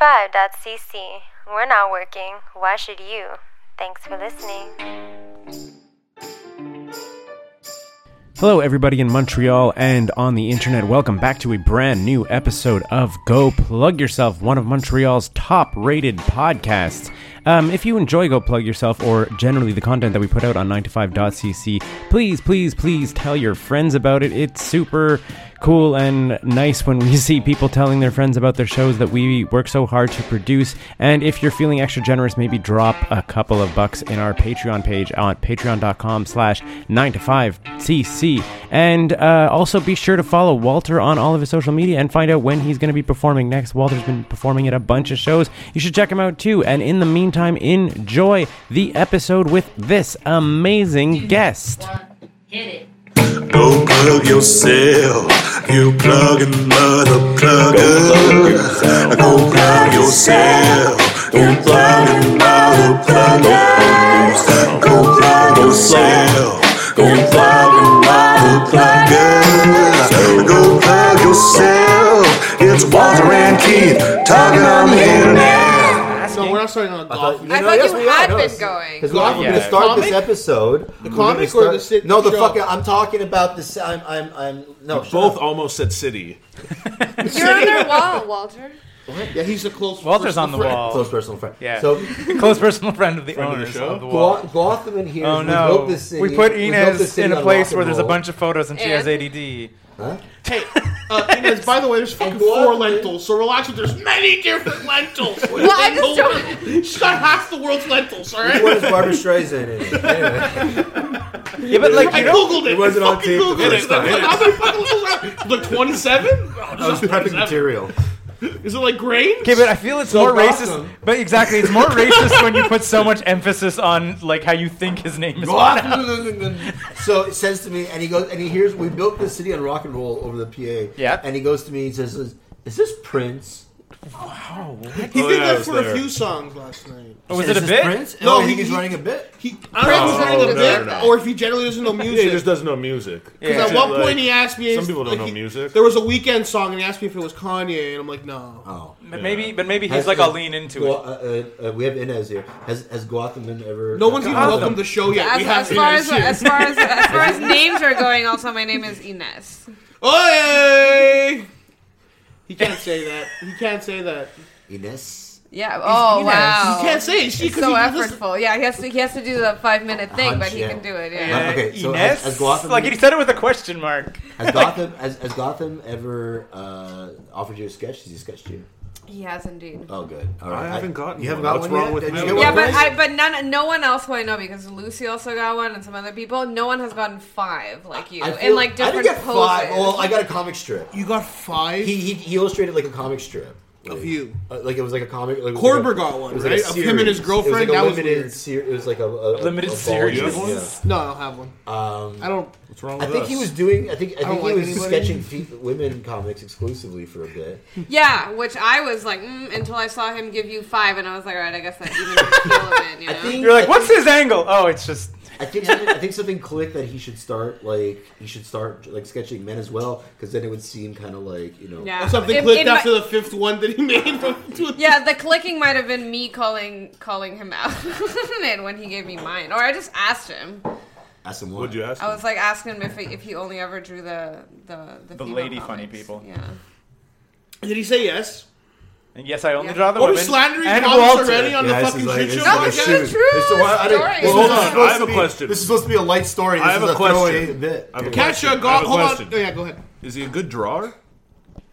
9to5.cc. We're not working. Why should you? Thanks for listening. Hello, everybody in Montreal and on the internet. Welcome back to a brand new episode of Go Plug Yourself, one of Montreal's top rated podcasts. Um, if you enjoy Go Plug Yourself or generally the content that we put out on 9to5.cc, please, please, please tell your friends about it. It's super cool and nice when we see people telling their friends about their shows that we work so hard to produce. And if you're feeling extra generous, maybe drop a couple of bucks in our Patreon page on patreon.com slash 9to5cc. And uh, also be sure to follow Walter on all of his social media and find out when he's going to be performing next. Walter's been performing at a bunch of shows. You should check him out too. And in the meantime, enjoy the episode with this amazing guest. Go plug yourself. You plugging mother plugger. Go plug yourself. You plugging mother plugger. Go plug yourself. You plugging mother plugger. Go plug yourself. It's Walter and Keith talking on the internet. No, we're not starting on golf. I thought you had been going. Because we're going to start this episode. The comic or the sit- No, the show? fucking. I'm talking about this. I'm. I'm. I'm. No, shut Both up. almost said city. You're on their wall, Walter. yeah, he's a close. Walter's personal on the friend. wall. Close Close, personal friend. Yeah. So personal friend of the Friend of the owners show? of the wall. Go- Gotham in here. Oh we no! built this city. We built put this Inez city in a on place rock where and there's a roll. bunch of photos and she has And? ADD. Hey, uh, Inez, by the way, there's fucking And go four out- lentils, so relax. There's many different lentils. Well, I just She's got half the world's lentils. All right. What is Barbara Streisand in? it? Anyway, Yeah, but like I you know, googled it. it wasn't I on fucking tape the Googled first it. time. How many fucking lentils are- The 27? I was prepping material. Is it like grain? okay, but I feel it's more racist. Gotham. But exactly, it's more racist when you put so much emphasis on like how you think his name is. so it says to me, and he goes, and he hears, we built this city on rock and roll over the PA. Yeah. And he goes to me and says, "Is is this Prince? He Oh, did yeah, I that was for there. a few songs last night. Oh, was Is it a this bit? Prince? And No, I think he- he's running a bit. He, I don't know if Prince he's is running a no, bit, no, no. or if he generally doesn't know Yeah, he music. just does no music. Yeah. Because Is at it one like- point he asked me, Some people don't like, know he- music. There was a weekend song, and he asked me if it was Kanye, and I'm like, no. Oh. But maybe, but maybe Has- he's like, I'll lean into Gua- it. Uh, uh, uh, we have Inez here. Has has Gotham been ever? No one's even Gotham. welcomed the show yet. As, we have as far Inez as, here. as far as as far as names are going, also my name is Ines. Oi! He can't say that. He can't say that. Inez. Yeah. Oh Ines. wow. He can't say it. She, It's 'cause so he effortful. yeah, he has to he has to do the five minute thing, Hot but he shit. can do it. Uh, Yeah. Yeah. okay, so Ines? has- has Gotham- like he said it with a question mark. Has Gotham has, has Gotham ever uh, offered you a sketch? Has he sketched you? He has indeed. Oh, good. All right. I haven't gotten. You haven't one. got What's one wrong yet? with Did you me? get one? Yeah, but Crazy. I but none no one else who I know because Lucy also got one and some other people. No one has gotten five like you I in feel- like different I didn't get poses. five. Well, I got a comic strip. You got five. He he, he illustrated like a comic strip. Like, you. uh, like it was like a comic. Like, it was Corber like a- got one, it was right? a Of him and his series. girlfriend? It was like That a was limited weird. ser- it was like a, a- a- Limited a volume. series. You have one? Yeah. no, I don't have one. Um, I don't. What's wrong I with think us? he was doing. I think I don't think he like was anybody. sketching fe- women comics exclusively for a bit. Yeah, which I was like, mm, until I saw him give you five, and I was like, all right, I guess that even relevant, you know? I think You're like, I what's think- his angle? Oh, it's just I think something, I think something clicked that he should start like he should start like sketching men as well because then it would seem kind of like you know yeah. Something In- clicked in my- after the fifth one that he made. From, yeah, the clicking might have been me calling calling him out and when he gave me mine, or I just asked him. ask him what Would you ask? I him? was like asking him if he, if he only ever drew the the the, female lady funny comics. people. Yeah. Did he say yes? and yes, I only Yeah. draw the Oh, women he's slandering and comics Walter. already on Yeah, the this fucking is like- this shit is show No, like it's podcast? a true This is why I didn't- story. Well, hold This is on. supposed I have to a be- question. This is supposed to be a light story. This I have is a throwaway question. bit. I have a Okay. Catch your I have God. a Hold on. question. Oh, yeah, go ahead. Is he a good drawer?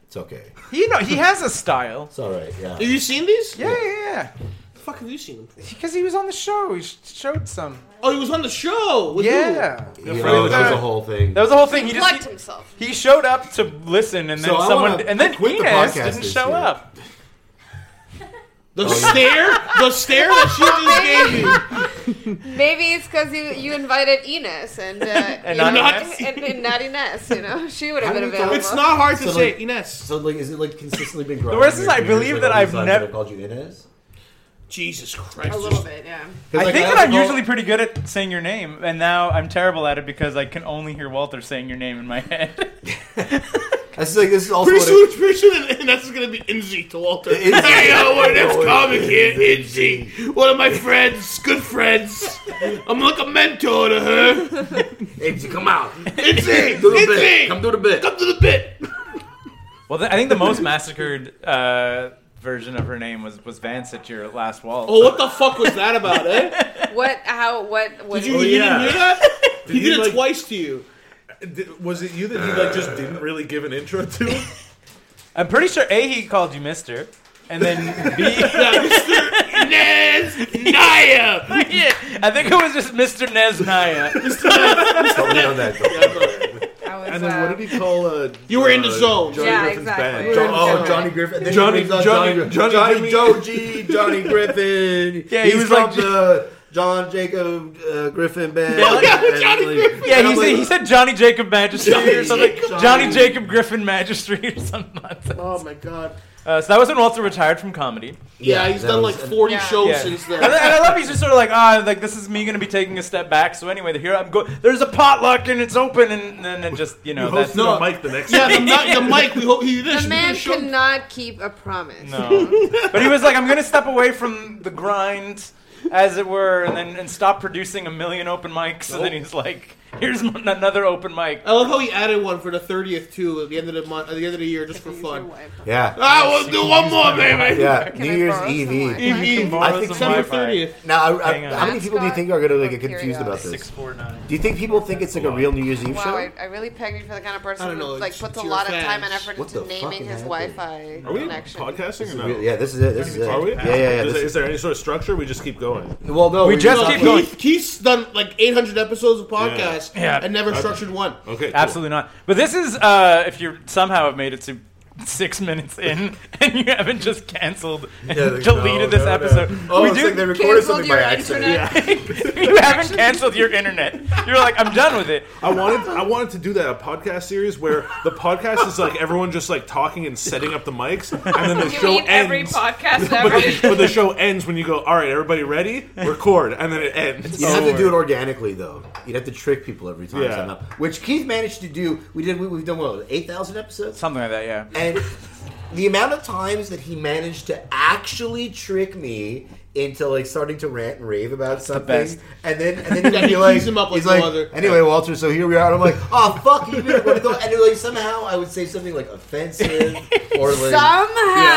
It's okay. He know he has a style. It's all right. Yeah. Have you seen these? Yeah, yeah, The fuck have you seen them? yeah. Because he was on the show. He sh- showed some. Oh, he was on the show. With Yeah. You friend know, of that was the- a whole thing. That was the whole thing. He He just liked himself. he showed up to listen, and then So I someone, wanna and then quit the Inez podcast didn't this show year. up. Who? The stare. The stare that she just gave you. Maybe it's because you, you invited Ines and uh, and, not Ines. and, and not Ines, you know, she would have How been do you available. tell- It's not hard to So, say, like- Ines. So like, is it like consistently been growing? worst in is your I ears, believe like, that all these I've times never- I called you Inez. Jesus Christ. a little bit, yeah. 'Cause, I like, think that also I'm call- usually pretty good at saying your name, and now I'm terrible at it because I can only hear Walter saying your name in my head. This is like this is also Pretty what soon, it, pretty soon, and that's gonna be NZ to Walter. It is. Hey, yo, we're next comic here, NZ. One of my friends, good friends. I'm like a mentor to her. Hey, come out. NZ, Do the bit. Come NZ, do the bit. come to the bit. Well, th- I think the most massacred uh, version of her name was was Vance at your last wall. Oh, what the fuck was that about, eh? What? How? What? What? Did you, Oh, you yeah. didn't hear that? he you, did it like- twice to you. Did- was it you that he like just didn't really give an intro to? I'm pretty sure A he called you Mister, and then B Nez Naya. I think it was just Mister Nez Naya. Don't get on that. Don't. I was, And then what uh, did he call? Uh, You were in the uh, zone. Johnny Yeah, Griffin's exactly. band? We were Jo- in the Oh, Johnny- Johnny Griffin. Then Johnny- he brings on Johnny- Griffin. Johnny Johnny Griffin. Joji, Johnny Griffin. Yeah, he He's was like- from the John Jacob uh, Griffin band. Yeah, like- And, Johnny like, Griffin. Yeah, and he I'm said, like, he said Johnny Jacob Magistrate or Johnny something. Jacob- Johnny Johnny- Jacob Griffin Magistrate or something. nonsense. Oh my god. Uh, so that was when Walter retired from comedy. Yeah, he's that done was- like 40 Yeah. shows Yeah. Oh, since And, then. I- and I love he's just sort of like, ah, like this is me going to be taking a step back. So anyway, here I'm going. There's a potluck and it's open, and then it just you know You that's hosted on Mike the next Yeah, time. the, mi- the mic. We hope he the did man a show. cannot keep a promise. no. But he was like, I'm going to step away from the grind, as it were, and then and stop producing a million open mics. And then he's like, here's m- another open mic. I love how he added one for the 30th too at the end of the month, at the end of the year, just for fun. Yeah, I will do one more, baby. yeah. Can New I Year's borrow Eve. some Eve. wine? Eve, Eve, Tomorrow's I think the December Wi-Fi. 30th. Now, I, Hang I, on. how many people do you think are going to like get Mascot confused or about Six this? four nine. Do you think people think it's like a real New Year's Eve Wow, show? I, I really pegged you for the kind of I person don't who know, like it's- puts a it's your lot of time fans. and effort What into the fuck naming is his happening? Wi-Fi Are we connection. podcasting or no? Yeah, this is it. This is it. Are we? Yeah, yeah, yeah. Is, This is there any sort of structure? We just keep going. well, no, We we're just No, keep Keith, going. Keith's done like 800 episodes of podcasts Yeah. and never structured one. Okay. cool. Absolutely not. But this is uh, if you somehow have made it to six minutes in and you haven't just canceled and Yeah, like, deleted no, this no, no. episode. Oh, we it's do. like they recorded Canceled something by your accident. internet. you haven't canceled your internet. You're like, I'm done with it. I wanted I wanted to do that a podcast series where the podcast is like everyone just like talking and setting up the mics, and then the You show mean every ends. podcast But ever? the, but the show ends when you go, all right, everybody ready? Record, and then it ends. Oh, You have to do it organically, though. You'd have to trick people every time. Yeah. somehow. Which Keith managed to do. We did. We, we've done what, eight thousand episodes, Something like that, yeah. and the amount of times that he managed to actually trick me into like starting to rant and rave about something, best. and then and then Yeah, he'd he be like, tees him up like he's no like, other. anyway, Walter. So here we are, and I'm like, oh fuck, you didn't want to go, and like somehow I would say something like offensive or like. Somehow.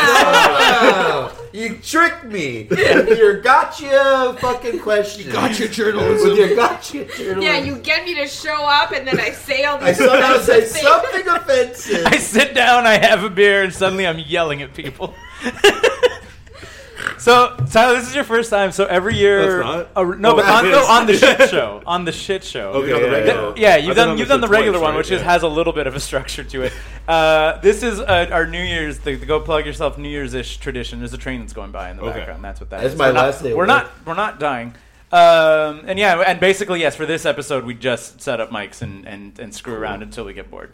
"Wow, You tricked me with your gotcha fucking question. Gotcha With journalism. your gotcha journalism. Yeah, you get me to show up, and then I say all I these somehow say things. something offensive. I sit down, I have a beer, and suddenly I'm yelling at people. so, Tyler, this is your first time. So every year, That's A, not. no, Oh, but it on, no, is. on the shit show, on the shit show. Okay, You've done the yeah, regular. yeah, yeah. Yeah, you've I've done, on you've this done the for twice, regular one, right? which is, Yeah. has a little bit of a structure to it. Uh, this is uh our New Year's, the, the Go Plug Yourself New Year's ish tradition. There's a train that's going by in the Okay. background. That's what that That's is. my We're not- last day at We're work. not we're not dying. Um, and yeah, and basically, yes, for this episode, we just set up mics and and, and screw around until we get bored.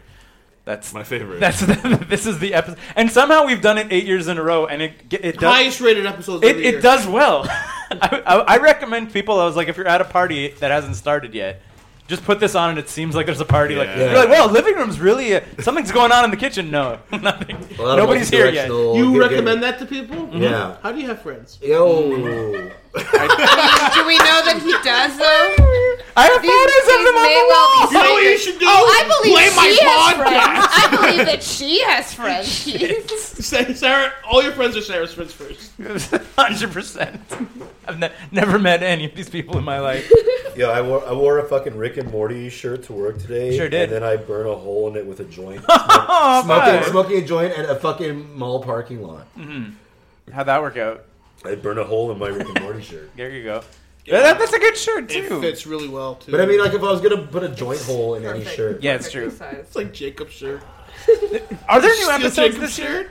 That's My favorite. That's this is the episode, and somehow we've done it eight years in a row, and it ge- it does Highest rated episodes. it, every year. it does well. I, I, I recommend people. I was like, if you're at a party that hasn't started yet, just put this on, and it seems like there's a party. Like Yeah. you're like, well, living room's really uh, something's going on in the kitchen. No, nothing. A lot of Nobody's here yet. multi-directional- You good- recommend good- that to people? Oh, Mm-hmm. Yeah. How do you have friends? Yo. Do we know that he does though? I have These photos of things them on may You well be the wall. know what you secret. should do? Oh, I believe Play she my has podcast. friends. I believe that she has friends. She's- Sa- Sarah, all your friends are Sarah's friends first. Hundred percent. I've ne- never met any of these people in my life. Yo, I wore, I wore a fucking Rick and Morty shirt to work today. Sure did. And then I burn a hole in it with a joint. Oh, smoking, fuck. smoking a joint at a fucking mall parking lot. how'd that work out? I burn a hole in my Rick and Morty shirt. There you go. That- that's a good shirt It too. fits really well too. But I mean, like, if I was gonna put a joint hole in any perfect. shirt, Yeah, it's true. it's like Jacob's shirt. Are there new Steal episodes Jacob's this year?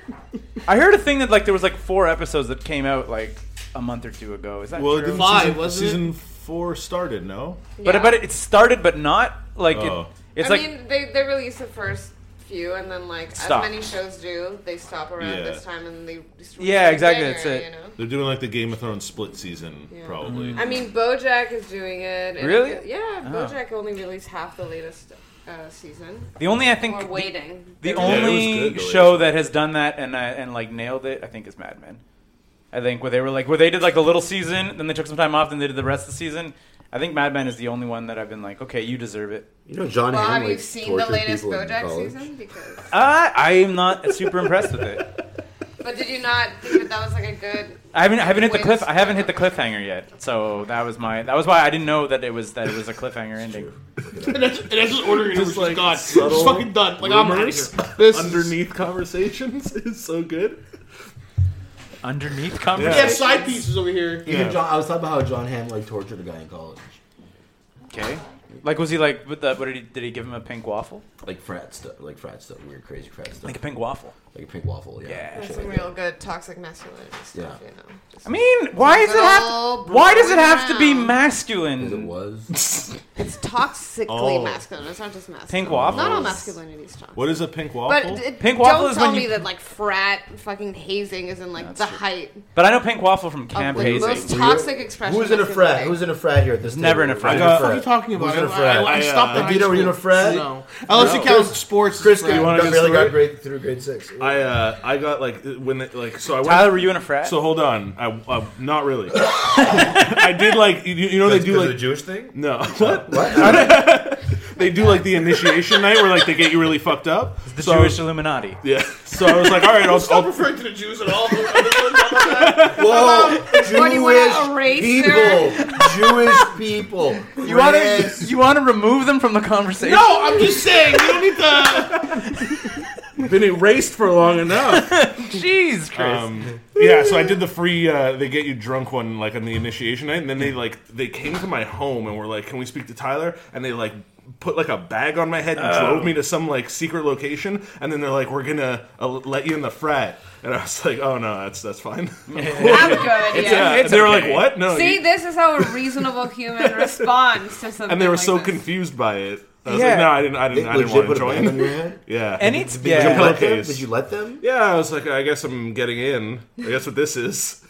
I heard a thing that like there was like four episodes that came out like a month or two ago. Is that Well, true? didn't Five, season, wasn't it? season four started? No. But but it started but not like Oh. it, it's I like mean, they, they release the first few, and then like Stop. as many shows do, they stop around Yeah. this time and they. just release Yeah, in exactly, that's January, it. You know? They're doing like the Game of Thrones split season, probably. Mm. I mean, BoJack is doing it. and- Really? Ah. Yeah, BoJack only released half the latest uh, season. The only I We're think the, waiting. the it was only good, though, show that has done that and uh, and like nailed it, I think, is Mad Men. I think where they were like where they did like the little season, then they took some time off, then they did the rest of the season. I think Mad Men is the only one that I've been like, okay, you deserve it. You know, John Well, Hamm, have you like, seen the tortured latest people in BoJack college. season? Because, Uh, I am not super impressed with it. but did you not think that that was like a good? I haven't I haven't hit the Wait, cliff. it's- I haven't hit the cliffhanger yet. So that was my that was why I didn't know that it was that it was a cliffhanger ending. And that's, and that's just ordering this like, like God. subtle It's fucking done. Like I'm out of rumors here. This is- Underneath conversations is so good. Underneath We have conversation. side pieces over here. Even Yeah. John, I was talking about how John Hamm like tortured a guy in college, Okay. Like was he like with the what did he did he give him a pink waffle? like frat stuff, like frat stuff, weird, crazy frat stuff, Like like a pink waffel. a, pink waffle. Yeah. Yeah. Shit That's some like that. real good toxic masculinity stuff, Yeah. you know. Just- I mean, why does it have? To, why does it have to be Brown. It masculine? was. it's toxically Oh. masculine. It's not just masculine. Pink waffles. Not all masculinity is toxic. What is a pink But waffle? it, Pink don't waffle is tell when you- me that like frat fucking hazing is in like the height But I know pink waffle from of camp the most hazing. toxic expression. Who's in a that could frat? be. Who's in a frat here at this? Never in a table? frat. Who's Uh, What are you talking about? Who's in a I- frat? I, uh, I Yeah. stopped at Did you know high you're in a school. frat? No. Unless you count sports. as Chris, frat. you wanna get barely started? got grade through grade six. I uh, I got like when they, like so I went. Tyler, were you in a frat? So hold on, I uh, not really. I did like you, you know they do like Jewish thing. no what What? they do like the initiation night where like they get you really fucked up. the so I Jewish was- Illuminati. yeah. So I was like, all right, I'll, Stop I'll referring to the Jews at all. That's Whoa, What, do you want Jewish to erase people, her? Jewish people. You want Yes. to you want to remove them from the conversation? No, I'm just saying. You don't need to. been erased for long enough. jeez, Chris. Um, yeah, so I did the free. Uh, they get you drunk one like on the initiation night, and then they like they came to my home and were like, "Can we speak to Tyler?" And they like put like a bag on my head and Oh. drove me to some like secret location, and then they're like, "We're gonna uh, let you in the frat," and I was like, "Oh no, that's that's fine." I'm good. Yeah. yeah, it's they were like, okay. "What? No." See, you-" this is how a reasonable human responds to something. and they were like so this. confused by it. I was Yeah. like, "No, I didn't. I didn't. I didn't Legit want to put a bag on join." your head? yeah. and it's Did you yeah, let them? Pillowcase. Did you let them? yeah, I was like, I guess I'm getting in. I guess what this is.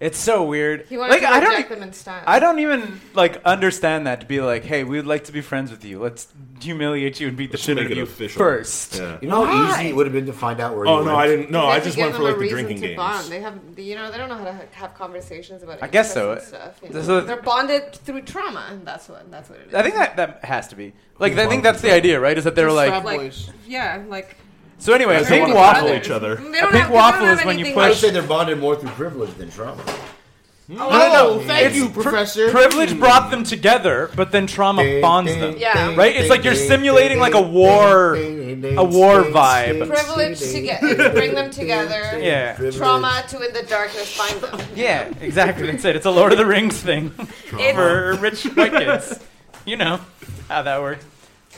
it's so weird. He wanted Like to I reject don't e- them in style. I don't even like understand that to be like, hey, we would like to be friends with you. Let's humiliate you and beat the shit out make of it you official. first. Yeah. You know how Why? easy it would have been to find out where. Oh you no, went? I didn't. No, They I have to just give went for them a like the reason drinking to games. Bond. They have, you know, they don't know how to ha- have conversations about. I guess interests so. and Stuff, you know? So- They're bonded through trauma, and that's what that's what it is. I think that that has to be like. I think that's the idea, right? Is that they're like. frat like, boys. yeah, like So anyway, Guys, a they pink wanna waffle. cuddle each other. They don't pink have, waffle they don't have is when you anything I push- would say they're bonded more through privilege than trauma. Oh, thank It's you, pri- Professor. privilege brought them together, but then trauma bonds them. Yeah. Right? It's like you're simulating like a war- a war vibe. privilege to get bring them together. Yeah. Trauma to in the darkness find them. Yeah, exactly. That's it. It's a Lord of the Rings thing It's, for rich white kids. You know how that works.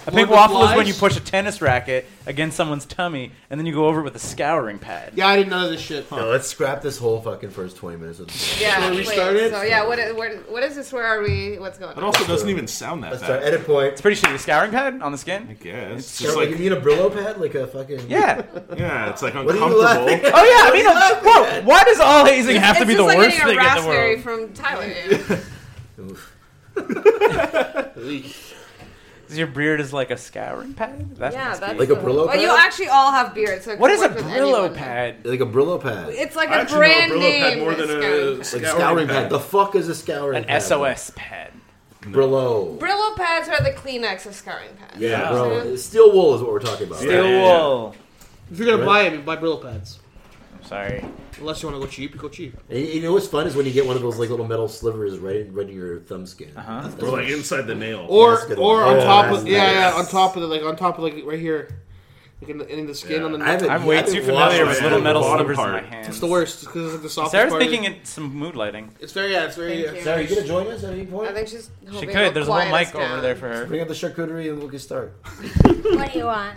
A Lord pink of waffle is when Flies? you push a tennis racket against someone's tummy, and then you go over it with a scouring pad. Yeah, I didn't know this shit. Now, let's scrap this whole fucking first twenty minutes. Of this. yeah. we wait, started? So yeah, what is, where, what is this? Where are we? What's going It on? also doesn't even sound that Let's bad. start edit point. It's pretty shitty. The scouring pad on the skin. Yeah, it's Yeah, just like, like you mean a Brillo pad, like a fucking Yeah. yeah, it's like are you laughing uncomfortable. Oh yeah. I mean, whoa. Why does all hazing have to it's be just the like worst getting thing a in the raspberry world? from Thailand. Is your beard is like a scouring pad? That yeah, must be- that's Like a the- Brillo Well, you pad? actually all have beards. So it What could is a work with Brillo anyone. pad? like a Brillo pad, It's like I a actually brand know a Brillo name. pad more than a discount. like a scouring pad. The fuck is a scouring? An pad? SOS pad. Brillo. Brillo pads are the Kleenex of scouring pads. Yeah, bro. Steel wool is what we're talking about. Yeah, Steel yeah, yeah. wool. If you're gonna buy it, buy Brillo pads. Sorry. Unless you want to go cheap, you go cheap. And you know what's fun is when you get one of those like little metal slivers right in, right in your thumb skin. Uh-huh. We're like inside the nail. Or That's good. or on Oh, top that's of yeah nice. yeah on top of the like on top of like right here, like in the, in the skin on the I neck. haven't, I'm way I haven't too washed familiar my with it. little hands. metal Bottom slivers in my part. hands. It's the worst because it's the softest Sarah's part. thinking it's some mood lighting. it's very yeah it's very. uh, Thank you. Sarah, you gonna join us at any point? I think she's. She hoping it'll could. There's a whole quiet us mic over down. there for her. Bring up the charcuterie and we can start. What do you want?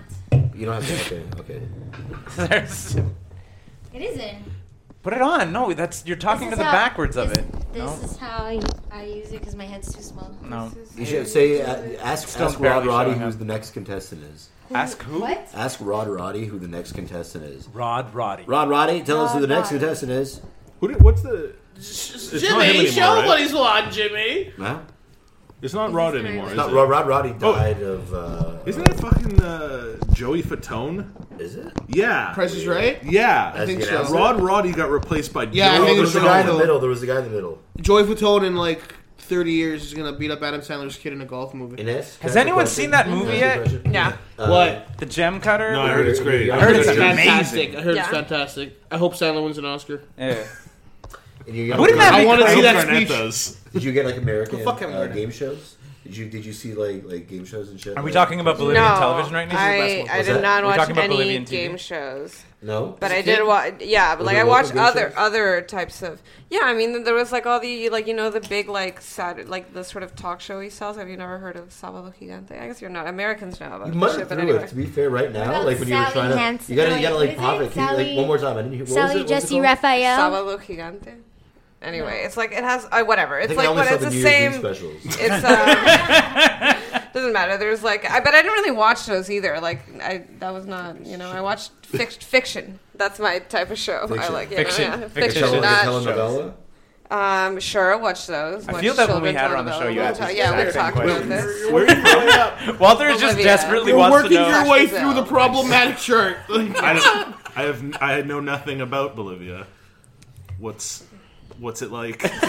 You don't have to. Okay, okay. Sarah's- It isn't. Put it on. No, that's you're talking to This the is how- backwards of this- it. No. This is how I, I use it because my head's too small. No. You should say uh, ask Still ask Rod barely Roddy showing who's up. the next contestant is. Ask who? What? Ask Rod Roddy who the next contestant is. Rod Roddy. Rod Roddy, tell us who the Rod next Roddy. contestant is. Who did, what's the? It's not him Jimmy, anymore, show right? what he's on, Jimmy. Huh? It's not Rod anymore. Is Not it? Oh. Rod, Rod Roddy died of. Uh, Isn't it fucking uh, Joey Fatone? Is it? Yeah. Price is right. Yeah. I think That's so. the Rod Roddy got replaced by Yeah, I Joey think it Oh, There was was a the guy in Fatone. the Idol. middle. There was a guy in the middle. Joey Fatone in like 30 years is gonna beat up Adam Sandler's kid in a golf movie. Ines, can I Has ask you a anyone question? seen that Can I ask movie you a yet? question? Yeah. Uh, What? The gem cutter. No, I heard it's great. I heard it's Yeah. Fantastic! I heard it's Yeah. fantastic. I hope Sandler wins an Oscar. Yeah. And you get, Wouldn't that I be want to great? see that Garnett speech. does. did you get like American Well, fuck Kevin uh, Garnett. game shows? Did you did you see like like game shows and shit? Are we like- talking about Bolivian no, television right now? I, I Was did that- not We're watch talking about any Bolivian TV? game shows, No. but a I did kid? watch. Yeah, but Was like there I local watched game other shows? other types of. Yeah, I mean there was like all the like you know the big like sad like the sort of talk showy styles. Have you never heard of Sábado Gigante? I guess you're not Americans now, You but, must shit, have but through anyway. it. To be fair, right now, about like when you were Sally trying to, Hansen- you gotta, no, you gotta wait, like what pop is it. it? Can you, like Sally- one more time. I didn't hear. What was it? Sally What was it Jesse called? Raphael. Sábado Gigante. Anyway, it's like it has uh, whatever. I It's think I like only what saw it's the the New Year's Eve same. specials. It's uh, doesn't matter. There's like I but I didn't really watch those either. Like I that was not you know I watched fic- fiction. That's my type of show. I Fiction. like you Fiction. Know, yeah. Fiction. fiction. Shows. Tele- Not, telenovela? um, sure, watch those. I Watch feel that when we children's had her on the telenovela. show, you We'll asked talk- this Yeah, we exact talked same about question. this. Where are you from? Walter is just Olivia. desperately You're wants to working know. your way Brazil. through the problematic chart. I, don't- I have I know nothing about Bolivia. What's what's it like?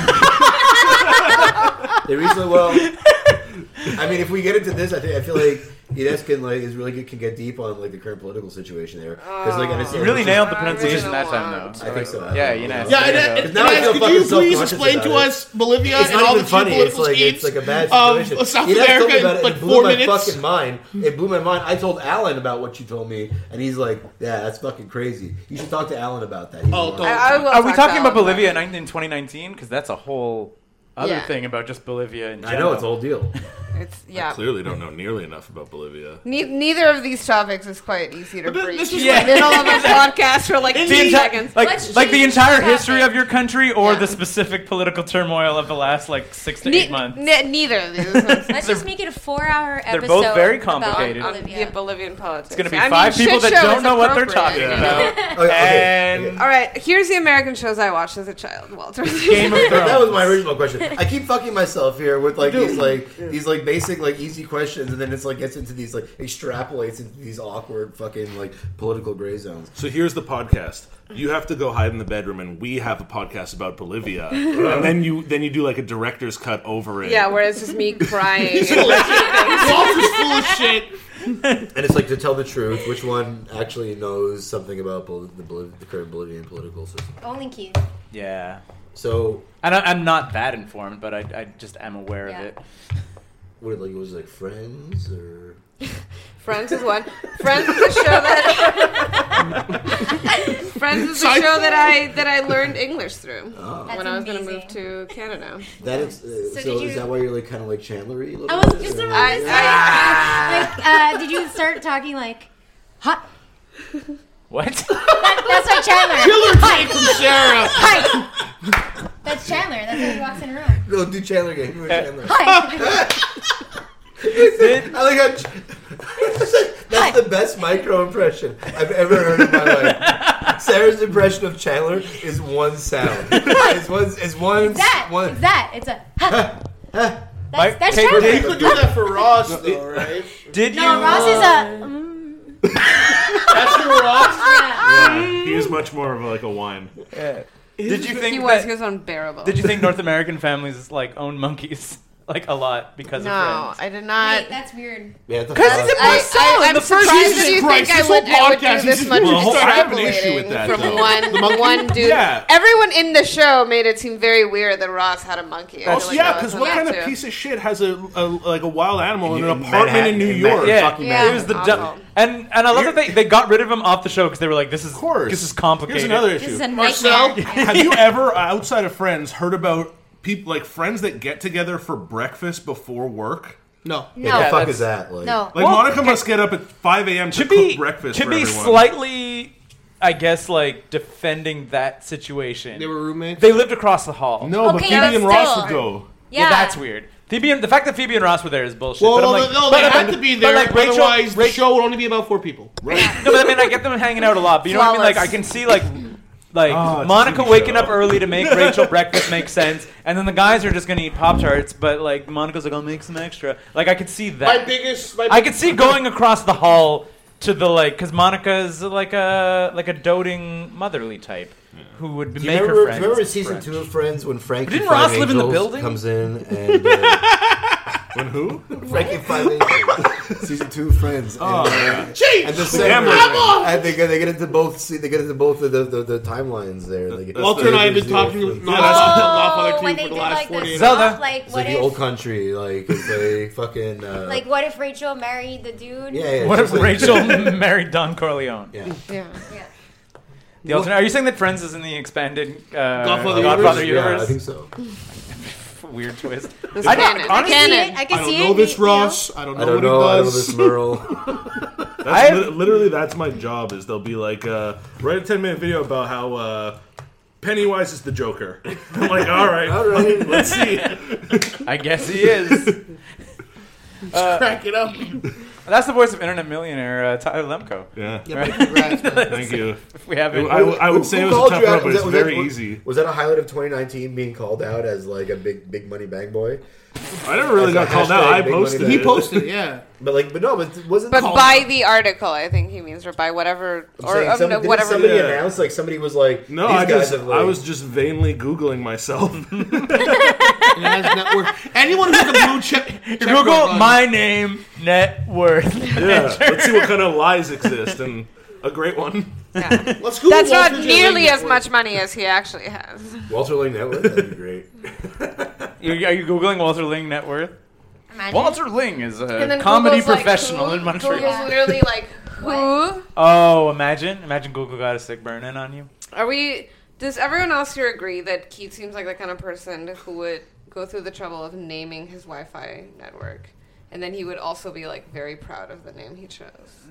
They recently, well, I mean, if we get into this, I, think, I feel like Ines can like is really good, can get deep on like the current political situation there because like Ines You really nailed the pronunciation really that time, want- though. I think so. I Yeah, don't you know. know. Yeah, there you and- go. and- Because now I feel Could you fucking please self-conscious explain to about it. us Bolivia It's and not all even the funny. It's geopolitical like it's schemes like a bad situation. of South Ines told me America about in it. but it blew four my minutes? fucking mind. It blew my mind. I told Alan about what you told me, and he's like, "Yeah, that's fucking crazy. You should talk to Alan about that." He's Oh, the one- don't. I, I will Are we talk talking to about Alan Bolivia in 19- in 2019? Because that's a whole other Yeah. thing about just Bolivia in I general. know it's a whole deal. it. It's yeah. Clearly, don't know nearly enough about Bolivia. Ne- neither of these topics is quite easy to But breach. this is yeah. Yeah. middle of a podcast for like two the entire, seconds. Let's like, like the change entire the history topic. of your country or Yeah. the specific political turmoil of the last like six to Ne- eight months. ne- neither of these. It's Let's just make it a four-hour episode. they're both very about complicated. Olivia. Bolivian politics. It's gonna be five people that don't know what they're talking about. Okay, okay, And All right, here's the American shows I watched as a child, Walter. Game of Thrones. That was my original question. I keep fucking myself here with like these like these like basic like easy questions, and then it's like gets into these like extrapolates into these awkward fucking like political gray zones. So here's the podcast. You have to go hide in the bedroom, and we have a podcast about Bolivia, and then you then you do like a director's cut over it. yeah, where it's just me crying. Walter's full of shit. And it's like to tell the truth, which one actually knows something about Bol- the, Boliv- the current Bolivian political system. Only Keith. yeah, So, and I, I'm not that informed, but I, I just am aware Yeah. of it. what like was it like Friends or Friends is one. Friends is a show that. Friends is a show that I that I learned English through oh. when I was going to move to amazing. Canada. that is uh, so, So did is you- that why you're like kind of like Chandlery? a little I was bit, just or- about to say. Like, uh, did you start talking like hot? What? That, that's like Chandler. Killer take from Sarah. Hi. That's Chandler. That's how he walks in a room. No, do Chandler again. You were Uh, Chandler. Hi. I like how Ch- that's the best micro impression I've ever heard in my life. Sarah's impression of Chandler is one sound. It's one. It's one. that. one It's that. It's a. Huh. That's, Mike, that's take Chandler. You could do that for Ross, though, right? Did you? No, Ross is a. Mm, That's for Ross. yeah. Yeah, he is much more of like a wine. Did you He think was that, he was unbearable. Did you think North American families like own monkeys like a lot because no, of friends? I did not. Wait, that's weird. Yeah, the I, fuck? I, I'm the first surprised Jesus that you Christ, think I this would, whole I would podcast do is this just- much Well, I have an issue with extrapolating that, from though. one one dude. Yeah. Everyone in the show made it seem very weird that Ross had a monkey. I Also, feel Oh, like yeah, that was because what something kind of too. piece of shit has a, a like a wild animal in In- an in apartment Manhattan, in New in York? Manhattan. Yeah, Fucking Yeah. it was the Awful. dumb, and and I love that they, they got rid of him off the show because they were like, this is Of course, this is complicated. Here's another This issue. is a Marcel? nightmare. Have you ever, outside of friends, heard about people like friends that get together for breakfast before work? No. Yeah, the No. fuck is that? Like, No. Like Well, Monica must get up at five a.m. to, to be cook breakfast to for be everyone. slightly, I guess, like defending that situation. They were roommates. They lived across the hall. no, but Okay, Phoebe that's and Ross still- would go. Yeah. yeah, that's weird. Phoebe and the fact that Phoebe and Ross were there is bullshit. Well, but I'm no, like, no, but they I'm- had to be but, there, like, Rachel- otherwise the Rachel- show would only be about four people. No, but I mean, I get them hanging out a lot, but you know what I mean? Like, I Flawless. can see, like, Like Oh, it's a Monica TV waking show. up early to make Rachel breakfast makes sense, and then the guys are just gonna eat Pop Tarts, but like Monica's like, I'll make some extra. Like I could see that. My biggest- my I could see going across the hall to the like, because Monica's like a like a doting motherly type who would Do you make remember, her friends. do you remember season French. two of Friends when Frankie Didn't Five Ross live in the Angels building? comes in and uh, when who Frankie Five Angels season two of Friends Oh, yeah. and, Jeez, and the the same gambling and, ring. they get they get into both see they get into both of the, the, the timelines there. Like, Walter and I have been talking with non- Oh, when they do like the 48 stuff, like It's what like the if, old country, like it's like fucking uh, like what if Rachel married the dude? Yeah, yeah. What if just like- Rachel married Don Corleone? Yeah. Yeah. The alternate, are you saying that Friends is in the expanded uh, Godfather Godfather, universe? Oh, universe? Yeah, I think so. Weird twist. It's I don't- canon. It's honestly, canon. I can I see don't know it, this you Ross. I don't know I don't what know. he I don't know does. this Merle. That's lit- literally that's my job. Is they'll be like, uh, write a ten minute video about how uh, Pennywise is the Joker. I'm like, all right, all right, let's see. I guess he is. Uh, Crack it up. That's the voice of Internet Millionaire uh, Tyler Lemko. Yeah. Yeah, but congrats, man. Thank you. If we haven't, I, w- I would say it was a called tough you out? road, but Was it's that- was that- very was- easy. Was that a highlight of 2019 being called out as like a big big money bang boy? I never really As got a called out. hashtag I big money posted bang it. He boy. posted, yeah. But like, but no, but wasn't But called by the article, I think he means, or by whatever, I'm or saying um, some- no, didn't whatever. somebody Yeah. announced like somebody was like, No, these I guys just have, like, I was just vainly googling myself. And it has network. Anyone who's a blue check. Google my name, net worth. yeah, let's see what kind of lies exist and a great one. Let's Google That's not Walter J. Lane nearly as network. much money as he actually has. Walter Lang Network. That'd be great. You- Are you googling Walter Ling net worth? Imagine. Walter Ling is a comedy Google's like, professional who- in Montreal. Google's literally like, who? Oh, imagine, imagine Google got a sick burn in on you. Are we? Does everyone else here agree that Keith seems like the kind of person who would go through the trouble of naming his Wi-Fi network, and then he would also be like very proud of the name he chose?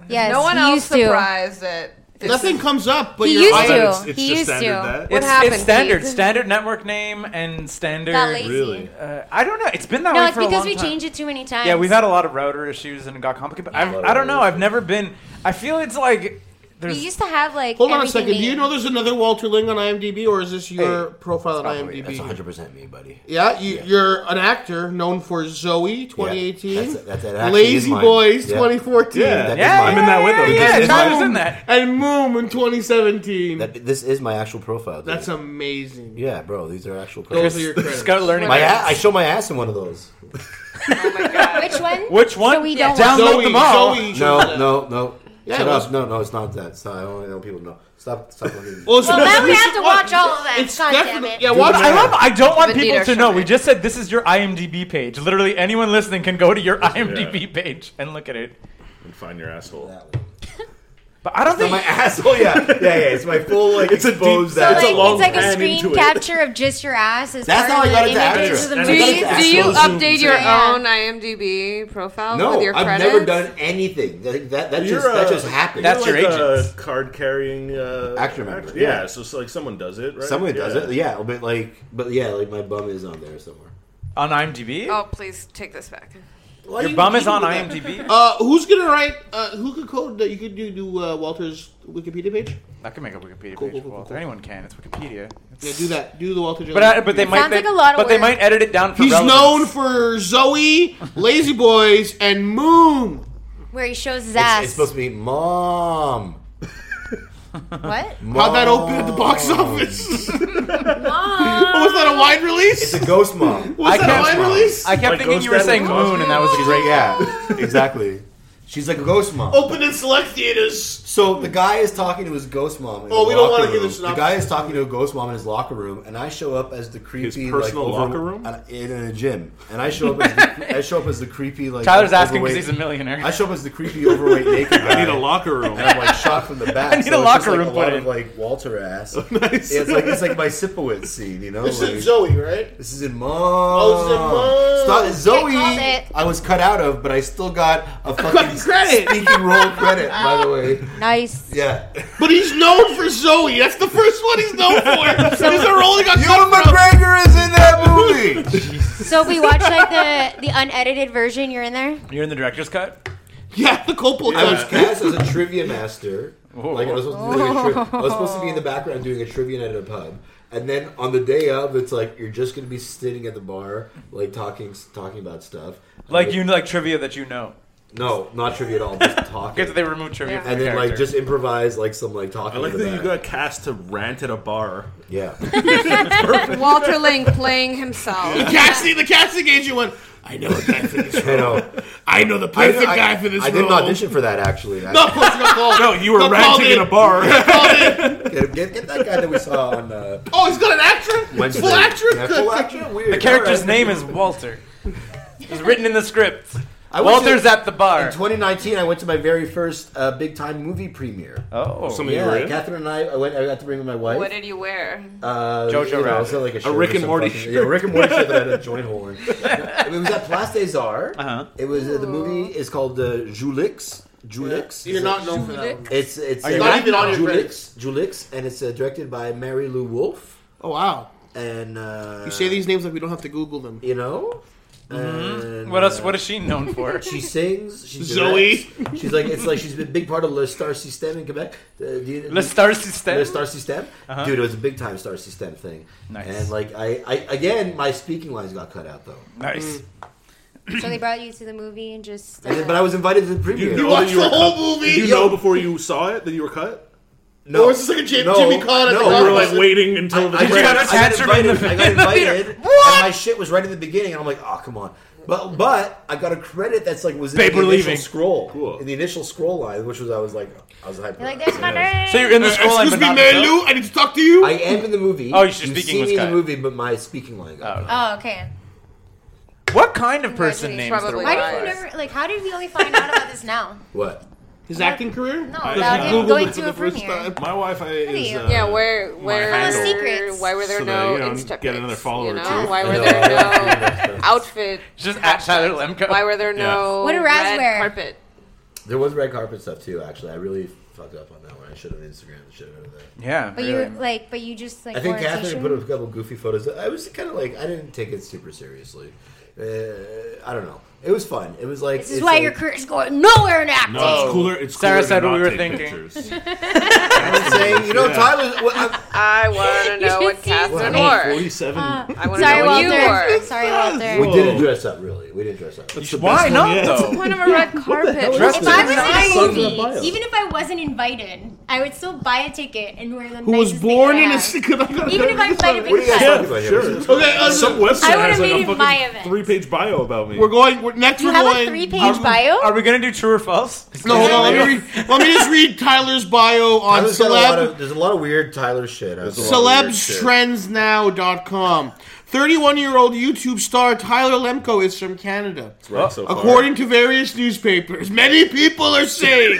Yes, no one he else used to. surprised that this Nothing is- comes up, but He you're used on to. it. It's, it's He just used standard to. that. it's, happened, It's standard, Keith? standard network name and standard. That lazy. Really? Uh, I don't know. It's been that No, way it's for a because long we time. changed it too many times. Yeah, we've had a lot of router issues and it got complicated. But I've, I don't know. I've never been. I feel it's like We there's. used to have like. Hold on a everything second. Do you named. know there's another Walter Ling on IMDb, or is this your profile on probably- That's IMDb? 100 percent me, buddy. Yeah, you, you're an actor known for Zoe Yeah, 2018, that's- that's- that actually is Lazy mine. Boys Yeah. 2014, Yeah, That yeah, is mine. I'm in that with them. yeah, That yeah, is no, mine. I was in that. and Moom in 2017. That this is my actual profile. dude. That's amazing. yeah, bro. These are actual. Those are credits. your credits. Scout learning. My a- I show my ass in one of those. which one? Which one? So we don't Yeah. want- Download Zoe, them all. Zoe shows No, that. no, no. Yeah, Shut it was- up. No, no, it's not that. Stop. I don't know people know. Stop. Stop. looking- Well, so Well, now we it's- have to watch all of that. It's God damn definitely it. yeah. Dude, Watch. the I love. I don't want But people neither to know. should We I. just said this is your IMDb page. Literally, anyone listening can go to your IMDb page and look at it. And find your asshole. That one. But I don't think. My asshole. Yeah, yeah, yeah. It's my full like It's a deep- exposed. So, So, ass. like, It's a long it's like a pan screen into it. capture of just your ass as That's part how I of got the into images actors. of the And Do I got movie. you, into do you actual update your Yeah. own IMDb profile No, with your I've credits? never done anything. That that, that You're just that a- just happened. That's You're your like agent. A card carrying uh, Actor member, act- yeah. Yeah, so it's like someone does it, right? Someone yeah. does it. Yeah, but like, but yeah, like my bum is on there somewhere. on IMDb? Oh, please take this back. Why do your you bum is keep on doing that? IMDb? Uh, who's gonna write? Uh, who could code that? You could do do uh, Walter's Wikipedia page. I can make a Wikipedia Cool, page. cool, cool, Walter. cool. Anyone can. It's Wikipedia. It's- Yeah, do that. Do the Walter. J. But I, but they might. sounds they, like a lot of But they work. might edit it down for. He's relevance. known for Zoe, Lazy Boys, and Moon. Where he shows his It's, ass. it's supposed to be mom. what? How'd that open at the box office? Oh, was that a wide release? It's a ghost mom. Was I that a can't- wide release? I kept Like thinking Ghost you were Dad saying with Cosby? moon, and that was a She's great. like, yeah, exactly. She's like a ghost mom. Open in select theaters. So the guy is talking to his ghost mom. In Oh, the we don't locker wanna give room. this The guy is talking to a ghost mom in his locker room, and I show up as the creepy personal like, locker room? uh, in, in a gym, and I show up. As the, I show up as the creepy like. Tyler's asking overweight- because he's a millionaire. I show up as the creepy overweight naked guy. I need a locker room. And I'm like shot from the back. I need so a it's just, locker like, room A lot put of in. like Walter ass. nice. Yeah, it's like it's like my Sipowicz scene, you know. This like, is Zoe, right? This is in mom. Oh, Stop, it's Zoe. called it. I was cut out of, but I still got a fucking credit. speaking role credit. By the way, Nice. yeah. But he's known for Zoe. That's the first one he's known for. He's a role he got Ewan cut from. McGregor is in that movie. So if we watch like the the unedited version, you're in there. You're in the director's cut. Yeah, the Coppola I was cut. cast as a trivia master. Oh. Like I was, supposed to be doing a tri- I was supposed to be in the back. background doing a trivia night at a pub, and then on the day of, it's like you're just going to be sitting at the bar, like talking talking about stuff. Like you like trivia that you know. No, not trivia at all. Just talking. Because they removed trivia from and the then like character. just improvise like some like talking. I like in that the you got cast to rant at a bar. Yeah. Walter Lang playing himself. The casting, the casting agent went. I know a guy for this I know. role. I know the perfect guy for this I role. didn't audition for that actually. I- No, of course not called. No, you were Got called ranting in in. a bar. get, get, get that guy that we saw on uh, Oh, he's got an actor. Wednesday. Full actor. Yeah, full actor. Weird. The character's All right. name is Walter. It's written in the script. I went Walter's to- at the bar. In 2019, I went to my very first uh, big time movie premiere. oh, Something you were Yeah, in? Catherine and I, I went. I got to bring my wife. What did you wear? Uh, Jojo you know, Rabbit. it's not like a, shirt Rick or and some Morty fucking- shirt. Yeah, Rick and Morty shirt that I had a joint hole in. it was at Place des Arts. Uh-huh. It was uh, the movie is called uh, Julix. Julix. You're not known for that. One. It's it's you not even on your Julix. Julix, and it's uh, directed by Mary Lou Wolf. Oh wow! And uh, You say these names like we don't have to Google them. you know. And, what else? uh, What is she known Mm. for? She sings. She Zoe. directs. She's like it's like she's been a big part of Le Star System in Quebec. The- the- Le Star System. Uh-huh. The Star System, dude, it was a big time Star System thing. Nice. And like I, I again, my speaking lines got cut out though. Mm. Nice. So they brought you to the movie and just. And then, but I was invited to the You premiere. know watched that you the were whole cut- movie? Did you Yo. know before you saw it that you were cut? no, Or is this like a Jim- no, Jimmy Conn at No, the You were Oh, like was it- waiting until the I, break. got, I got Attachment in invited. the I got invited. What? And my shit was right at the beginning. And I'm like, oh come on. But but I got a credit that's like was in Paper the initial leaving. scroll Cool. in the initial scroll line, which was I was like I was hyped. You're like, about there's it. my name. So you're in the Uh, scroll line, excuse but me, not Mary the- Lou. I need to talk to you. I am in the movie. Oh, your speaking see was me in cut. the movie, but my speaking line got. cut. Oh, okay. What kind of person Congratulations, names probably their Why Why? did you never like? How did we only find out about this now? What? His acting career? No, I about just him Googled going it to a premiere. My Wi-Fi is you? uh, Yeah, where where handle. Secrets. Why were there So that, no you know, Insta get pics, another follower you know? or two. Why I were know, there I no know. outfit? Just at Tyler Lemko. Why were there no What did Raz red wear? carpet? There was red carpet stuff too. Actually, I really fucked up on that one. I should have Instagram. Should have done that. Yeah, But really. you like, but you just like. I think wore a Catherine t-shirt? put up a couple goofy photos. I was kind of like I didn't take it super seriously. Uh, I don't know. It was fun. It was like This is it's why like- your career's going nowhere in acting. No, it's cooler. It's Sarah cooler to said what not we were take thinking. pictures. I'm saying you know Tyler. Well, I'm, I want to know You what should see his Catherine face. wore. Forty-seven. I want to Sorry, know what you Walter. wore. Sorry, Walter. we Whoa. didn't dress up really. We didn't dress up. That's the Why best one not yet. though? Point of a red carpet. Dress If I was That's in the a bio. movie, even if I wasn't invited, I would still buy a ticket and wear the Who was nicest thing born I in a have. secret? Even if I might have What are been you guys cut. talking about here? Okay, uh, Some website I would've has like made a it my fucking event. three-page bio about me. we're going. We're, next, You we're have going. a three-page bio. Are we gonna do true or false? No, hold on. Let me, read, let me just read Tyler's bio on Tyler's got a lot celeb, of- There's a lot of weird Tyler shit. I was like- celebstrendsnow.com. 31-year-old YouTube star Tyler Lemko is from Canada. Right so far. According to various newspapers, many people are saying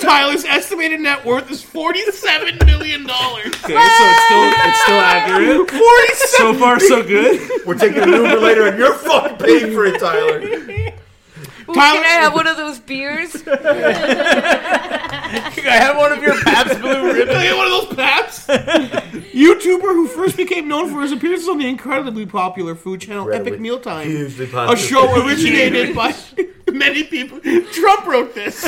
Tyler's estimated net worth is forty-seven million dollars. Okay, so it's still it's still accurate. Forty-seven. So far, so good. We're taking an Uber later, and you're fucking paying for it, Tyler. Ooh, Can I have one of those beers? I have one of your Pabst Blue Ribbon. Hey, one of those paps. YouTuber who first became known for his appearances on the incredibly popular food channel Epic Incredibly. Mealtime. Hugely A popular. show originated by many people. Trump wrote this.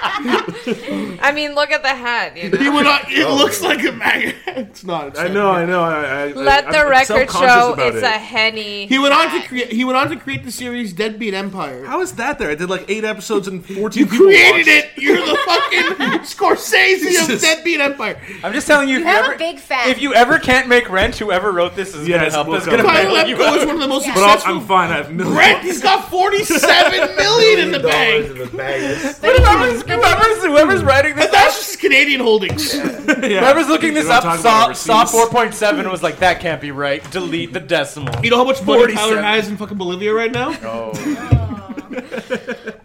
I mean, look at the hat. You know? He went on, it Oh. looks like a MAGA. It's not. It's I not. know, I know. I, I, Let I, the Uh, I'm record self-conscious show about it's it. a henny. He went on to create. He went on to create the series Deadbeat Empire. How is that there? I did like eight episodes and fourteen. You Created it. You're the fucking Scorsese of Deadbeat Empire. I'm just telling you, if You have ever- a big fat. If you ever can't make rent, whoever wrote this is Yes, gonna help. we'll That's gonna come Kyle bail you Lemko is out. one of the most But I'll, successful. I'm fine. I have millions. Brent, he's got forty-seven million in the Dollars bank. in the bank. But if I was- Whoever's, whoever's writing this, That's up, just Canadian holdings. Yeah. whoever's looking You this don't up talk saw about saw overseas. 4.7 and was like, that can't be right. Delete the decimal. You know how much money Tyler 47. has in fucking Bolivia right now?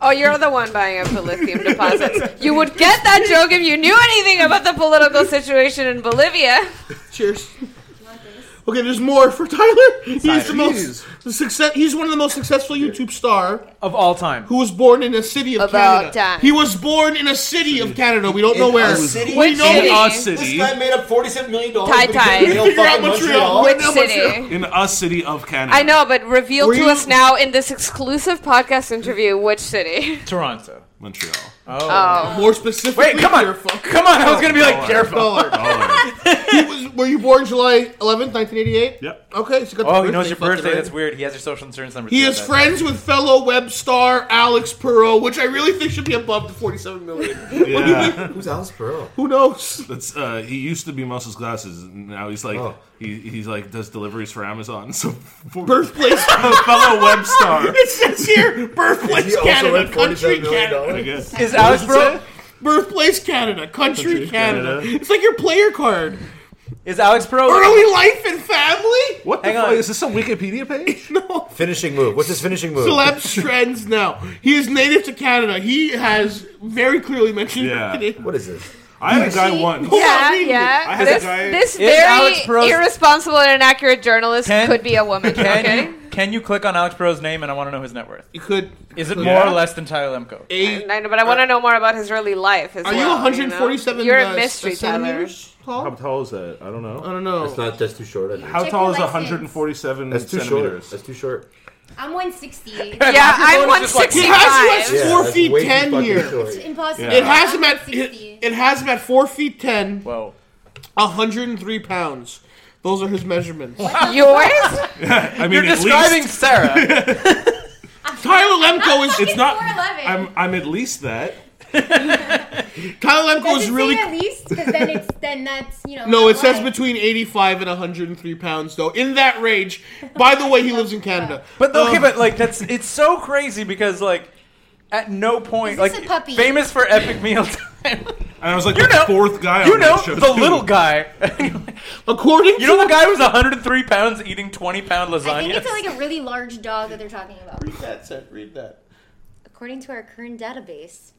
Oh, you're the one buying up the lithium deposits. You would get that joke if you knew anything about the political situation in Bolivia. Cheers. Okay, there's more for Tyler. He's the Jeez. most the success. He's one of the most successful YouTube star of all time. Who was born in a city of About Canada. time. He was born in a city of Canada. We don't know In where. a city? We Which know city? a This city. guy made up forty-seven million dollars. Tie to get tie. a real Figure out fucking Montreal. Montreal. What Which now, city? In a city of Canada. I know, but reveal Were to you- us now in this exclusive podcast interview which city. Toronto. Montreal. more specifically. Wait, come on, come on! I was gonna be like careful. Dollar. Dollar. He was- were you born July 11th, 1988? Yep. Okay, so you got the Oh, he knows your fucking birthday. right. That's weird. He has your social insurance number. He too, is I bet. friends with fellow web star Alex Perot, which I really think should be above the 47 million. Yeah. Who's Alice Pearl? Who knows? That's, uh, he used to be Muscle's glasses. and Now he's like Oh. he, he's like does deliveries for Amazon. So for Birthplace. a fellow web star. it says here, birthplace He also Canada, won forty-seven country million Canada. I dollars. guess. Is Alex Bro? Birthplace Canada, country Country Canada. Canada. It's like your player card. Is Alex Bro? Early life and family? What Hang the fuck? on. Is this some Wikipedia page? No. Finishing move. What's his finishing move? Celebs trends now. He is native to Canada. He has very clearly mentioned Yeah. Canadian- What is this? I had a guy once. on, Yeah, read it. I yeah. had a This, guy- this Is Alex Perot's- very irresponsible and inaccurate journalist Can- could be a woman. Can Okay, you, can you click on Alex Bro's name and I want to know his net worth? You could. Is it Yeah. more or less than Tyler Lemko? A, And I know, but I want to know more about his early life. As Uh, are well, you know? 147 You're uh, a mystery, Tyler. centimeters How tall? tall is that? I don't know. I don't know. That's not. That's too short. I think. How Check tall your is license. 147 That's too short. centimeters? That's too short. I'm 160. Yeah, Your I'm phone is just like- He has you at 165. Yeah, four that's feet way too ten fucking here. short. It's impossible. It has him I'm at it, 160. it has him at four feet ten, Whoa. hundred and three pounds. Those are his measurements. Yours? I mean, You're at describing least Sarah. Tyler Lemko is it's not. 4'11. I'm I'm at least that. Tyler Lemko Does is it really say at least? Because then it's then that's you know. no. It not says why. between eighty-five and one hundred and three pounds, though. In that range. By the way, he lives in Canada. But okay, but like that's it's so crazy because like at no point Is this like a puppy? famous for epic meal time. And I was like You the know- fourth guy. you on know that show the too. little guy. According you to know the guy who's 103 pounds eating 20 pound lasagna. I think it's like a really large dog that they're talking about, that said, read that. according to our current database.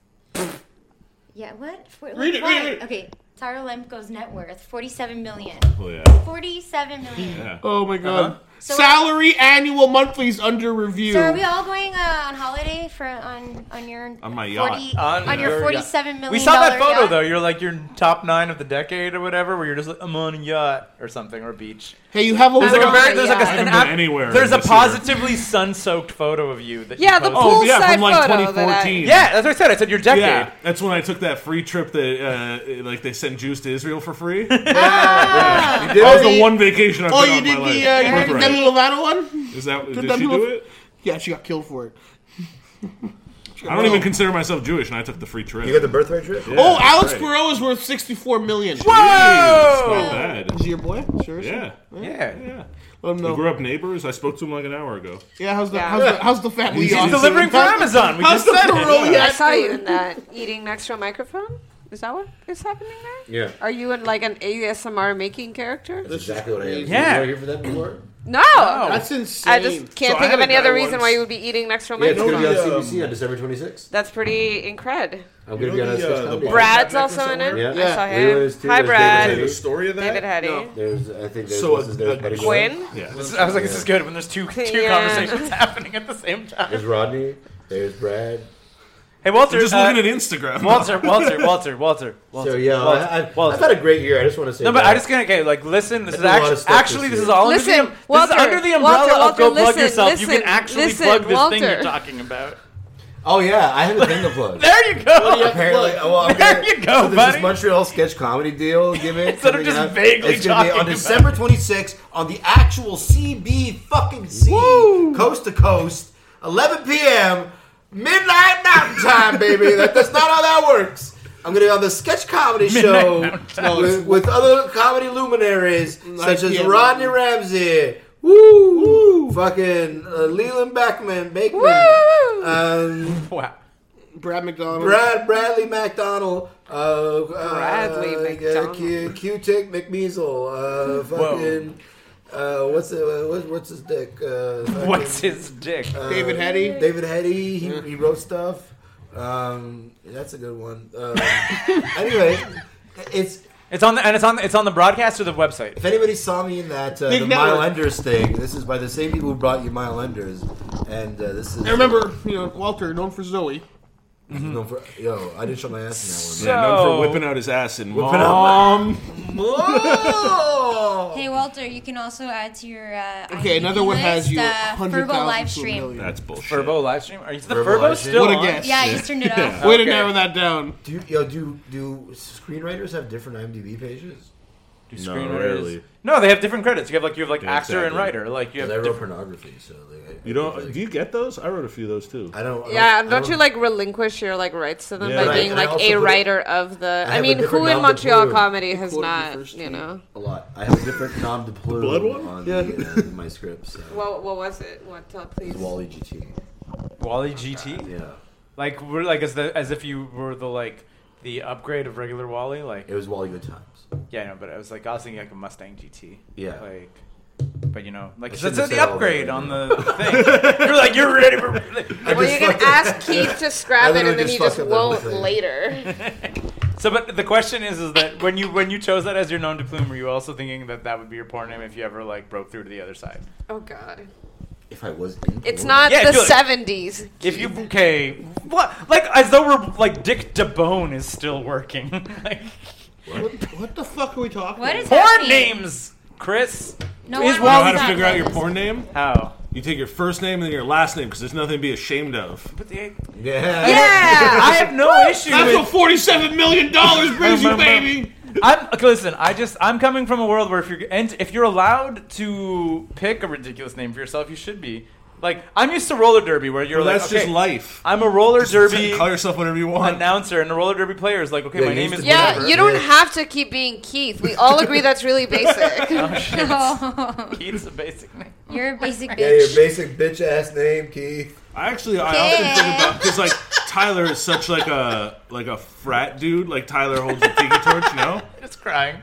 yeah, what? For, Read it, why? read it. Okay, Tyler Lemko's net worth forty-seven million. Oh, yeah. Forty-seven million. Oh my god. Uh-huh. So- Salary annual monthlies under review. So are we all going uh, on holiday for on on your On my yacht. 40 On on, your your forty-seven million? we saw that dollar photo yacht? though. You're like your top nine of the decade or whatever, where you're just like I'm on a yacht or something or a beach. hey, you have a There's like a Oh, very there's like a, yeah. I an haven't ab- been anywhere There's a this year. positively sun soaked photo of you that you Yeah, the posted. pool Oh yeah, side from like photo that I- 2014. Yeah, that's what I said. I said your decade. Yeah, that's when I took that free trip that uh, like they sent Jews to Israel for free. You did That was it. the one vacation I've Oh, been you on did my the uh, you life. did the Right. Demi Lovato one? Is that did Demi she Lovato- do it? Yeah, she got killed for it. She got I don't even killed. consider myself Jewish, and I took the free trip. You got the birthright trip. Yeah, Oh, Alex right. Perot is worth sixty-four million. Oh. Not Whoa! bad. Is he your boy? Sure. Yeah, Yeah. yeah. Let him We know. grew up neighbors. I spoke to him like an hour ago. Yeah, how's the Yeah. how's the how's the family? He's yacht delivering doing? for Amazon. We How's just the said Perot it. I yacht saw you doing? in that eating next to a microphone. Is that what is happening there? Yeah. Are you in like an ASMR making character? That's exactly what I am. Yeah. You were here for that before? No. That's insane. I just can't So I think had of a any guy other reason once- why you would be eating next to a Yeah, it's going microphone. to be on Yeah, um, CBC on December 26th. That's pretty incred. I'm going to be on know the, uh, the SFX Comedy. bar- Brad's Redneck or also in it. somewhere? I Yeah. saw We him. was too, Hi, there's David Brad. Hedges. The story of that. David Heddy. No. There's, I think there's So, what's his name, uh, Betty Quinn. Yeah. This is- I was like, this is good when there's two two Yeah. conversations happening at the same time. There's Rodney. There's Brad. Hey, Walter. I'm just uh, looking at Instagram. Walter, Walter, Walter, Walter, Walter. So yeah, Walter, I, I've, Walter. I've had a great year. I just want to say. no, but that. I just gonna okay. Like, listen. I This is did a lot actually, of stuff this actually, this year. is all under Listen, the, um- Walter, this is under the umbrella Walter, of go Walter, plug listen, yourself. you listen, can actually listen, plug this thing Walter. you're talking about. Oh yeah, I have a thing to plug. There you go. Apparently, well, I'm There gonna- you go, so there's buddy. This Montreal sketch comedy deal gimmick. Instead coming of just up. vaguely it's gonna be talking on about it. December 26th on the actual CB fucking C, coast to coast, 11 p.m. midnight mountain time, baby. That, that's not how that works. I'm gonna be on the sketch comedy show with, with other comedy luminaries such as PM. Rodney Ramsey. Woo! Fucking uh, Leland Beckman, Bakeman, um, Wow. Brad McDonald. Brad Bradley McDonald. Uh, Bradley uh, McDonald. Q, Q-Tick McMeasel. Uh, fucking. Uh, what's the, uh, what's what's his dick? Uh, fucking, What's his dick? uh, David Hetty? David Hetty. He, he wrote stuff. Um, that's a good one. Um, anyway, it's It's on the and it's on it's on the broadcast or the website. If anybody saw me in that uh, Big the network. Mile Enders thing, this is by the same people who brought you Mile Enders, and uh, this is. I remember, you know, Walter, known for Zoe. No, for, yo, I didn't show my ass in Yeah, that one. known for whipping out his ass and Whipping out mom. Hey Walter, you can also add to your uh, Oh. Okay, IMDb another one has list, you uh, 100,000 Furbo live to a stream. million. That's bullshit. Furbo live stream? Are you the Furbo Furbo live stream? still What a on? guess. Yeah, you just turned it off. Way to Okay. narrow that down. Do you, yo, do do screenwriters have different IMDb pages? Do No, screenwriters- rarely. No, they have different credits. You have like you have like Yeah, actor and exactly. writer. Like you have Because I wrote different. pornography, so like, I, You don't? Do you get those? I wrote a few of those too. I don't. I Yeah, I don't you like relinquish your like rights to them Yeah. by Right, being and I like also a put it- writer of the. have I a mean, different who in nom de Montreal plume. comedy has Quote the not? first You tweet. know, a lot? I have a different nom de plume blood one? on the, uh, my scripts. So. what what was it? What tell please? It's Wally GT. Wally GT. Yeah, Like we're like as the as if you were the like the upgrade of regular Wally. Like it was Wally Good Times. yeah, I know, but I was like I was thinking like a Mustang GT. Yeah. Like. But you know, like I that's shouldn't have the said all that, upgrade right? on the thing. you're like you're ready for. I Well, just you're gonna fucking- ask Keith to scrap I it, literally and then just you just fucking love won't the thing. later. So, but the question is, is that when you when you chose that as your nom de plume, were you also thinking that that would be your porn name if you ever like broke through to the other side? Oh God, If I was in it's porn. not Yeah, the do it. '70s. If you okay, what like as though we're like Dick DeBone is still working. like What, what the fuck are we talking What is porn happening? names, Chris. No Is one You know Wally- how wants to that figure out your list. porn name? How? You take your first name and then your last name because there's nothing to be ashamed of. But the, Yeah. I have no issue That's what with. forty-seven million dollars brings you, Remember. baby. I'm okay, listen. I just I'm coming from a world where if you're and if you're allowed to pick a ridiculous name for yourself, you should be. Like I'm used to roller derby where you're Well, like that's just okay, life. I'm a roller derby. Call yourself whatever you want. announcer and the roller derby player is like, okay, Yeah, my you name used is to- Yeah, whatever. you don't Yeah. have to keep being Keith. We all agree that's really basic. Oh, shit. Oh, Keith's a basic name. you're a basic bitch. Yeah, your basic bitch ass name, Keith. I actually I often think about because like Tyler is such like a like a frat dude. Like Tyler holds a tiki torch, you know. Just crying.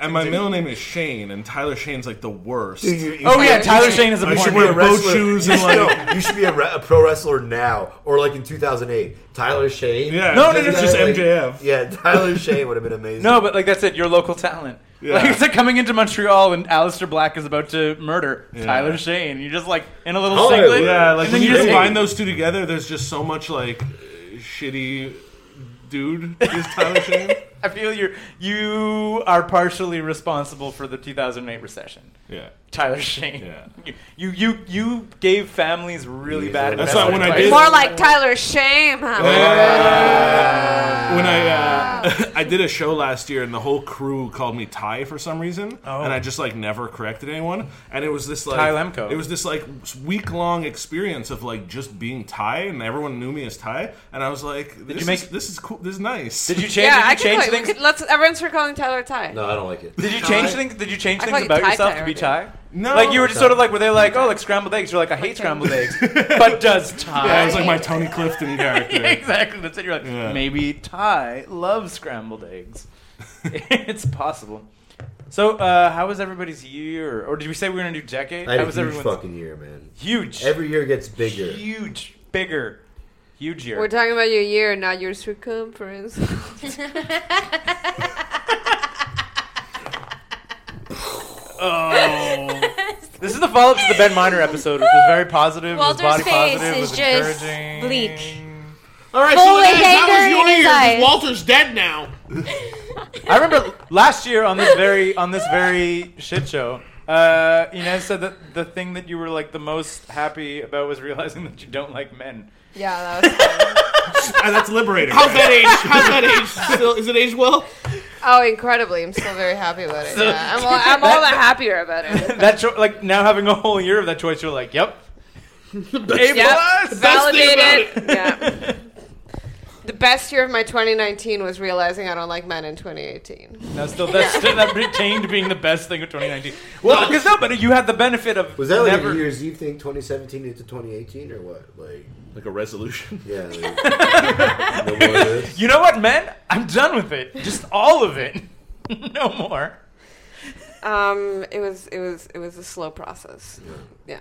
And my middle name is Shane, and Tyler Shane's like the worst. Oh yeah, Tyler Shane is a I should wear porn name. boat shoes and, like- no, you should be a, re- a pro wrestler now, or like in 2008, Tyler Shane. Yeah, No, no, no, it's no, just Like, MJF. Yeah, Tyler Shane would have been amazing. No, but like that's it. Your local talent. Yeah. Like it's like coming into Montreal and Alistair Black is about to murder Tyler Shane. You're just like in a little Oh, singlet. Yeah, like and then when you you just combine those two together, there's just so much like uh, shitty dude is Tyler Shane. I feel you. You are partially responsible for the 2008 recession. Yeah. Tyler Shane. Yeah. You you you, you gave families really bad. That's not investment when I advice. did- More like Tyler Shame. When I uh, I did a show last year and the whole crew called me Ty for some reason, Oh. and I just like never corrected anyone. And it was this like Ty Lemko. It was this like week long experience of like just being Ty, and everyone knew me as Ty. And I was like, this you make- is, this is cool. This is nice. Did you change? Yeah, I did you can change quit. We things? could, let's everyone start calling Tyler Ty. no, I don't like it. Did you change things? Did you change I things thought about you tie yourself tie to be Thai? already. No. Like you were just sort of like, were they like, oh, like scrambled eggs? You're like, I hate scrambled eggs, but does Thai? Yeah, it was like my Tony Clifton character. exactly. That's it. You're like, Yeah. maybe Ty loves scrambled eggs. it's possible. So, uh, how was everybody's year? Or did we say we were gonna do decade? I had how a was huge fucking year, man. huge, Every year gets bigger. huge, bigger, huge year? We're talking about your year, not your circumference. this is the follow up to the Ben Miner episode, which was very positive. Walter's was body face positive, is was just encouraging. bleak. All right, Full so that is, that hanger was your in year. 'cause Walter's his eyes. dead now. I remember last year on this very on this very shit show, uh, Inez said that the thing that you were like the most happy about was realizing that you don't like men. yeah, that was. Ah, that's liberating. How's that age? How's that age? Still, is it age well? Oh, incredibly! I'm still very happy about it. yeah. I'm, all, I'm all the happier about it. That cho- like now having a whole year of that choice, you're like, yep. A Yeah, plus. validated. Yeah. The best year of my 2019 was realizing I don't like men in 2018. Now still that's still, that retained being the best thing of 2019. Well, because no, but you had the benefit of Was that like never. a New Year's Eve thing, 2017 into 2018, or what? Like, Like a resolution. yeah. Like, no more of this. You know what, men? I'm done with it. Just all of it. no more. Um, it was it was it was a slow process. Yeah.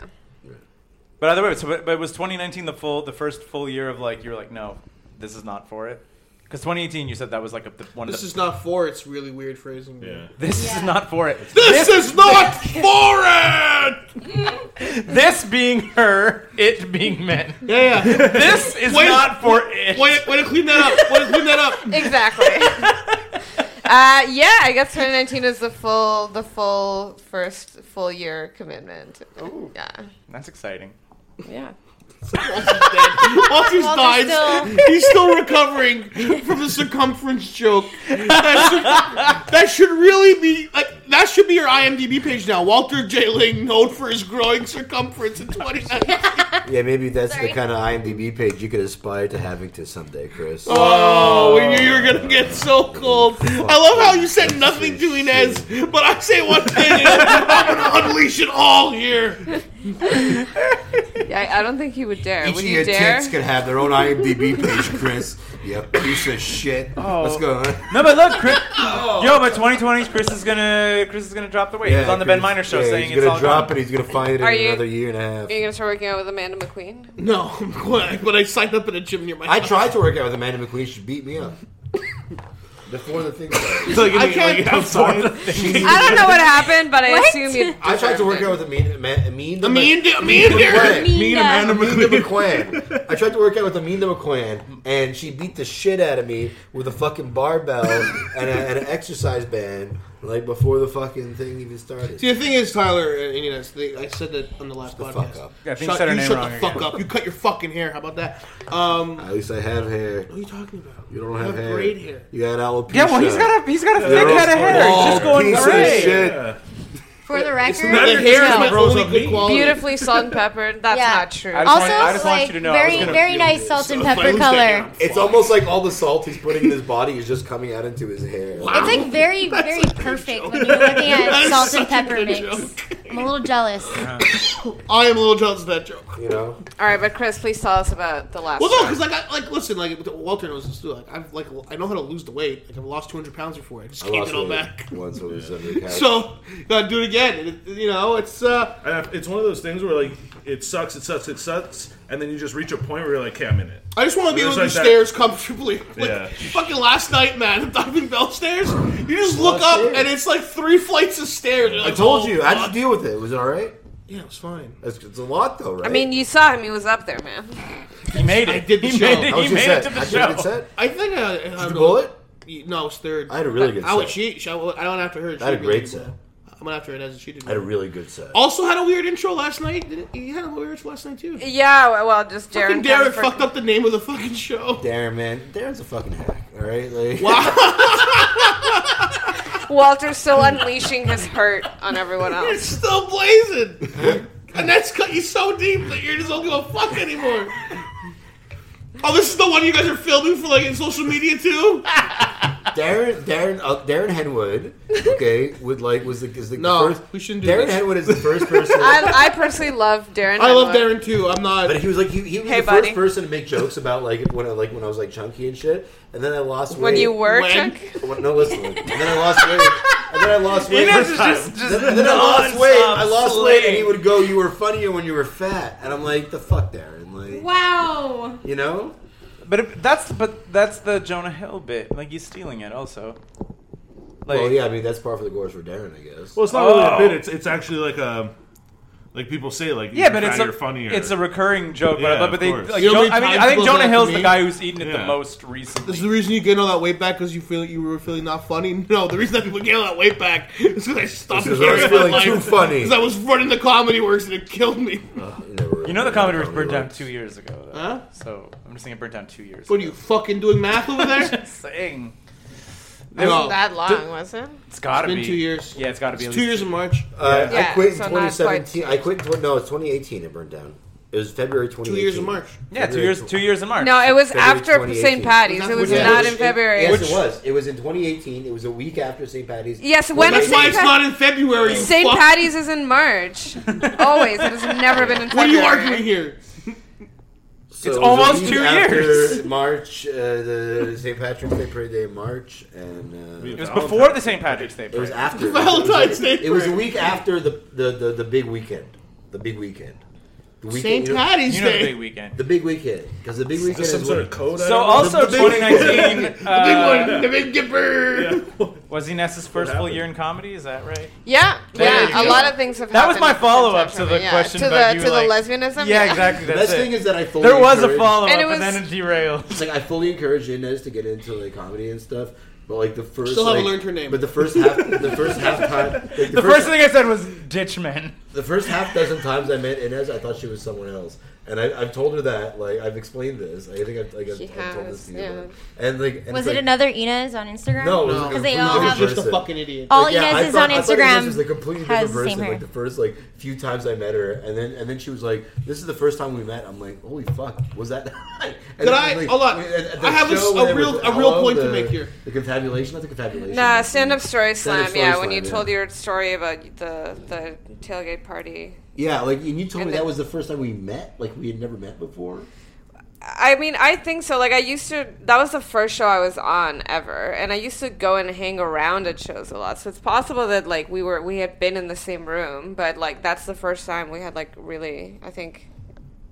But either way, so but, but was 2019 the full, the first full year of like you were like, no, this is not for it. Because 2018, you said that was like a, the, one This of is not for it's really weird phrasing. Yeah. the. This is not for it. This, is not for it. This being her, it being men. Yeah, yeah. This is Wait- not for it. Way, way to clean that up. Way to clean that up. Exactly. uh, yeah, I guess 2019 is the full, the full first full year commitment. Yeah, That's exciting. yeah. Walter's Walter's dies. He's still recovering from the circumference joke. That should, that should really be like that should be your IMDb page now. Walter J. Ling, known for his growing circumference in 2019. Yeah, maybe that's the kind of IMDb page you could aspire to having to someday, Chris. Oh, we knew you were gonna get so cold. I love how you said nothing to Inez, but I say one thing. and I'm gonna unleash it all here. Yeah, I, I don't think he would dare. Each would of you your dare? tits could have their own IMDb page, Chris. you piece of shit. Let's go. No, but look, Chris, Oh. yo, but 2020, Chris is gonna, Chris is gonna drop the weight. he was on the Ben Chris- Miner show yeah, saying he's it's gonna all drop gone. it. He's gonna find it in Are you- another year and a half. Are you gonna start working out with Amanda McQueen? No, but I signed up at a gym near my. I house. tried to work out with Amanda McQueen. She beat me up. Before the thing, started. Like, I can't- Like outside. I don't know what happened, but I What? assume you. I tried to work out deserved with Amanda. Amanda, Amanda, Amanda, Amanda. McQueen. Mean uh, guy. Amanda McQueen. I tried to work out with Amanda McQueen, and she beat the shit out of me with a fucking barbell and, a, and an exercise band, like before the fucking thing even started. See, the thing is, Tyler, and you know, it's the- I said that on the last the podcast. fuck up. Yeah, I shut, think you said her you name shut wrong the fuck again. up. You cut your fucking hair. How about that? Um, At least I have hair. what are you talking about? You don't I have, have hair. great hair. You got alopecia. Yeah, well, he's got a, he's got a You're thick head a of hair. He's bald just going piece of hooray. shit. For the record, The hair is no. my Grows only on good me. quality. Beautifully salt and peppered. That's Yeah. not true. I just Also, wanted- I just wanted like you to know I was very, gonna- very nice salt and If I pepper lose that hair, color. I'm It's fucked. almost like all the salt he's putting in his body is just coming out into his hair. It's like very, very perfect when you're looking That at is salt such and a pepper good mix. I'm a little jealous. I am a little jealous of that joke. You know, All right, but Chris, please tell us about the last. Well, no, one. because like, I, like, listen, like Walter knows this too. Like, I've like, I know how to lose the weight. Like, I've lost 200 pounds before. I just I gained lost it all weight back. once when it was under the couch. So, gotta do it again. And it- you know, it's uh, And I- It's one of those things where like it sucks, it sucks, it sucks, and then you just reach a point where you're like, okay, I'm in it. I just want to be able There's to do like that- stairs comfortably. Like, Yeah. Fucking last night, man, I'm diving bell stairs. You just look Last up stairs. and it's like three flights of stairs. You're I like, told oh, you, I fuck. just deal with it. Was it all right? Yeah, it was fine. It's, it's a lot though, right? I mean, you saw him; he was up there, man. He made it. I did the he show. made it. How was He your made set? it to the I did a good show. set. I think I, I Did don't you know. bowl it? No, it was third. I had a really good I, I would set. cheat. I, would, I went after her. and I had a she really great did set. well. I went after Inez and she did. I had a well. really good set. Oh. Also had a weird intro last night. Did it- He had a weird intro last night too. Yeah, well, well, just Darren. Fucking Darren fucked up the name of the fucking show. Darren, man, Darren's a fucking hack. All right, like, Walter's still unleashing his hurt on everyone It's else. still blazing. and that's cut you so deep that you just don't give a fuck anymore. Oh, this is the one you guys are filming for like in social media too. Darren, Darren, uh, Darren Henwood. Okay, would like was the is the No, first. we shouldn't do Darren this. Henwood is the first person. I, I personally love Darren. I love Henwood. Darren too. I'm not. But he was like he, he was Hey, the first buddy. person to make jokes about like when I like when I was like chunky and shit, and then I lost weight. When you were When? Chuck? Well, no, listen. And then I lost weight. And then I lost weight. Inez is just- just then, then I lost nonstop weight. I lost weight, and he slaying. would go, "You were funnier when you were fat." And I'm like, "The fuck, Darren!" Like, Wow. you know, But it, that's but that's the Jonah Hill bit. Like he's stealing it also. Like well, yeah, I mean that's par for the course for Darren, I guess. Well, it's not Oh. really a bit. It's it's actually like a like people say like Yeah, but it's a you're funnier. it's a recurring joke. Yeah, but, but of they course. like, You know Jo- how many I times mean, I think people have Jonah done that Hill's to the me? guy who's eaten it the Yeah. most This is recently. the reason you gained all that weight back because you feel you were feeling not funny. No, the reason that people gain all that weight back is because I stopped Because I was feeling too funny. Because I was running the comedy works and it killed me. You know the comedy was burnt down two years ago. Though. Huh? So I'm just saying it burnt down two years. What are ago. you fucking doing math over there? Just saying? It wasn't No. that long, was it? It's gotta It's been be two years. Yeah, it's gotta be It's at two least- years in March. Uh, Yeah, I quit in so not quite 2017. I quit. In, tw- no, it's 2018. It burned down. It was February 2018. Two years in March. Yeah, two years. Two years in March. No, it was February after 2018. St. Patty's. It was Yeah. not Which- in February. Yes, Which- it was. It was in 2018. It was a week after St. Patty's. Yes, when That's is why St. it's Pat- not in February. you St. fuck. Patty's is in March. Always, it has never been in February. What are you arguing here? So It's it was a almost week two after years. March, uh, the St. Patrick's Day parade day in March, and It uh, was before the St. Patrick's Day. it was parade. after Valentine's Day It was a parade. week after the the, the the big weekend. The big weekend. The weekend St. you're- Patty's You know the big weekend. The big weekend. Because the big weekend is some sort when- of code. So also The big- 2019 uh, one, the Big Dipper. was Ines' first full year in comedy. Is that right? Yeah, There yeah. A you lot go. of things have. That was happened my since follow-up I've to done the it, yeah. question to the about you, to like- the lesbianism. Yeah, exactly. The That's best it. thing is that I fully there was a encourage- follow up, And it and, was- then it derailed. It's like I fully encourage Inez to get into like comedy and stuff, but like the first Still haven't like- learned her name. But the first half, the first half time, like, the, The first, first thing I said was ditchman. the first half dozen times I met Inez, I thought she was someone else, and I, I've told her that. Like I've explained this. I think I've, like, I've, She I've told has, this to you. yeah. but- And like, and Was it's it like, another Inez on Instagram? No, it was a No. because they all completely have. different Just a person. fucking idiot. All Like, yeah, I Inez's thought- I on thought Instagram Inez was a completely has different the same person. hair. Like the first like few times I met her, and then and then she was like, "This is the first time we met." I'm like, "Holy fuck, was that?" And Did then, I- like, hold on. at- at I the have a s- show a when they were- real- a real hello, point to the- make here. The confabulation, not the confabulation. Nah, but the- stand up story Stand-up slam. story yeah, slam, when you yeah. told your story about the the tailgate party. Yeah, like and you told And me the- that was the first time we met. Like we had never met before. I mean, I think so. Like, I used to. That was the first show I was on ever, and I used to go and hang around at shows a lot. So it's possible that like we were we had been in the same room, but like that's the first time we had like really, I think,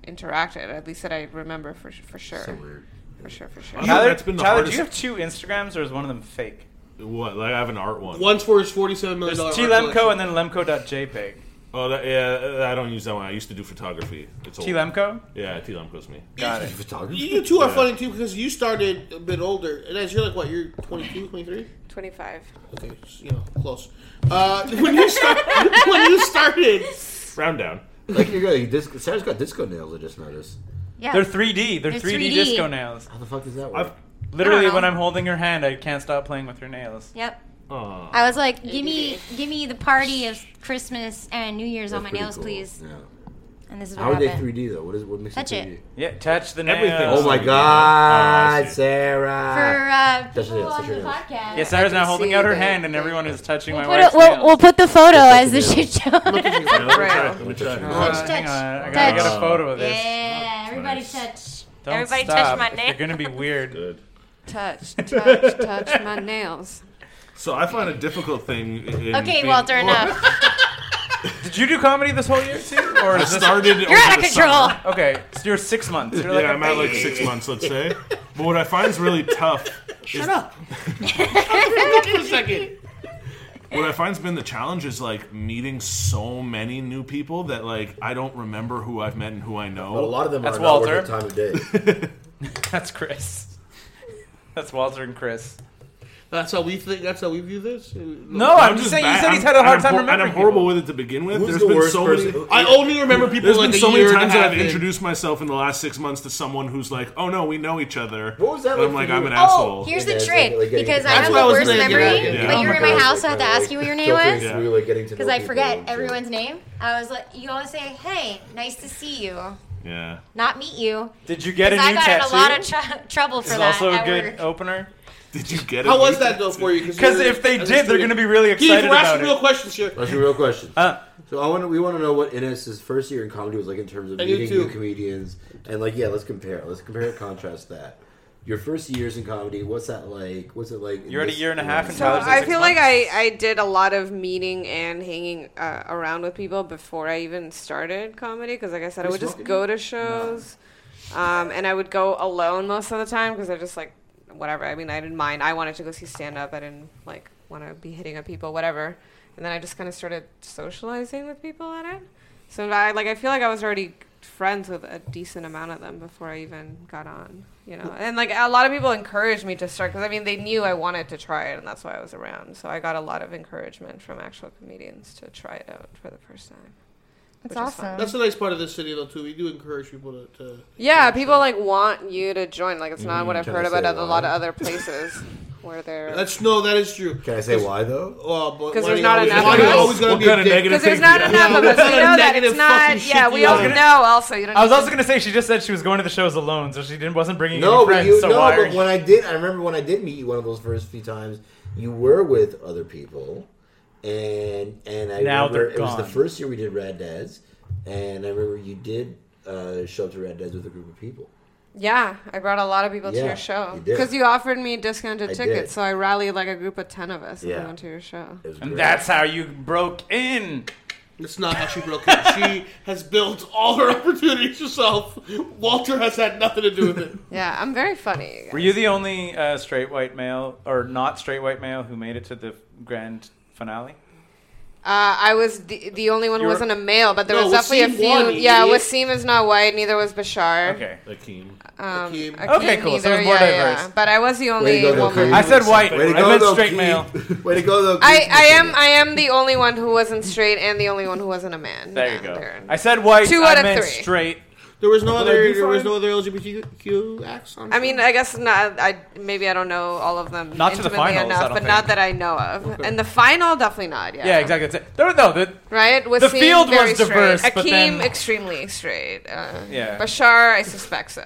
interacted. At least that I remember for for sure. For sure, for sure. You know, Tyler, that's been the Tyler do hardest- you have two Instagrams or is one of them fake? What? Like I have an art one. Once for his forty-seven million There's dollar. T Lemko and then Lemko.jpg. Oh, that, yeah. I don't use that one. I used to do photography. It's old. T Lemko? Yeah, T Lemko's me. Got it. Photography. You two are Yeah. funny too because you started a bit older, and as you're like what, you're 22, 23? Twenty five. Okay, s- you know, close. Uh, when you start, when you started, Round down. like you're going. Disco, Sarah's got disco nails. I just noticed. Yeah. They're 3D. They're They're 3D, 3D. disco nails. How the fuck does that I've, work? Literally, know. when I'm holding her hand, I can't stop playing with her nails. Yep. Aw. I was like, give me, give me the party of Christmas and New Year's on my That's pretty nails, cool. please. Yeah. And this is How what are they happened. 3D though? What is what makes Touch it it. 3D? Yeah, attach the nails. Everything. Oh my Oh, I god, see. Sarah! For uh, That's people it, that's on the it. podcast. Yeah, Sarah's can now holding see out her that. hand, and everyone is touching my Put it- wife's we'll, nails. we'll put the photo as the That's shit show. Yeah, let me Right. try- let me try. Uh, Touch, hang touch, on, I gotta touch. get a photo of this. yeah, everybody nice. touch. Don't everybody stop. touch my If nail. You're gonna be weird. Good. Touch, touch, touch my nails. So I find a difficult thing. In Okay, being- Walter, enough. Did you do comedy this whole year too, or I is this? started. You're out of control. Okay, so you're six months. You're like, yeah, I'm at like six months, let's say. But what I find is really tough. Shut up. for a second, What I find's been the challenge is like meeting so many new people that like I don't remember who I've met and who I know. But a lot of them That's are not Walter. worth the time of day. That's Chris. That's Walter and Chris. that's how we think. That's how we view this. No, I'm, just just saying. You bad- said he's I'm- had a hard and I'm time hor- And remembering. I'm horrible people. with it to begin with. Who's There's the been worst so person? many. I only remember people There's like been a so many year and a times that half I've in. introduced myself in the last six months to someone who's like, "Oh no, we know each other." What was that And I'm like like, for I'm you? an Oh, Oh, asshole. here's Yeah, the it's trick like- like getting- because I That's have what I the was worst gonna get at, memory, yeah. but Oh you were my in my God, house, so I have to ask you what your name was. Yeah. Because I forget everyone's name. I was like, you always say, hey, nice to see you, Yeah. not meet you. Did you get a new I got tattoo? in a lot of tr- trouble for it's that also a at good work. opener. Did you get it? How was that though for you? Because you're- if they I was did, they're thinking- gonna be really Keith, excited we're about asking real it. questions here. That's a real question. Uh, so I want to, we want to know what Innes' first year in comedy was like in terms of And you meeting too. new comedians and like yeah, let's compare. Let's compare and contrast that. Your first years in comedy, what's that like? What's it like? in You're at a this- year and a half in So college. I feel like I, I did a lot of meeting and hanging uh, around with people before I even started comedy because, like I said, I You would just smoking? go to shows, um, and I would go alone most of the time because I just like whatever. I mean, I didn't mind. I wanted to go see stand up. I didn't like want to be hitting up people, whatever. And then I just kind of started socializing with people at it. So I like I feel like I was already friends with a decent amount of them before I even got on, you know. And like a lot of people encouraged me to start because I mean they knew I wanted to try it and that's why I was around. So I got a lot of encouragement from actual comedians to try it out for the first time. That's Which is fun. awesome. That's the nice part of this city though too. We do encourage people to. to Yeah, people like want you to join. Like it's not what I've can heard I say about at a lot why? of other places where they're That's no, that is true. Can I say why though? Oh, but why 'Cause there's do you not always- enough Why do you of us. always gotta What be a kind of dick? negative because there's thing? not Yeah. enough of us. That's We not a know that negative it's not. fucking Yeah, shit we you all are. know. Also, you don't. I was need also to- gonna say she just said she was going to the shows alone, so she didn't wasn't bringing No, any but friends. you so no. why? are But you- when I did, I remember when I did meet you one of those first few times. You were with other people, and and I Now remember they're it was the gone. first year we did Rad Dads, and I remember you did uh, show up to Rad Dads with a group of people. Yeah, I brought a lot of people to Yeah, your show you did. because you, offered me discounted I tickets, did. so I rallied like a group of ten of us Yeah. and went to your show. It was and great. that's how you broke in. That's not how she broke it. She has built all her opportunities herself. Walter has had nothing to do with it. Yeah, I'm very funny. Were you the only uh, straight white male or not straight white male who made it to the grand finale? Uh, I was the, the only one who You were- wasn't a male, but there No, was definitely a Wasim few. won, you yeah, idiot. Wasim is not white. Neither was Bashar. Okay. Akeem. Um, Akeem. Akeem Okay, cool, so neither, it's more yeah, diverse. yeah. But I was the only Way to go, though, woman. Keith. I said white. Way to I go, meant though, straight Keith. male. Way to go, though. I, Keith. I am I am the only one who wasn't straight and the only one who wasn't a man. There you Yeah, go. they're- I said white. Two I out of meant three. straight. There was no I other. do There was find- no other LGBTQ acts on. I mean, I guess not. I maybe I don't know all of them Not to the intimately finals, I enough, don't but think. not that I know of. And the final, definitely not. Yeah. Yeah, exactly. That's it. There, no, the, Right? Was The seen field very was diverse, Straight. but Akeem, then- extremely straight. Uh, Yeah. Bashar, I suspect so.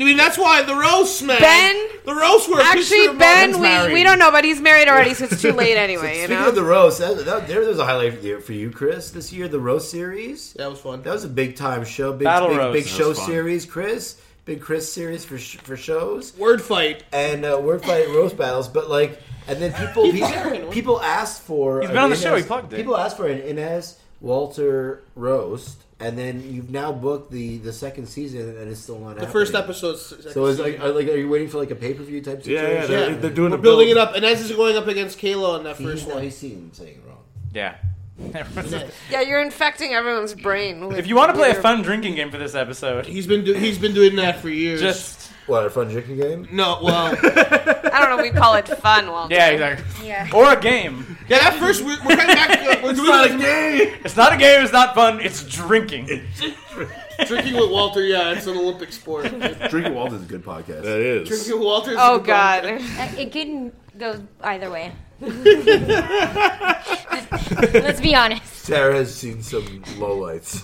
I mean, that's why the roast, man. Ben? the roast were a picture Actually, of Ben, Morgan's we, married. we don't know, but he's married already, so it's too late anyway. you Speaking know. of the roast, that, that, there was a highlight for you- for you, Chris, this year. The roast series. That was fun. That was a big time show, big Battle big, roast. big That show was fun. series, Chris. Big Chris series for sh- for shows word fight. and uh, word fight roast battles, but like, and then people people, people asked for. He's an been on the show, Inez- he plugged it. People asked for an Inez Walter roast, and then you've now booked the the second season, and it's still not The first happening. episode. So is like, are, like, are you waiting for like a pay per view type Yeah, situation? yeah, they're, Yeah. they're doing we're a building it build. up, and as is going up against Kayla on that See, he's, first no, one. he's seen saying it wrong. yeah. Everyone's- Yeah, you're infecting everyone's brain. With if you want to play a your- fun drinking game for this episode, He's been do- he's been doing that for years. just What a fun drinking game. no, well, I don't know. We call it fun. Walter. yeah, exactly. Yeah. Or a game. yeah. That first, we're, we're kind of back. We're doing like It's not a game. It's not fun. It's drinking. drinking with Walter. Yeah, it's an Olympic sport. Drinking Walters is a good podcast. That is. Drinking with Walter. is Oh a good one. God. Uh, it can go either way. Let's be honest. Sarah has seen some lowlights.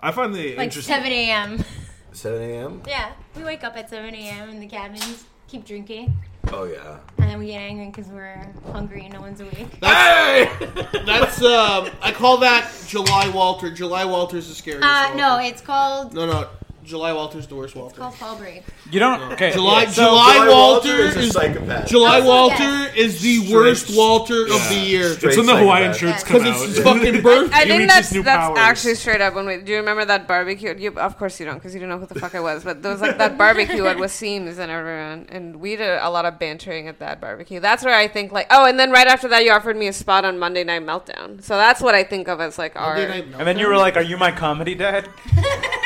I find the Like interesting. 7 a.m. 7 a.m. Yeah, we wake up at 7 a.m. in the cabins, keep drinking, Oh yeah. and then we get angry because we're hungry and no one's awake. That's um. I call that July Walter. July Walter's the scariest. Uh, Walter. no, it's called no, no. July Walter's the worst Walter. called fall break. You don't. Okay. July, so- July, Walter, is, a psychopath. July Also, Walter yes. is the worst Walter of the year. It's when the Straight Hawaiian psychopath. shirts Yeah. come out. Because it's his fucking birthday. I You think reach that's his new that's powers. actually straight up when we. Do you remember that barbecue? You, of course you don't, because you don't know who the fuck I was. But there was like that barbecue at Wasim's and everyone, and we did a lot of bantering at that barbecue. That's where I think like oh, and then right after that you offered me a spot on Monday Night Meltdown. So that's what I think of as like our Monday Night And then you were like, "Are you my comedy dad?"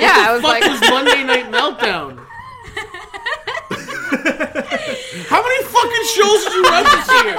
yeah. I was Meltdown. like Fuck was Monday Night Meltdown. How many fucking shows did you run this year?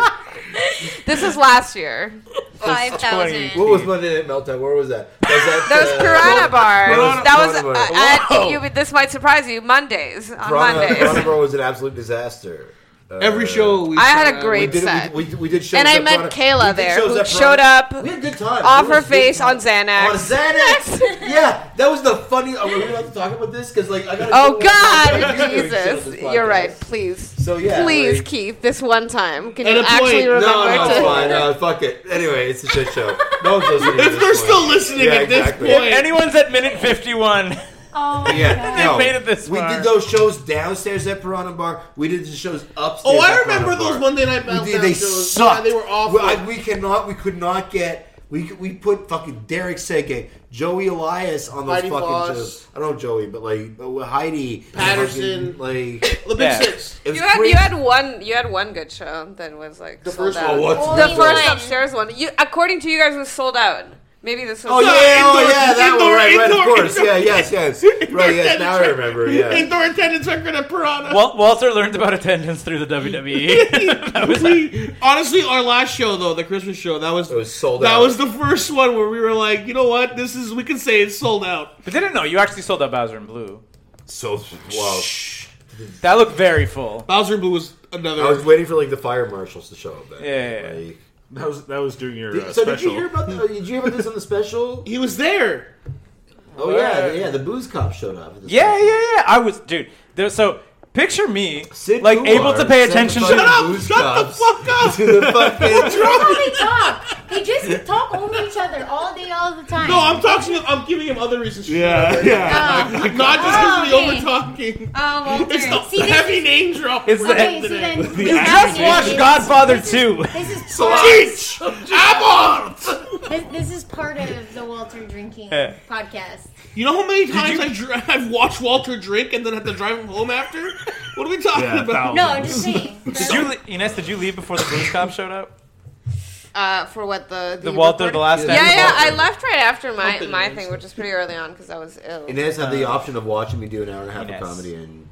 this is last year. Five thousand. What was Monday Night Meltdown? Where was that? Was that, That was uh, Piranha Bar. Piranha- that was Piranha Bar. uh, at, you, this might surprise you Mondays on Piranha, Piranha Mondays. Bar was an absolute disaster. Uh, Every show we I had saw, a We great did, set. we, we, we did shows And I at met Piranha- Kayla we did there, shows who at showed Piranha. up We had a good time. off It was her a good face time. on Xanax. On Xanax. yeah, that was the funny. Are we allowed to talk about this? Because like, I gotta Oh go- I God, gotta do this shit on Jesus! this You're podcast. right. Please, So yeah, please, like- Keith. This one time, can At you a actually point- remember No, no, it's to? fine. No, fuck it. Anyway, it's a shit show. No one's listening. to If this they're point. still listening Yeah, at this exactly. point, Anyone's at minute fifty-one. Oh, my Yeah, God. no. made it this We far. did those shows downstairs at Piranha Bar. We did the shows upstairs. oh, at I Piranha remember those Bar. Monday Night We Meltdown did. They shows. sucked. Yeah, they were We, awful. I- we cannot. We could not get. We could- we put fucking Derek Sege, Joey Elias on those Heidi fucking Voss. shows. I don't know Joey, but like uh, Heidi Patterson. fucking, like the Big Yeah. Six. it was You had crazy. you had one you had one good show that was like The sold first one. out. Oh, What's Only the that? first one. upstairs one. You, according to you guys, was sold out. Maybe this was. Oh yeah, oh indoor- yeah, that indoor- one, right, right, of indoor- course, indoor- yeah, yes, yes, right, yes. Now I remember, yeah. Indoor attendance record at Piranha. Wal- Walter learned about attendance through the E. WWE. That was- We- honestly, our last show though, the Christmas show, that was It was sold that out. was the first one where we were like, you know what, this is we can say it's sold out. but didn't know you actually sold out Bowser and Blue. so wow. That looked very full. Bowser Blue was another. I was waiting for like the fire marshals to show up. Then. Yeah, yeah, yeah. Like- That was that was during your uh, so did you special. hear about the, oh, did you hear about this on the special? he was there. Oh yeah, yeah. The booze cop showed up. at the Yeah, yeah, special. yeah. I was, dude. There, so picture me Sid like Kumar able to pay said attention the to. fucking Shut up! booze Shut the cops fuck up! To the fucking How do they talk? They just talk over each other all day, all the time. No, I'm talking. I'm giving him other reasons. for Yeah, it. yeah. Like, not just because of the Oh, okay. over talking. Oh, well, It's okay. the See, this heavy is- name drop. It's the- Okay, so then the you actors have Watch to- Godfather 2. This is part, Teach. Abort. this, this is part of the Walter drinking Yeah. podcast. You know how many times I dr- I've watched Walter drink and then had to drive him home after? What are we talking Yeah, about? No, I'm just saying. Did you, le- Ines? Did you leave before the police cop showed up? Uh, for what the The Walter, report- the last Yeah, night of yeah. Walter. I left right after my Something my is. thing, which is pretty early on because I was ill. Inez had Uh, the option of watching me do an hour and a half Inez. of comedy, and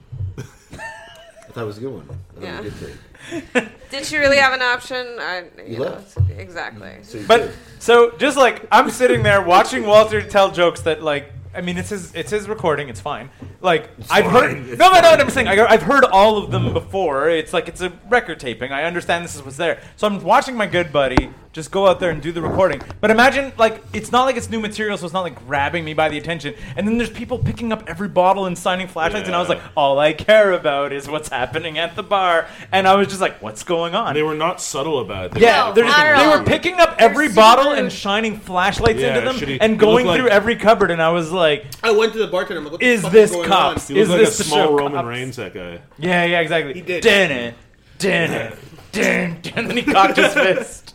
I thought it was a good one. I thought Yeah. it was a good thing. Did she really have an option? I, you, You know, left. it's- exactly. So you But did. so just like I'm sitting there watching Walter tell jokes that like I mean it's his it's his recording it's fine like I've fine, heard it's no no no I'm saying I, I've heard all of them before it's like it's a record taping I understand this is what's there so I'm watching my good buddy just go out there and do the recording but imagine like it's not like it's new material so it's not like grabbing me by the attention and then there's people picking up every bottle and signing flashlights and I was Yeah. like all I care about is what's happening at the bar and I was just like what's going on They were not subtle about it. They yeah, No, they're- not at they all. were picking up every They're bottle super- and shining flashlights Yeah, into shitty. them It and looked going like- through every cupboard, and I was like, I went to the bartender. I'm like, what the "Is fuck this going cops? He Is looked like a this the small show Roman cops?" Reigns, that guy. Yeah, yeah, exactly. He did. Did it? Did it? Did it? And then he cocked his fist,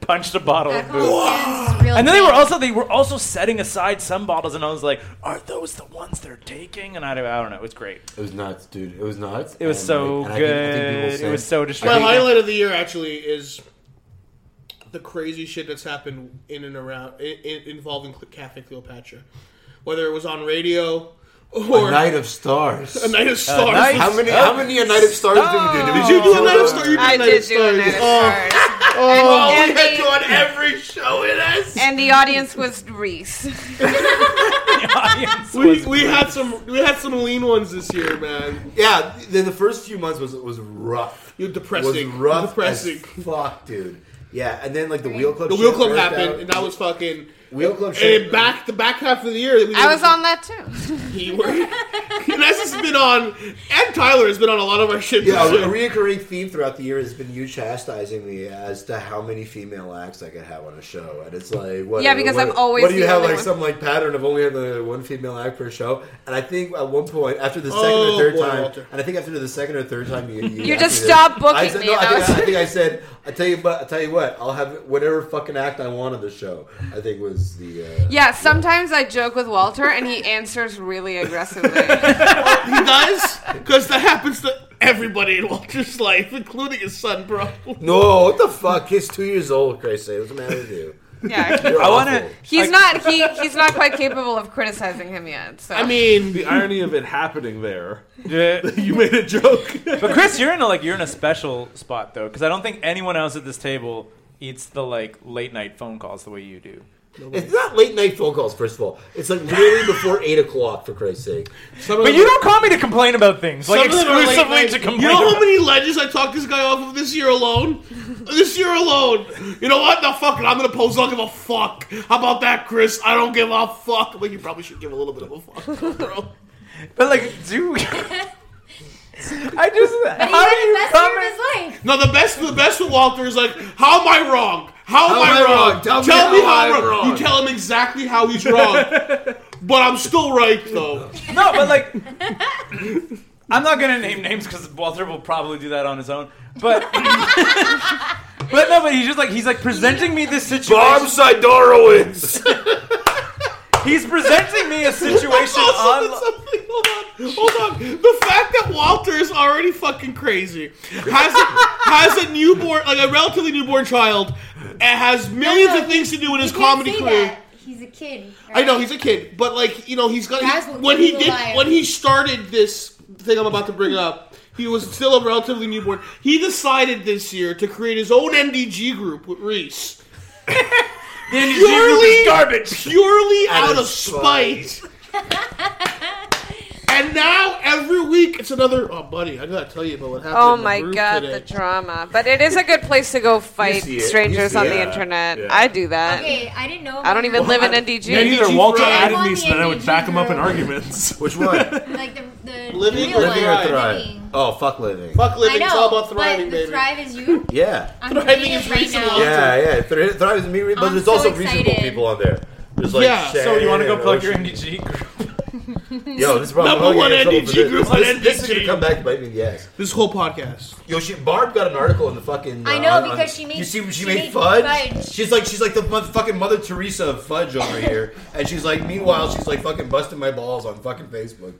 punched a bottle of booze. Alcohol stands real And then they were thing. also they were also setting aside some bottles, and I was like, "Are those the ones they're taking?" And I, don't- I don't know. It was great. it was nuts, dude. It was nuts. It was and, so like, and I think- I think people good. It said- was so on? My distracting. highlight of the year actually is the crazy shit that's happened in and around in, in, involving Cl- Cafe Cleopatra, whether it was on radio or A night of stars. A Night of Stars. night- How many? How many a night of stars did we do? Did you do a night of stars? You did I a night did of do a stars. night of Oh. stars. Oh, And we had the- you on every show in us. And the audience was Reese. The audience We, was- we had some we had some lean ones this year, man. Yeah, the, the first few months was was rough. You're Was depressing. rough depressing. as fuck, dude. Yeah, and then like the wheel club. the wheel shit club burnt happened, out. and that was fucking. wheel club. And it back the back half of the year, that we I did was on that too. keyword. Ness has been on, and Tyler has been on a lot of our shit. Yeah, this a year. reoccurring theme throughout the year has been you chastising me as to how many female acts I could have on a show, and it's like, what, Yeah, because what- I'm always What do you the have only like one. some like pattern of only having uh, one female act per show? And I think at one point after the second Oh, or third boy, time, Walter. and I think after the second or third time, you you, You asked just me this, stopped booking I said, me, No, and I, I think, was- I think I said, I tell you, but I tell you what, I'll have whatever fucking act I want on the show. I think was the uh, Yeah, sometimes I joke with Walter and he answers really aggressively. he does because that happens to everybody in Walter's life, including his son, bro. No, what the fuck? He's two years old. Christ sake, what's the matter with you? Yeah. You're I want awful. to. He's not he he's not quite capable of criticizing him yet. So I mean, The irony of it happening there. Yeah. You made a joke. But Chris, you're in a like you're in a special spot though, because I don't think anyone else at this table eats the like late night phone calls the way you do. It's not late night phone calls, first of all. It's like literally before 8 o'clock, for Christ's sake. some of But them- you don't call me to complain about things like some of them are late exclusively night. to complain. You know how about- many ledges I talked this guy off of this year alone? this year alone. You know what? No, fuck it. I'm gonna post. I don't give a fuck. How about that, Chris? I don't give a fuck. But you probably should give a little bit of a fuck, though, bro. But like, do I just He how had do the you best year of comment? his life. No, the best, the best with Walter is like, how am I wrong? How am, I, wrong? Tell, me, how I'm wrong. You tell him exactly how he's wrong, but I'm still right though. No, but like, I'm not gonna name names because Walter will probably do that on his own. But but no, but he's just like he's like presenting me this situation. Sidorowitz! He's presenting me a situation Also, on. there's something- Hold on, hold on. The fact that Walter is already fucking crazy has a, has a newborn, like a relatively newborn child, and has millions no, of things to do in his uh, You can't comedy say career. that. He's a kid. I know right? he's a kid, but like you know, he's got That's he- what when he people did like. when he started this thing I'm about to bring up. He was still a relatively newborn. He decided this year to create his own NDG group with Reese, Then he's Purely- garbage. purely out, Out of of spite. and now every week it's another. Oh, buddy, I gotta tell you about what happened. Oh in the my group god, today. the drama. But it is a good place to go fight see it. You strangers see on it. the Yeah. internet. Yeah. I do that. Okay, I didn't know. Uh, I don't even about live in that. NDG. Yeah, either NDG Walter Fry. added Fuck me, so then I would NDG back him up in Fry. arguments. Which one? Like the the Living- real living one, or the thrive. living. Oh, fuck living. Fuck living. I It's know, all about but thriving, the baby. Thrive is you. Yeah. I'm Thriving reading is it right reasonable. now. Yeah, yeah. Thri- Thrive is me, but I'm there's so also reasonable excited. people on there. There's like Yeah, so So you want Shannon to go and plug your Ocean. MDG group? Yo, this is probably Number I'll get one in trouble NDG for this. group This, on this is gonna NDG. come back and bite me in the ass. This whole podcast. Yo, she, Barb got an article in the fucking. uh, I know, on- on- because she made- You see, she, she made, made fudge. fudge. She's like, she's like the mother, fucking Mother Teresa of fudge over here, and she's like, meanwhile, she's like fucking busting my balls on fucking Facebook.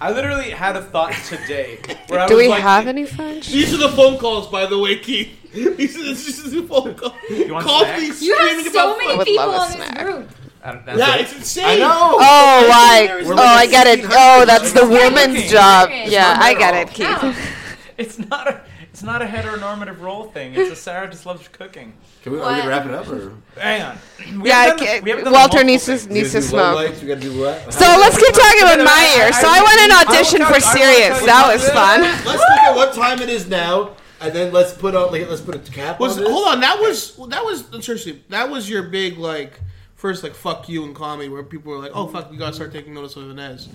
I literally had a thought today where I Do was we like, have any French? These are the phone calls, by the way, Keith. These are this is the phone calls. want Coffee snacks? You screaming have so about I many would people love a in this snack. group. I don't, Yeah, that's it. it's insane. I know. Oh, like, oh, I get it. Oh, that's the woman's job. Yeah, I get it, Wow. Keith. It's not a it's not a heteronormative role thing. It's a Sarah just loves cooking. Can we, What? are we wrapping up or? Hang on. We Yeah, haven't I done ca- the- we haven't done the Walter multiple needs thing. to, We gotta needs to do smoke. Lights, we gotta do what? So let's keep talking about my I- ear. So I want an audition for Sirius. That was fun. let's look at what time it is now, and then let's put on like let's put a cap Was on this. hold on, that was well, that was seriously that was your big like first like fuck you in comedy where people were like oh fuck we gotta start taking notice of Inez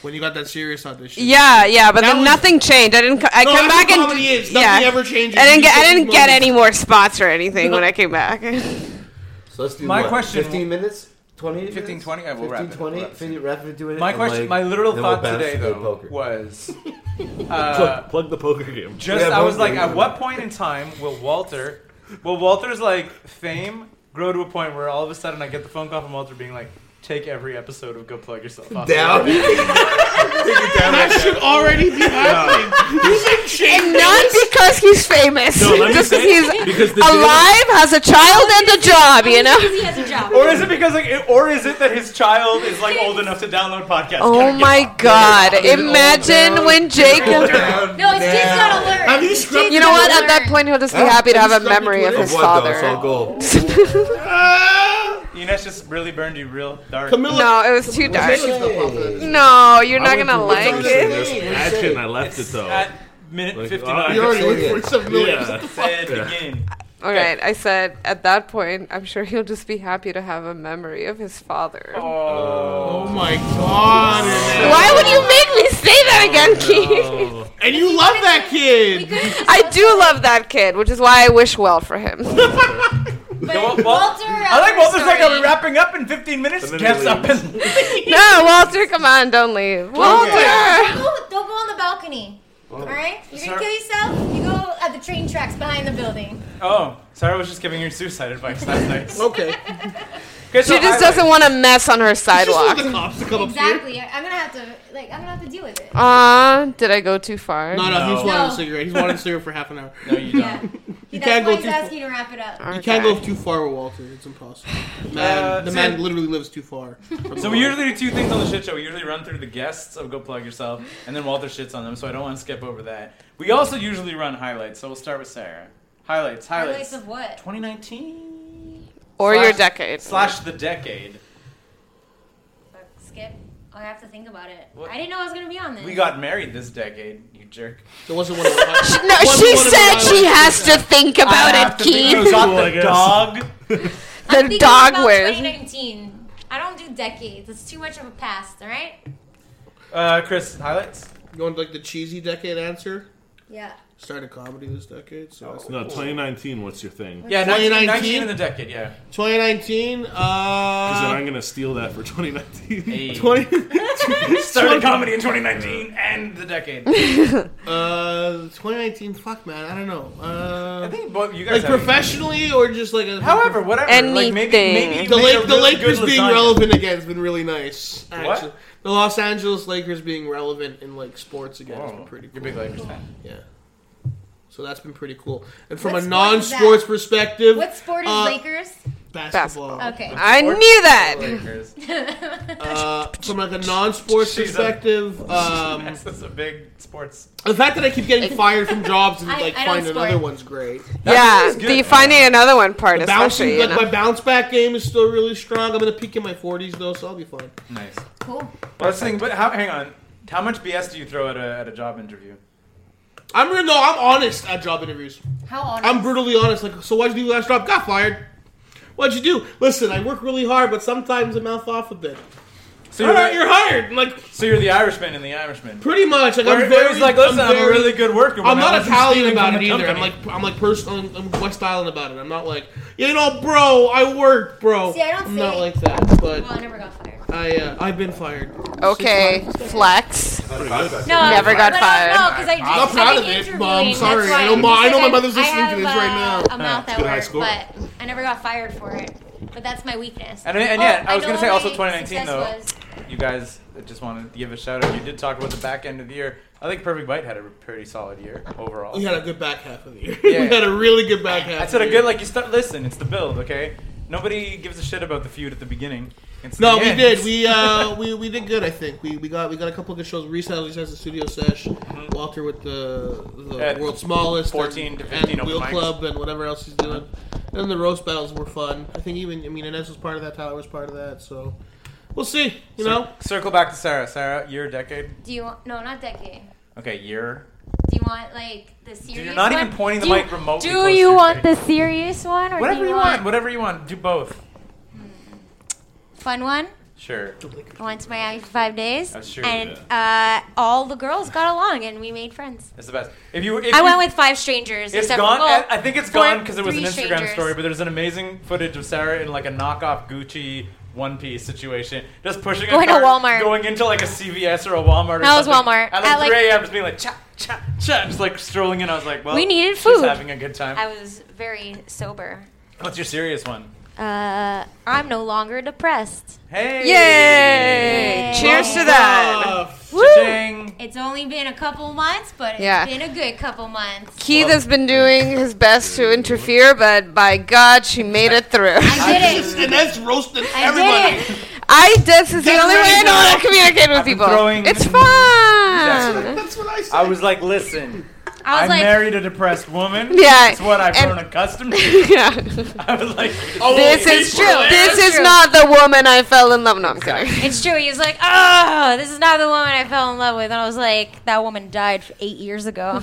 when you got that serious audition. Yeah, yeah, but then was- nothing changed. I didn't. co- I No, come that's back what and comedy is. Nothing yeah. ever changes. I You didn't get. just I take didn't these get moments. any more spots or anything when I came back. So let's do My what, question- 15 minutes? 20 minutes? 15, 20? I 15, will wrap it up. 20? We'll wrap it up. 15, wrap it, do it, My and, question, like, my literal then thought we'll bounce today to go though poker. was plug, plug the poker game. just Yeah, I was both like, of at you. what point in time will Walter, will Walter's like fame grow to a point where all of a sudden I get the phone call from Walter being like, take every episode of Go Plug Yourself off. down. Take it down That like should that. already be happening. He's like and shaming not because he's famous, No, let me just because say- he's because the alive, has a child and a job. You know. He has a job. Or is it because like, it, or is it that his child is like old enough to download podcasts? Oh Gotta get my off. God! Imagine Go when Jacob. down No, his kids now. got alert. Have you His scrubbed- kids You know got what? At that alert. point, he'll just be Huh? happy to have a Just like memory of Twitter. his Of what, though? It's all father. gold. Ah! Ines just really burned you real dark. Camilla No, it was too dark. Jacob's the problem. No, you're I not went gonna through like what's it. on this Action, I left it though. At minute Like, 59. You oh, already saying went it. for some millions. Yeah. Said again. All right, I said at that point, I'm sure he'll just be happy to have a memory of his father. Oh my god. Inez. Why would you make me say that again, Keith? And you love that We kid. could've- I do love that kid, which is why I wish well for him. Wal- but Wal- Walter, uh, I like Walter's like, are we a rap. wrapping up in 15 minutes? And then Gets he up leaves. and no, Walter, come on, don't leave. Walter! Don't go on the balcony. Oh. All right, you're gonna kill yourself. You go at the train tracks behind the building. Oh, Sarah was just giving her suicide advice. That's nice. Okay. Okay, She just doesn't want to mess on her Just want sidewalk. the cops to come up here. Exactly. I- I'm gonna have to like I'm gonna have to deal with it. Uh, did I go too far? No, no, he's No. wanted a No. cigarette. He's wanted a cigarette for half an hour. No, you Yeah. don't. He- can't That's go why he's too asking you to wrap it up. You can't go too far with Walter. It's impossible. The Man, Uh, the so- man literally lives too far. from So the we line. usually do two things on the shit show. We usually run through the guests of Go Plug Yourself, and then Walter shits on them. So I don't want to skip over that. We also usually run highlights. So we'll start with Sarah. Highlights, highlights. Highlights of what? 2019 Or your Slash- decade. slash the decade. Fuck, Skip. I have to think about it. What? I didn't know I was gonna be on this. We got married this decade. You jerk. There wasn't one. Of the No, she said she has to think I about have it, to think Keith. who got Cool, I the guess. dog. I'm The thinking dog about wears. 2019. I don't do decades. It's too much of a past. All right. Uh, Chris, highlights. You want like the cheesy decade answer? Yeah. Started comedy this decade, so that's No, 2019. What's your thing? Because Yeah, 19, 2019? 19 in the decade. Yeah. 2019. then Uh, I'm gonna steal that for 2019. Hey. 20, Started comedy in 2019 and the decade. uh, 2019. Fuck, man. I don't know. I Uh, think both you guys. like have- professionally or just like a. However, whatever. Like maybe, Anything. maybe you the made Lake, the a really Lakers good being lasagna. relevant again has been really nice. What? Actually. The Los Angeles Lakers being relevant in like sports again has been Whoa, pretty. You're Cool. a big Lakers fan. Yeah. So that's been pretty cool. And from What a sport is that? non-sports perspective, What sport is Uh, Lakers? basketball. Okay. I knew that. Lakers. Uh, from like a non-sports She's a- perspective, um, That's a big sports. the fact that I keep getting fired from jobs and I- like I don't finding another sport. one's great. Yeah, good. the finding another one part, Bouncing, especially. You like know. my bounce back game is still really strong. I'm gonna peak in my 40s though, so I'll be fine. Nice. Cool. Well, I was thinking, but how, hang on. How much BS do you throw at a, at a job interview? I'm gonna no, I'm honest at job interviews. How honest? I'm brutally honest. Like, so why'd you do last job? Got fired. What'd you do? Listen, I work really hard, but sometimes I mouth off a bit. So you're, All right, the- you're hired. I'm like, so you're the Irishman in the Irishman. pretty much. Like, Where I'm very he's like, listen, I'm, very- a really good worker. but I'm I not wasn't Italian stealing about from it the either. I'm company." like, I'm like personal. I'm West Island about it. I'm not like, you know, bro, I work, bro. See, I don't I'm say- not like that. Well, I But never got fired. I, uh, I've been fired. Okay, flex. No, Never got but fired. No, because I do. not proud I've of been it, interviewing, Mom. that's Sorry. why. I know my- I know my Because mother's I listening to this have, right uh, A mouth good high that school. worked, but I never got fired for it. But that's my weakness. And- and yeah, Oh, I was know gonna say what also my 2019 success though. was. You guys I just wanted to give a shout out. You did talk about the back end of the year. I think Perfect Bite had a pretty solid year overall. We had a good back half of the year. Yeah. we had a really good back half. I said a good like you start. Listen, it's the build, okay? Nobody gives a shit about the feud at the beginning. It's No, the we end. did. We uh, we, we did good. I think we, we got we got a couple good shows. Resettle has the studio sesh. Walter with the the At world's smallest, 14 and, to 15 and open Wheel mics. Club, and whatever else he's doing. And the roast battles were fun. I think even I mean Inez was part of that. Tyler was part of that. So we'll see. You Cir- know, circle back to Sarah. Sarah, year, decade. Do you want? No, not decade. Okay, year. Do you want like the serious? you're not one? even pointing the Do you- mic remotely Do close to you your want the serious one or Whatever do you you want. Whatever you want. Do both. fun one? Sure. I went to Miami for five days, Oh, sure, and uh, all the girls got along, and we made friends. It's the best. If you, if I you, went with five strangers. It's except gone. For Cole. I I think it's Four- gone because it was an three Instagram strangers. story. But there's an amazing footage of Sarah in like a knockoff Gucci one piece situation, just pushing. Going a to cart, Walmart. going into like a CVS or a Walmart. Or That was something. Walmart. At At, like like- 3 a.m., just being like cha cha cha, just like strolling in. I was like, well, We needed she's food. having a good time. I was very sober. What's your serious one? Uh, I'm no longer depressed. Hey! Yay! Yay. Cheers to that. Cha-ching. It's only been a couple months, but it's Yeah. been a good couple months. Keith has been doing his best to interfere, but by God, she made it through. I did it. Inez roasted I everybody. did it. I this is the Get only way I ready, know how girl. to communicate with I've been people. throwing- It's fun. That's what I said. I was like, listen, I I, was like, married a depressed woman. Yeah, It's what I've and- grown accustomed to. yeah. I was like, "Oh." This is true. This is True. not the woman I fell in love. No, I'm kidding. it's true. He was like, oh, this is not the woman I fell in love with. And I was like, that woman died eight years ago.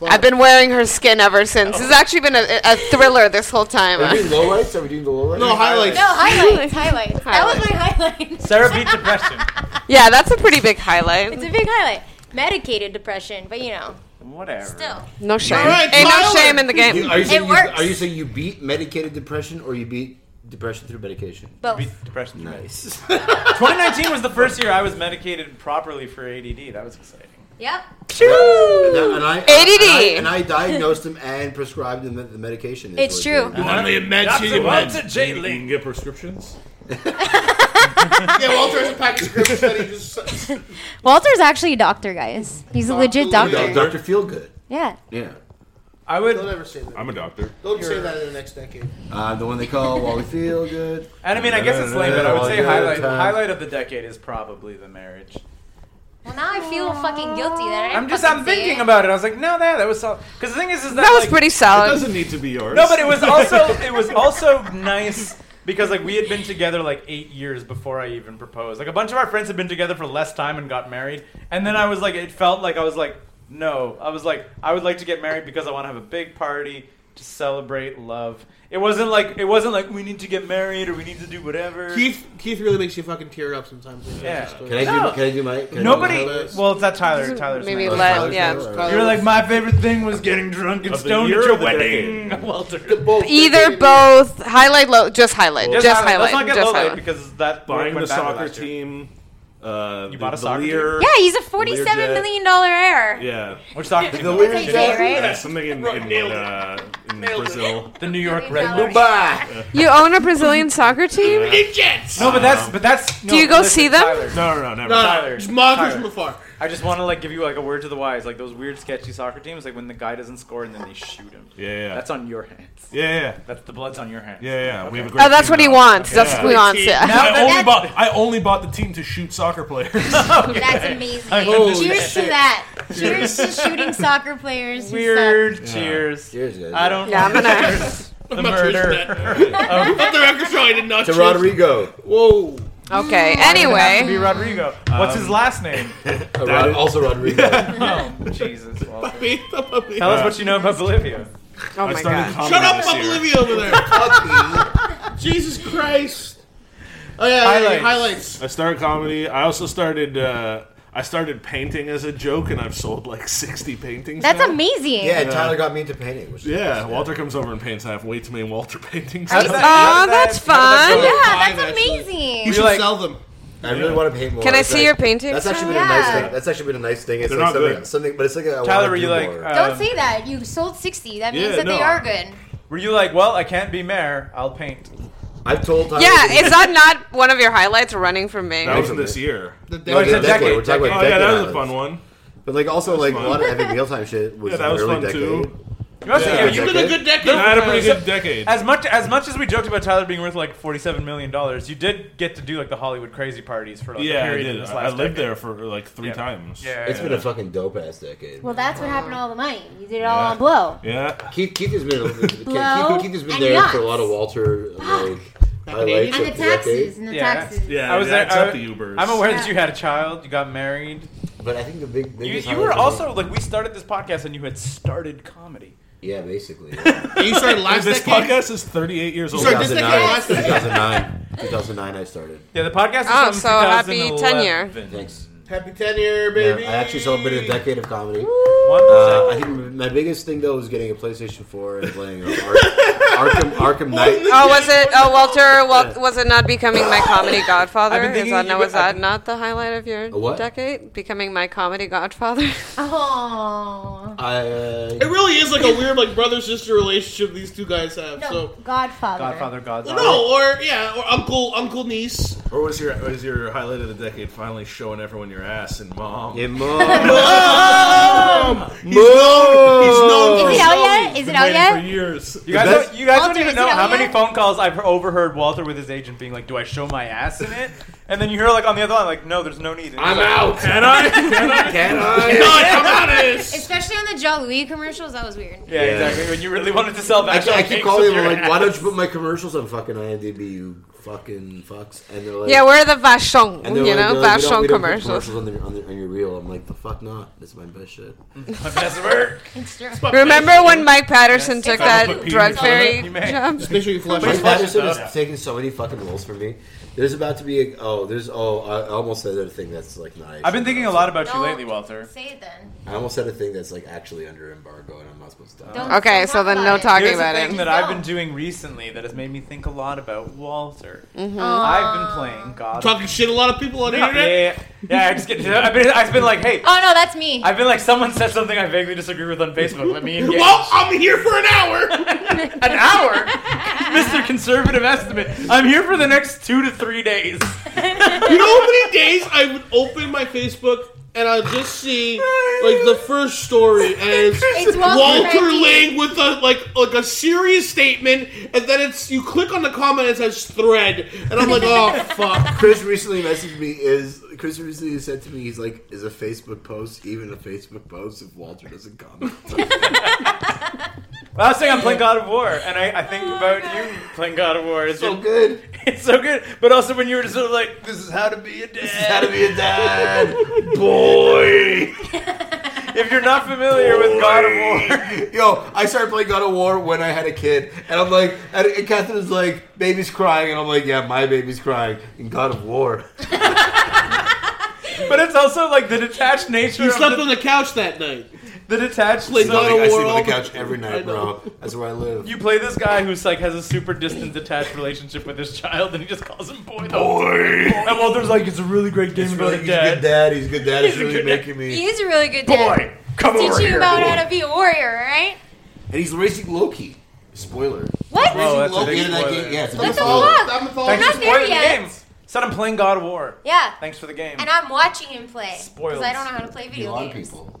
I've been wearing her skin ever since. Oh. It's actually been a, a thriller this whole Are we time. doing low lights? Are we doing the low lights? no highlights. No, highlights, highlights. That was my highlight. Sarah beat depression. Yeah, that's a pretty big highlight. It's a big highlight. Medicated depression, but you know, Whatever. still. No shame. right, Ain't no Tyler. shame in the game. You- are you saying you, works. Are you saying you beat medicated depression or you beat depression through medication? Both. Beat depression. Nice. 2019 was the first year I was medicated properly for ADD. That was exciting. Yep. No, and I, and I, ADD. and I diagnosed him and prescribed him the, the medication. is It's what true. it is. Only a med That's she a about med. to You can J-Link. get prescriptions. Yeah, Walter has a pack of scripts that he just. Walter's actually a doctor, guys. Oh. He's a legit Doc- doctor. Dr. Feelgood. Yeah. Yeah. I Don't would, ever say that. I'm a doctor. Don't say that in the next decade. Uh, the one they call While We Feel Good. and I mean, I guess it's lame, but I would say Yeah, highlight time. highlight of the decade is probably the marriage. Well, now I feel fucking guilty that I didn't I'm just, fucking I'm say thinking it. about it. I was like, no, that that was solid. Because the thing is, is that That was like- pretty It solid. doesn't need to be yours. No, but it was also, it was also nice because like we had been together like eight years before I even proposed. Like a bunch of our friends had been together for less time and got married, and then I was like, it felt like I was like, no, I was like, I would like to get married because I want to have a big party to celebrate love. It wasn't like it wasn't like we need to get married or we need to do whatever. Keith, Keith really makes you fucking tear up sometimes. when he tells Yeah. his story. Can I do, No. can I do my. Can I Nobody. do my highlights? Well, it's not Tyler. Tyler's Maybe not. Those let- highlights? yeah. All right. You're like my favorite thing was getting drunk and Of the stoned year at or your the wedding, Walter. Both. Either both highlight, low, just highlight, just, highlight, Let's not get just low light highlight. because that buying went the badly soccer last year. team. Uh, bought a soccer team? Yeah, he's a forty-seven Learjet. million dollar heir. Yeah. Which soccer team? The though? Learjet. Today, right? Yeah, something in, in, in, uh, in Brazil. The New York Million Red Bulls. dollars. Bye. You own a Brazilian soccer team? Jets. No, but that's but that's. No, you go listen, see them? Tyler, No, no, no, never. No, no, Tyler, just monikers Tyler. from afar. I just want to like give you like a word to the wise, like those weird sketchy soccer teams, like when the guy doesn't score and then they shoot him. Yeah, yeah. That's on your hands. yeah, yeah, That's the blood's on your hands. yeah, yeah. We have a great Oh, that's team what he now. wants. That's Yeah. what he wants. Yeah. I only That's- bought. I only bought the team to shoot soccer players. That's amazing. Holy Cheers to that. Cheers to shooting soccer players. who Weird. Cheers. Cheers, guys. I don't. Yeah, I'm gonna. The not choosing murder. Not the record show. I did not. Oh. To choose- Rodrigo. Whoa. Okay. Be Anyway, Rodrigo. What's Um, his last name? Uh, Rod- also Rodrigo. Oh, Jesus. Uh, Walter. Beat the puppy. Tell us what you know about Bolivia. oh I my god. started comedy Shut up, this year. Olivia over there. Jesus Christ. Oh yeah, highlights. Highlights. highlights. I started comedy. I also started. Uh, I started painting as a joke, and I've sold like sixty paintings. That's now. amazing. Yeah, Tyler got me into painting. Which is Yeah, Walter comes over and paints. I have way too many Walter paintings. Are you- now. Oh, that's fun. Five, Yeah, that's actually. You amazing. should like- sell them. I really want to paint more. Can I It's see like- your paintings That's actually been now? a nice Oh, Yeah. thing. That's actually been a nice thing. It's They're like not something, good. something, but it's like a, I Tyler, want were to you do like, more. uh, Don't say that. You sold 60. That means yeah, that they no, are I- good. were you like, well, I can't be mayor. I'll paint. I've told Tyler. Yeah, is that not one of your highlights? Running from Maine. that was this year. The No, dead- it's a decade. We're decade. talking Oh about yeah, decade that was a islands. fun one. But like also like fun. a lot of epic mealtime shit was, Yeah, that was early fun decade. too. You must Yeah. yeah, you you, did a good decade. I had a pretty good decade. as much as much as we joked about Tyler being worth like forty-seven million dollars, you did get to do like the Hollywood crazy parties for like a Yeah, I period in did. this I I last lived decade. there for like three Yeah. times. Yeah, It's yeah, been a fucking dope ass decade. Well, that's what happened to all the money. You did it all on blow. yeah. Keith Keith has been Keith, Blow Keith has been and there nuts. for a lot of Walter like Canadian? highlights And of the decade. taxes. And the Yeah. taxes. Yeah, I was there. that's I, up the Ubers. I'm aware that you had a child. You got married. But I think the big You, biggest you were highlight for me- also like we started this podcast and you had started comedy. yeah basically And you started last This decade. podcast is 38 years old. Sorry, this decade, 2009 last decade. 2009 2009 I started. Yeah, the podcast. Is Oh, from so happy 2011. Thanks. Happy tenure, Yeah, baby. I actually celebrated a decade of comedy. One Uh, I second. think my biggest thing though was getting a PlayStation 4 and playing Ar- Arkham Arkham Knight. Oh, was it? Oh, Walter, Wal- was it not becoming my comedy godfather? I've been Is thinking that, you- no, was that I've- not the highlight of your what? decade? Becoming my comedy godfather? Oh. I, uh, It really is like a weird like brother sister relationship these two guys have. No, So Godfather. Godfather, Godfather. no, or yeah, or uncle uncle niece. Or was your was your highlight of the decade finally showing everyone your ass and mom? Yeah, mom. He's known. He's known. Is for it so- out yet? Is it out for yet? years. You guys, That's- don't, you guys Walter, don't even is know it out how many yet? phone calls I've overheard Walter with his agent being like, "Do I show my ass in it?" And then you hear like on the other line, like, "No, there's no need." And he's I'm like, out. Can I? Can I? Can I? God, I'm out of this. Especially on the John Louis commercials, that was weird. Yeah, Yeah. exactly. When you really wanted to sell that, I, keep- I keep cakes calling with them your like, why ass. don't you put my commercials on fucking IMDb, you fucking fucks? And they're like, yeah, we're the Vachon, and you they're like- they're like, know, we don't- Vachon we don't put commercials. on, the, on, the, on your reel. I'm like, the fuck not. It's my best shit. My best work. It's true. Remember when Mike Patterson took that Exactly. drug He fairy made- job? Just make sure you flush Mike it. Patterson is taking so many fucking roles for me. There's about to be a, oh, there's oh, I I almost said a thing that's like not. I've been thinking a lot about you Don't lately, Walter. Say it then. I almost said a thing that's like actually under embargo, and I'm not supposed to. Talk. Don't Okay, don't so then no about it. talking Here's the about thing it. that I've Don't. been doing recently that has made me think a lot about Walter. Aw. I've been playing God. Talking shit a lot of people on the yeah, internet. yeah, yeah. I just get, I've been, I've been like, hey, Oh no, that's me. I've been like, someone said something I vaguely disagree with on Facebook. Let me engage. Well, I'm here for an hour. an hour, Mr. Conservative Estimate. I'm here for the next two to three days. You know how many days I would open my Facebook and I'll just see like the first story and it's, It's Walter Walter Reed. Lang with a like like a serious statement and then it's you click on the comment and it says thread and I'm like oh fuck Chris recently messaged me. Is Chris recently said to me? He's like, is a Facebook post even a Facebook post if Walter doesn't comment? I was saying I'm playing God of War, and I, I think about you playing Oh God of War. It's so so, good. it's so good. But also when you were just sort of like, this is how to be a How dad. to be a dad, boy. If you're not familiar with God of War, Yo, I started playing God of War when I had a kid, and I'm like, and, and Catherine's like, baby's crying, and I'm like, yeah, my baby's crying in God of War. but it's also like the detached nature you of slept the, on the couch that night the detached. Played so- God of Like, I War sleep all on the- the couch every I night, know. bro. That's where I live. You play this guy who's like has a super distant, detached relationship with his child, and he just calls him boy. the whole time. And Walter's like, it's a really great game He's about really- a he's a good dad. dad. He's a good dad. He's, a really good dad. making He me. is a really good Boy, dad. come Teach over you here. about how to be a warrior, right? And he's racing Loki. Spoiler. What? Whoa, Oh, that's a Loki big in that spoiler. game. Yeah, it's what the spoiler. fuck? Thanks We're for not there spoiling yet. the game. Said I'm playing God of War. Yeah. Thanks for the game. And I'm watching him play because Spoiled. I don't know how to play A video lot of games. people.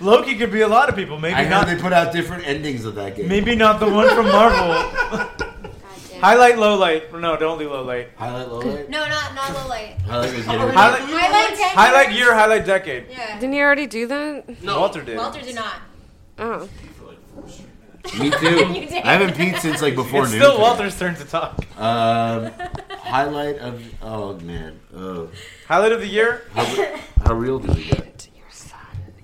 Loki could be a lot of people. I Maybe heard not. they put out different endings of that game. Maybe not the one from Marvel. Highlight, low light. No, don't do low light. Highlight Lowlight. No, not not the light. Highlight was Oh, getting. Highlight, Highlight. ten highlight years. year, highlight decade. Yeah. Didn't he already do that? Walter did. Walter did not. Oh. Me too. You did. I haven't peed since like before It's noon. still today. Walter's turn to talk. Um, highlight of oh man, oh, Highlight of the year. how real did we get? Your son,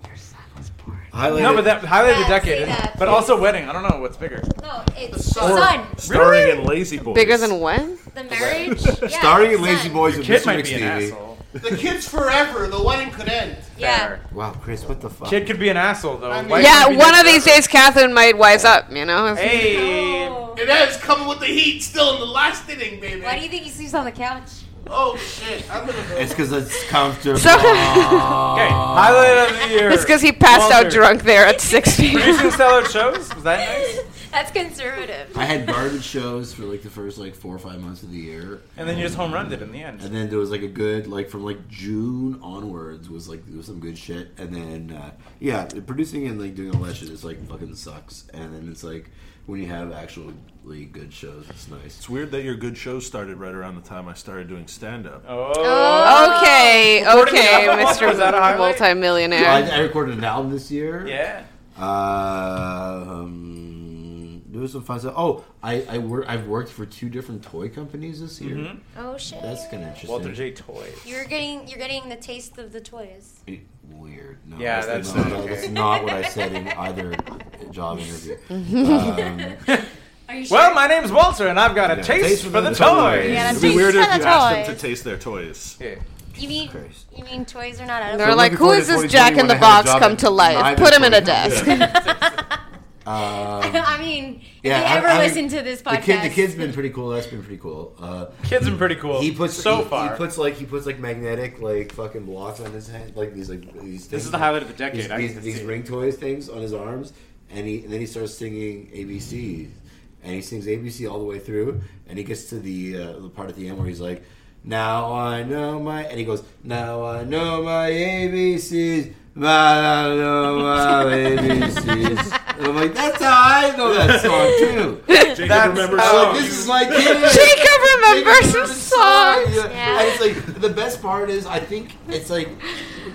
your son was born. Highlight No, it. but that highlight of the Yeah, say decade. that. But also wedding. I don't know what's bigger. No, it's Sun. Starring in Lazy Boys. Bigger than when? The marriage. Yeah, starring in Sun. Lazy Boys with Kid Mr. might be an McSteamy. asshole. The kid's forever. The wedding could end. Yeah. Wow, Chris, what the fuck? Kid could be an asshole though. I mean- Wife Yeah, could be one the- of these days, Catherine might wise up. You know. Hey. Oh. It ends coming with the heat still in the last inning, baby. Why do you think he sleeps on the couch? oh shit! I'm gonna go. It's because it's comfortable. So Okay. Oh. Highlight of the year. it's because he passed Walter. out drunk there at six p.m. Producing stellar shows. Was that nice? That's conservative. I had garbage shows for like the first like four or five months of the year, And then you just home runned it in the end. and then there was like a good like from like June onwards was like there was some good shit, and then uh, yeah, producing and like doing all that shit is like fucking sucks, and then it's like when you have actually good shows, it's nice. It's weird that your good show started right around the time I started doing stand up. Oh. Okay, okay, Was that a Mr. highlight? I, Multimillionaire. I recorded an album this year. Uh, Yeah. Um, there was some fun stuff. Oh, I, I work. I've worked for two different toy companies this year. Mm-hmm. Oh shit. That's kind of interesting. Walter J. Toy. You're getting you're getting the taste of the toys. It- Weird. No, Yeah, that's, that's not, not okay. that's not what I said in either job interview. Um, Are you sure? Well, my name's Walter, and I've got a taste, for the, toys. Yeah, It'd be Taste weird if for you the asked them toys. to taste their toys. Yeah. you mean Christ. you mean toys are not edible? They're like, looking who forward is to this Jack 2021. in the I had a Box job come at to life? neither Put him in a toy desk. company. I mean, Um, Yeah, if I- you ever I- listen to this the podcast, kid, the kid's been pretty cool. That's been pretty cool. Uh, Kids are pretty cool. He puts so he, far. He puts like he puts like magnetic like fucking blocks on his head, like these like these. this is the highlight of the decade. These, I these, can these see. ring toys things on his arms, and he and then he starts singing ABC, and he sings ABC all the way through, and he gets to the uh, the part at the end where he's like, "Now I know my," and he goes, "Now I know my ABCs." I know my ABCs. And I'm like, that's how I know that song too. Jacob That's remembers how- songs. Like, this is my kid. Jacob remembers Jacob his songs. Yeah. Yeah. And it's like the best part is I think it's like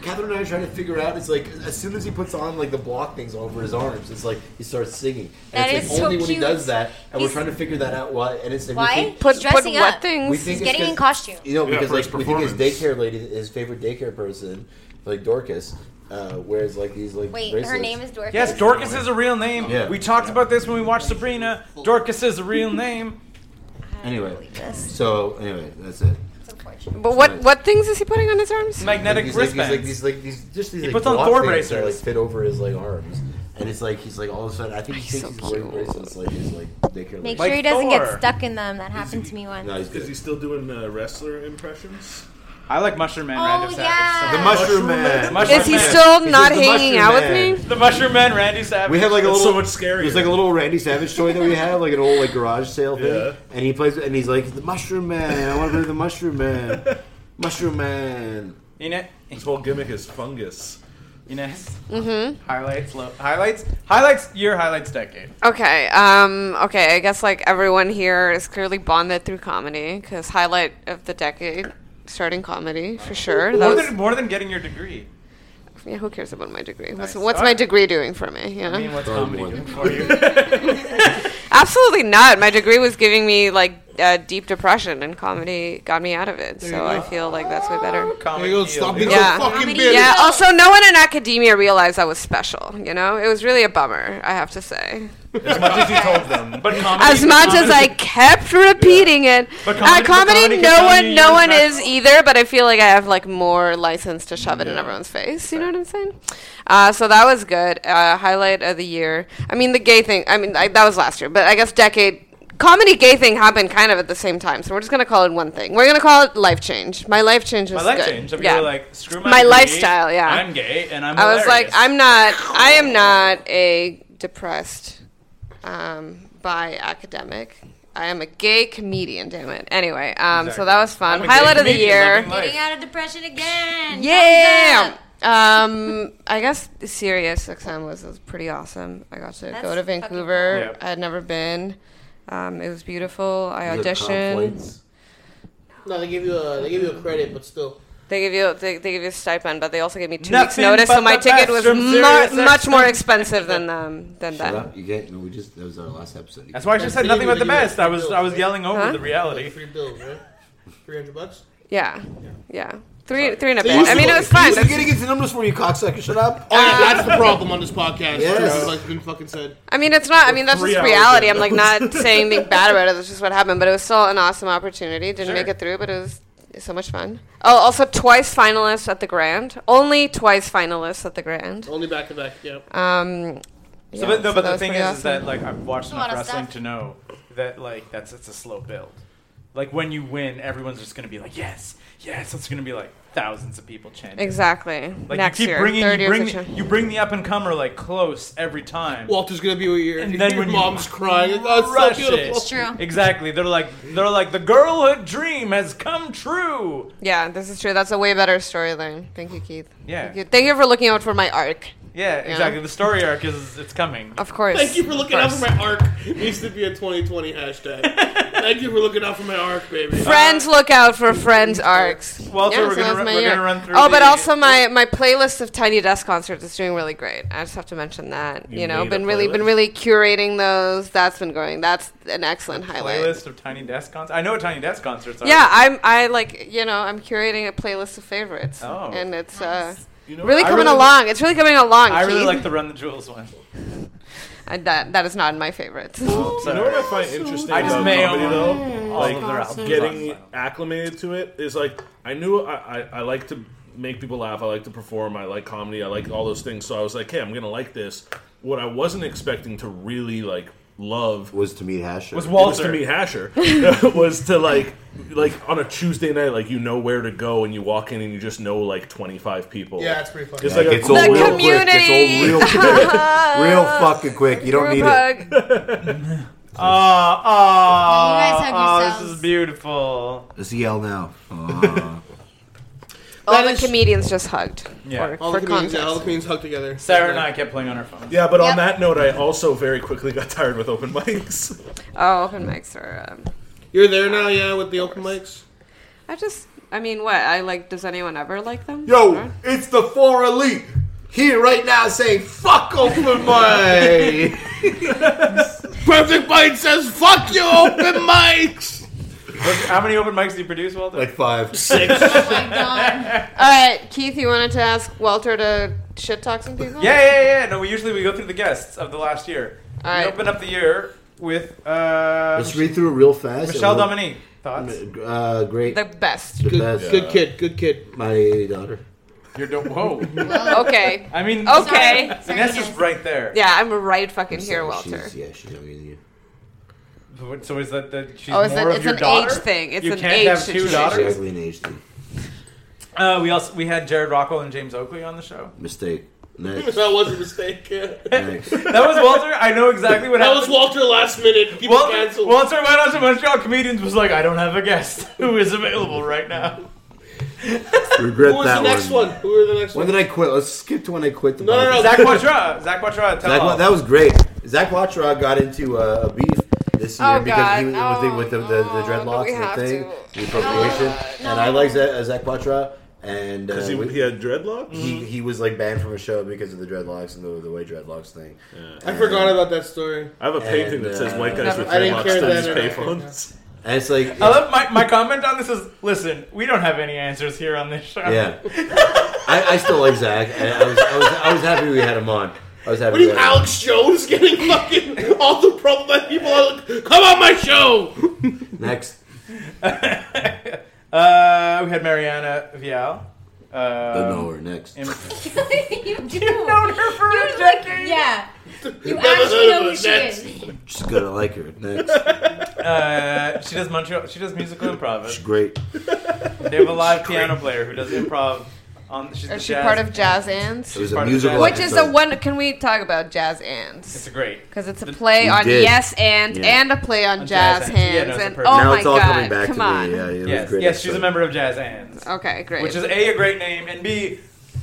Catherine and I are trying to figure out. It's like as soon as he puts on like the block things over his arms, it's like he starts singing. And That it's like is so only when he cute. does that, and He's- we're trying to figure that out why. And it's like Why? We think, Put He's put dressing what up. we things? think it's He's getting in 'cause- costume. You know, Yeah, because for his like we think his performance. daycare lady, his favorite daycare person, like Dorcas, uh, wears like these like wait, her bracelets. name is Dorothy. Yes, Dorcas is a real name. Yeah. We talked about this when we watched Sabrina. Dorcas is a real name. Anyway, That's so anyway, that's it. unfortunate. But what what things is he putting on his arms? Magnetic He's like, he's wristbands. like these like these just these He like puts on block Thor things that, bracers. like fit over his like arms, and it's like he's like all of a sudden I think he He's thinks he's so wearing cute. bracelets like he's like daycare. Like, Make Like sure he doesn't get Thor. stuck in them. That happened to me once. no, he's Is good. he still doing uh, wrestler impressions? I like Mushroom Man. Oh, Randy yeah. Savage. The Mushroom Man. Mushroom Is he Man. still He's not just the hanging mushroom out man. with me? The Mushroom Man, Randy Savage. We have like a It's little. so much scarier. There's like a little Randy Savage toy that we have, like an old like garage sale thing, Yeah. and he plays and he's like the Mushroom Man. I want to play the Mushroom Man. Mushroom Man. Ine- His whole gimmick is fungus. Ines. Mm-hmm. Highlights. Low- highlights. Highlights. Year. Highlights. Decade. Okay, um, okay. I guess like everyone here is clearly bonded through comedy because highlight of the decade, starting comedy for sure. That More was, than, more than getting your degree. yeah, who cares about my degree? What's, Nice. what's All my right. degree doing for me? Yeah, I mean, what's Sorry, comedy more doing than- for you? absolutely not. My degree was giving me like uh, deep depression, and comedy got me out of it. So I feel like that's way better. Comedy. There you go, stop being healed. Yeah. so fucking Comedy. bitch. Yeah. Yeah. Also, no one in academia realized I was special. You know, it was really a bummer. I have to say. As much as you told them. But comedy. as much as I kept repeating it. But uh, comedy- but comedy, comedy can no tell one, you no you're one special. is either. But I feel like I have like more license to shove it in everyone's face. You know what I'm saying? Uh, so that was good. Uh, highlight of the year. I mean, the gay thing. I mean, I, that was last year, but I guess decade. Comedy gay thing happened kind of at the same time, so we're just gonna call it one thing. We're gonna call it life change. My life change was my good. life changed. I mean, yeah. you were like, screw my, My degree, lifestyle, yeah. I'm gay and I'm. I was like, hilarious. I'm not. I am not a depressed um, by academic. I am a gay comedian. Damn it. Anyway, um, so that was fun. I'm a gay Highlight of the comedian year. living life. Getting out of depression again. uh, Yeah. Um, I guess Sirius XM was, was pretty awesome. I got to That's go to fucking Vancouver. cool. I had never been. Um, it was beautiful. I Good auditioned. confluence. No, they give you a they give you a credit, but still. They give you they, they give you a stipend, but they also give me two weeks Nothing notice, but so my the ticket best was from Sirius mu- much more XM. expensive than um, than Shut that. up. You get. We just that was our last episode. That's why I just said nothing but the best. I was I was yelling over Huh? the reality. Three bills, right? Three hundred bucks. Yeah. Yeah. Three, three and a They bit. used I to mean, go- it was they fun. used to getting into numbers for you, cocksucker. Shut up. Oh yeah, that's the problem on this podcast. Yes. Yes. Like been fucking said. I mean, it's not. I mean, that's Three just hours reality. in. I'm like not saying anything bad about it. That's just what happened. But it was still an awesome opportunity. Didn't make it through, but it was so much fun. Oh, also twice finalists at the Grand. Only twice finalists at the Grand. Only back to back. Yep. Um, So, yeah, but, no, so but that the was thing pretty is, is awesome. that like I've watched A lot enough of wrestling stuff. to know that like that's it's a slow build. Like when you win, everyone's just gonna be like, yes, yes. It's gonna be like thousands of people chanting. exactly Like next you keep year, bringing, third you year's bring, a the, chance. you bring the up and comer like close every time. Walter's gonna be with your, And and then then your when you- mom's crying. Oh, it's Rush so beautiful. It's true. Exactly. They're like they're like the girlhood dream has come true. Yeah, this is true. That's a way better storyline. Thank you, Keith. Yeah. Thank you, Thank you for looking out for my arc. Yeah, exactly. The story arc is it's coming. Of course. Thank you for looking out for my arc. Needs to be a 2020 hashtag. Thank you for looking out for my arc, baby. Friends, look out for friends arcs. Uh, Walter, we're gonna that's run- my we're year. gonna run through Oh, but the- also my my playlist of Tiny Desk concerts is doing really great. I just have to mention that. You, know, made a been really been playlist? really curating those. That's been going. That's an excellent highlight. Playlist of tiny desk concerts. I know what tiny desk concerts are. Yeah, I'm I like you know I'm curating a playlist of favorites. Oh. and it's uh. You know, Really I coming really- along. It's really coming along. I really Keith. like the Run the Jewels one. And that that is not in my favorites. You know what I find interesting I just about may comedy, own though? all like, of their albums. getting acclimated to it is like I knew I, I, I like to make people laugh. I like to perform. I like comedy. I like all those things. So I was like, hey, I'm gonna like this. What I wasn't expecting to really like love Was to meet Asher. was was to Walter. meet Hasher. was to like like on a Tuesday night, like you know where to go and you walk in and you just know like 25 people. Yeah, it's pretty funny. It's like a gets old The real quick. Gets community. old real quick. real fucking quick. You don't Group need it. hug. Oh, oh, You guys hug oh, this yourselves. is beautiful. Let's yell now. Uh, All That the is- comedians just hugged. Yeah. For, all for the comedians, yeah, all the context. comedians hug together. Sarah and I kept playing on our phones. Yeah, but Yep. on that note, I also very quickly got tired with open mics. Oh, open mics are. Um, You're there now, yeah, with the open mics. I just. I mean, what? I like. Does anyone ever like them? Yo, it's the four elite here right now saying fuck open mic. Perfect Bite says, "Fuck you, open mics." How many open mics do you produce, Walter? like five. Oh my god. All right, Keith, you wanted to ask Walter to shit talk some people? yeah, yeah, yeah. No, we usually we go through the guests of the last year. All we right. open up the year with uh, Let's read through it real fast. Michelle And Dominique. Thoughts? we'll- Uh, great. The best. The Good, best. good kid, good kid. My daughter. You're do- whoa. Okay. I mean, Okay. Sorry. Sorry, Vanessa's guys. right there. Oh, Yeah, I'm right fucking here, Walter. She's, yeah, she's younger than you. So is that that she's Oh, is it, more of it's your an daughter? age thing. It's You an can't age have two situation. She's daughters? ugly and aged too. Uh, we also we had Jared Rockwell and James Oakley on the show. Mistake. Next. That was a mistake. yeah. Next. That was Walter. I know exactly what That was happened. Walter last minute. People Walter, canceled. Walter went on to Montreal Comedians was like, I don't have a guest who is available right now. Regret Who was that the next one. one? Who were the next When one? did I quit? Let's skip to when I quit the No, no, no, podcast. Zach Quatra. Zach Quatra. Tell Zach, Oh. all. that was great. Zach Watrod got into uh, a beef this year Oh, because he was God, with, the, with the, the, the no, dreadlocks we and the have thing, to. the appropriation. and I like Zach, uh, Zach Watrod, and uh, Because he, we- he had dreadlocks? he, he was like banned from a show because of the dreadlocks and the, the way dreadlocks thing. I forgot about that story. I have a painting And, that says uh, white guys with I didn't dreadlocks care studies that either. payphones. And it's like, I love my, my comment on this is listen, we don't have any answers here on this show. yeah, I, I still like Zach, and I was, I was I was happy we had him on. I was happy. What are we you, had him on. Alex Jones, getting fucking all the problematic people? Are like, Come on my show. Next, Uh, we had Mariana Vial. Uh, no, we're next. in- you do. You've known her for a You, like, decade. yeah. You Never actually heard know of who it, she next. is. She's good. I like her. Next, uh, she does Montreal. She does musical improv. she's great. They have a live piano player who does improv. On she's the Is she jazz- part of Jazz Ands? It was a part of musical, that. Which is a episode. one. Can we talk about Jazz It's Ands? a great. Because it's a play on did. yes and Yeah. and a play on, On Jazz jazz, Hands. Yeah, no, hands it's a and perfect- oh now my it's all god, coming back come to on. me. Yeah, it was Yes, great yes, she's a episode. member of Jazz Hands, Okay, great. which is a a great name and b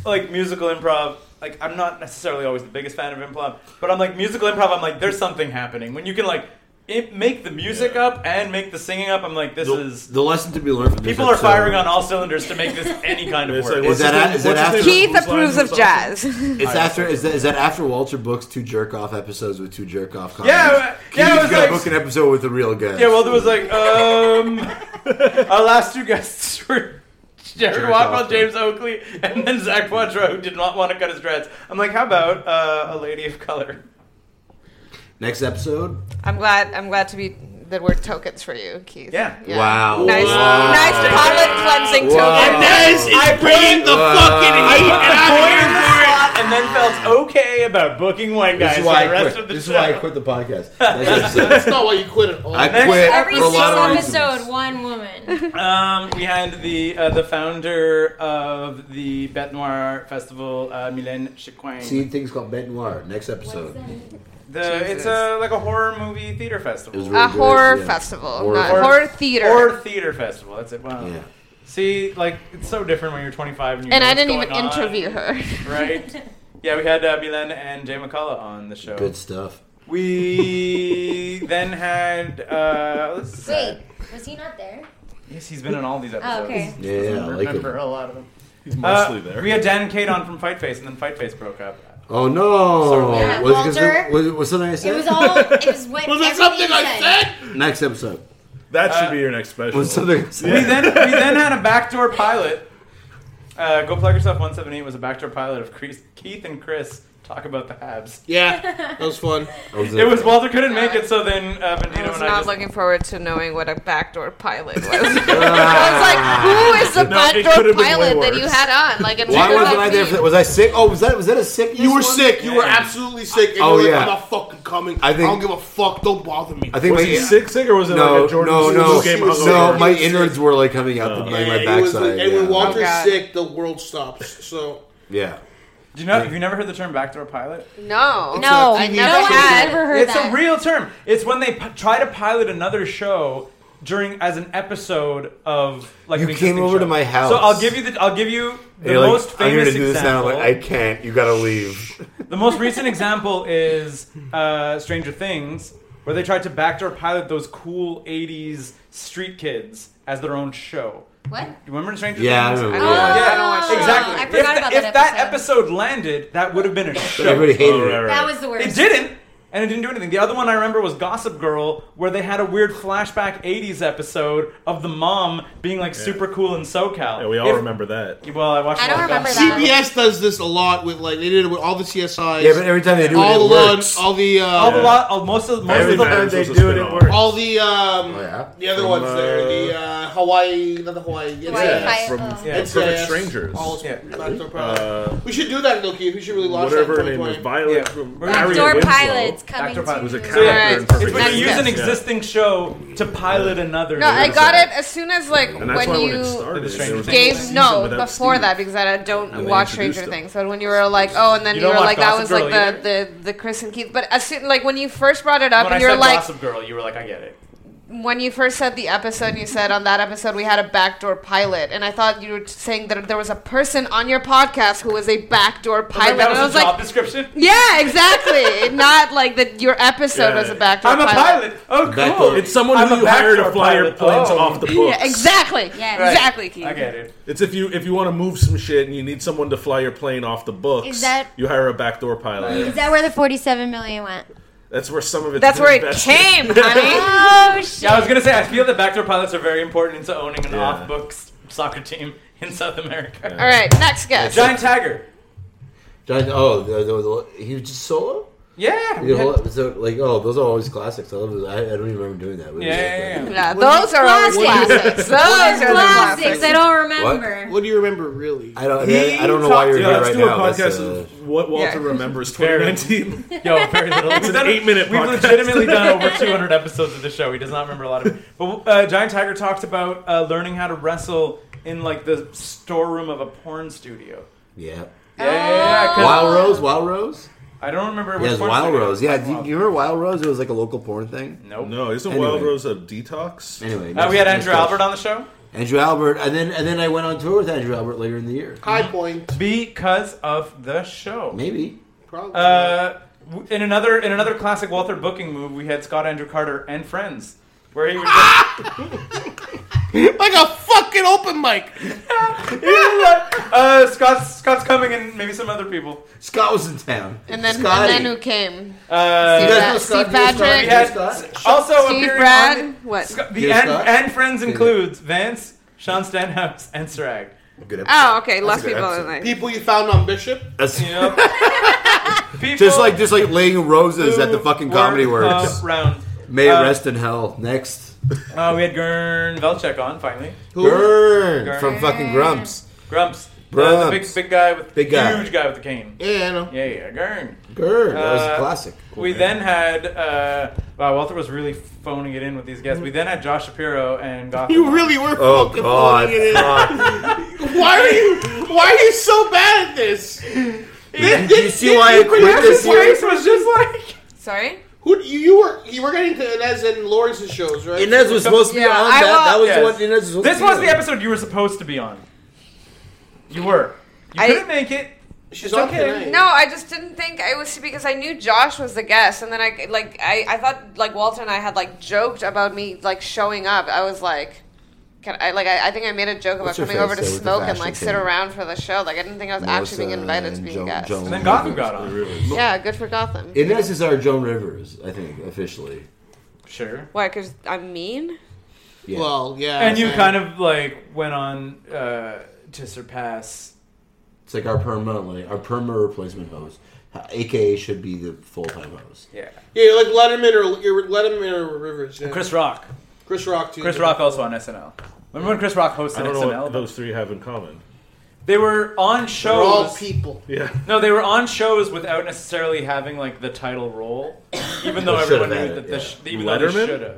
like musical improv. Like I'm not necessarily always the biggest fan of improv, but I'm like musical improv. I'm like there's something happening when you can like it, make the music up and make the singing up. I'm like this is The, the lesson to be learned from this people are episode- firing on all cylinders to make this any kind of It's work. like, what's that his a- name- is that what's his after- name? Keith Whose approves Line of Who's jazz. It's after is that, is that after Walter books two jerk off episodes with two jerk off comics? yeah, yeah, Keith's it was gonna like book an episode with the real guy. Yeah, well, there was like, um, our last two guests were Jared Walkwell, James Oakley, and then Zach Quattro, who did not want to cut his dreads. I'm like, how about uh, a lady of color? Next episode. I'm glad. I'm glad to be that we're tokens for you, Keith. Yeah. Wow. Nice, Wow. nice palate cleansing Wow. token. And Nez is bringing the Wow. fucking heat, and I'm here for it. Slot, and then felt okay about booking white This is guys for why the I rest quit. of the This is show. why I quit the podcast. Next episode. That's not why you quit at all. I quit Every for a single lot of reasons. episode, one woman. Um, we had the uh, the founder of the Bête Noire Festival, uh, Mylène Chicoine. Seeing things called Bête Noir. Next episode. The, it's Jesus. a like a horror movie theater It was festival. really A good, horror yeah. festival, Horror not festival. horror, theater. Or theater festival. That's it. Wow. Yeah. See, like it's so different when you're 25 and you. and know I what's didn't even going on, interview her. Right. Yeah, we had uh, Milan and Jay McCullough on the show. Good stuff. We then had. Uh, this is sad. Wait, was he not there? Yes, he's been in all these episodes. Oh, okay. Yeah, yeah, I I like it. remember a lot of them. He's Uh, mostly there. We had Dan Kate on from Fight Face, and then Fight Face broke up. Oh no! Yeah, was, it 'cause Walter. it- was it- was something I It said? was all. It was what. Was that everything something you I said? Next episode. that should be your next special. Was something I said? We then we then had a backdoor pilot. Uh, Go plug yourself. One seventy eight was a backdoor pilot of Chris, Keith and Chris talk about the Habs. Yeah, that was fun. It was Walter couldn't make it, so then uh, I Vendino was and I not just looking forward to knowing what a backdoor pilot was. I was Uh, Ah. like, who is the No, it could've backdoor been way pilot that you worse. had on? Like, it Why never wasn't got I there? For seen. that? Was I sick? Oh, was that was that a sick? You were sick. You were absolutely sick. And Oh, you were yeah. like, I'm not fucking coming. I I, think- don't give a fuck. Don't bother me. I think was my he sick, sick, or was it No, like a Jordan no, Poole no, game Oh. hungover? no. My He was innards were like coming out the, like Yeah, my it was like- backside. and when yeah. Walter's God. sick, the world stops. So yeah. Do you know? Have you never heard the term backdoor pilot? No. No, I no never one had. ever heard it's a real term. It's when they p- try to pilot another show during as an episode of like You an came existing over to show. my house. So I'll give you the I'll give you the You're like, most I'm gonna famous do this now. example. I'm like, I can't. You gotta leave. The most recent example is uh, Stranger Things, where they tried to backdoor pilot those cool '80s street kids as their own show. What? Do you remember Stranger Yeah, I Things? remember. Oh, yeah. I don't watch Oh, that. Exactly. I if forgot about if that episode. landed, that would have been a show. Everybody hated Oh, it. right, right. That was the worst. It didn't, and it didn't do anything. The other one I remember was Gossip Girl, where they had a weird flashback '80s episode of the mom being like super cool in SoCal. Yeah, we all If- remember that. Well, I watched. I a don't lot of remember Gossip. that. CBS does this a lot with like they did it with all the CSIs. Yeah, but every time they do all it, it the lun- works. all the uh, All the lot, all- most of most Every of the man was a spin-off. all the um, Oh, yeah. the other From, ones uh, there, the uh, Hawaii, not the Hawaii, yeah, Hawaii yeah. Five-O. From Yeah. It's Perfect ass. Strangers. All is- Yeah. not so proud. Uh, we should do that, Loki. We should really launch whatever her that in name was, 2020. Violet. Yeah. Harriet Backdoor Winslow. pilots coming Backdoor to. pilot was a So, character yeah, in it's- Perfect It's when Next you use an step. existing show to pilot another. No, I got episode. it as soon as, like, And that's why when when it you started, The Stranger there was Things. a gave season no without before Steve. that because I don't And they watch introduced Stranger them. Things. But when you were like, oh, and then You you, don't were watch like, that Gossip was Girl like the, the the Chris and Keith. But as soon like when you first brought it up, When I and you were said like, Gossip Girl, you were like, I get it. when you first said the episode, you said on that episode we had a backdoor pilot, and I thought you were saying that there was a person on your podcast who was a backdoor I pilot. that and was, I was a job like, description. yeah, exactly. Not like that your episode Yeah. was a backdoor. I'm a pilot. Oh, cool. Backdoor. It's someone I'm who a you hire to backdoor fly your pilot. planes Oh. off the books. Yeah, exactly. Yeah. Yeah, exactly. Keith. I get it. It's if you if you want to move some shit and you need someone to fly your plane off the books. Is that- you hire a backdoor pilot? Is that where the 47 million went? That's where some of it. That's where it came, honey. Oh shit! Yeah, I was gonna say I feel that backdoor pilots are very important into owning an Yeah. off-books soccer team in South America. All right, next guest. Giant Tiger. John, oh, there, there was a, he was just solo. Yeah. The we had- whole episode, like, oh, those are always classics. I love. Those. I, I don't even remember doing that. What is Yeah, that? yeah, Yeah, yeah. those are always classics. Those are the Classics. classics. I don't remember. What do you remember, really? I don't. I, mean, I don't know why you're Yeah, here let's right do a now. That's, podcast uh, of what Walter Yeah. remembers Very- 2019. Yo, very little. It's an eight-minute We've podcast. legitimately done over 200 episodes of the show. He does not remember a lot of it. But uh, Giant Tiger talked about uh, learning how to wrestle in like the storeroom of a porn studio. yeah. Yeah, yeah, yeah, 'cause- Wild Rose. Wild Rose. I don't remember Yeah, which it's porn Wild studio. Rose. Yeah, do you, Wild you remember Wild Rose? It was like a local porn thing. Nope. No, isn't Anyway. Wild Rose a detox? Anyway, Uh, we had Andrew Albert On- on the show Andrew Albert, and then and then I went on tour with Andrew Albert later in the year. High point. because of the show. Maybe. Probably. Uh, w- in another in another classic Walter booking move, we had Scott Andrew Carter and friends, where he would just, like a fucking open mic. uh, Scott's Scott's coming and maybe some other people. Scott was in town. And then, and Scotty. then who came? Uh, You guys know Scott? Pat- Steve You know Scott? Patrick. You We know had- Scott? also Steve appearing Brad. on what? the, the Here's and, Scott. and friends includes Vance, Sean Stanhouse, and Sarag. Good episode. Oh, okay. That's a Less good people episode. than I. People you found on Bishop? That's- People Just like just like laying roses at the who fucking were comedy up works. round. May it uh, rest in hell. Next, Uh, we had Gern Velchek on finally. Burn Gurn. from fucking Grumps. Grumps. Uh, the big Grumps. big guy with Big guy. huge guy with the cane. Yeah, I know. Yeah, yeah, Gern. Gurn, that was Uh, a classic. we then had uh, wow, Walter was really phoning it in with these guests. We then had Josh Shapiro and Gotham. You really were Oh fucking God! phoning it in. fuck. Why are you why are you so bad at this? Did you see why I quit this year? Grace was just like Sorry. Who you, you were you were getting to Inez and Lawrence's shows, right? Inez was supposed to be Yeah, on that. I That will- was Yes. the one. Inez was supposed this to be was on. the episode you were supposed to be on. You were. You I- couldn't make it. She's It's on okay. tonight. No, I just didn't think I was because I knew Josh was the guest, and then I like I, I thought like Walter and I had like joked about me like showing up. I was like, can I like I, I think I made a joke about What's your coming over face to there with the smoke and fashion like sit thing? around for the show. Like I didn't think I was actually being Melissa invited to and be a Joan- guest. Joan And then Gotham Rivers. got on. Yeah, good for Gotham. Inez is our Joan Rivers, I think, officially. Sure. Why? Because I'm mean. Yeah. Well, yeah. And you kind of like went on uh, to surpass. It's like our permanently our perma replacement hose, aka should be the full time hose. Yeah. Yeah, you're like Letterman or you're Letterman or Rivers, yeah. Chris Rock. Chris Rock too. Chris Rock also on SNL. Remember when Chris Rock hosted I don't know SNL? what those three have in common. They were on They're all shows. people. Yeah. No, they were on shows without necessarily having like the title role, even though They should've everyone knew had it, that the yeah. sh- even though they Letterman? should have.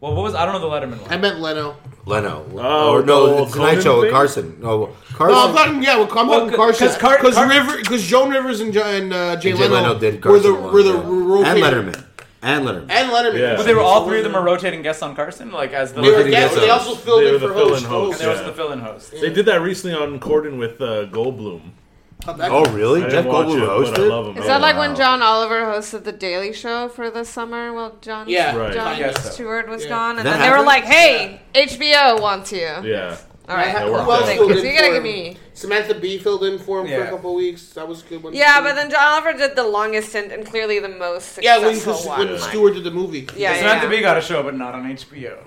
Well, what was I don't know the Letterman one. I meant Leno. Leno. Oh, or no, the it's Tonight Conan Show with thing? Carson. No, Carson. No, I'm talking. Yeah, well, I'm Well, talking c- Carson 'cause Car- because Car- River because Joan Rivers and, Jo- and uh, Jay, And Jay Leno did were the Carson. once, were the yeah. rotating- and Letterman and Letterman. and Letterman. Yeah. But they were all three of them are rotating guests on Carson, like as the They were Rotating guests. guests. They also filled They in were for the host. fill-in host. and there was Yeah. the fill-in host. They did that recently on Corden with uh, Goldblum. How'd that Oh go? really? I Jeff didn't watch Goldblum it, hosted. but I love him. Is Oh, that like wow. when John Oliver hosted the Daily Show for the summer while John Yeah, Right. John I guess so. Stewart was Yeah. gone, and That then they were happened? like, "Hey, HBO wants you." Yeah. All right, Yeah, that worked who else out. thank you. filled So in you gotta for give him? me. Samantha B filled in for him for Yeah. a couple weeks. That was a good one. Yeah, too. but then John Oliver did the longest and, and clearly the most yeah, successful when, cause, one. when Stewart did the movie. Yeah, yeah. Samantha B got a show, but not on HBO.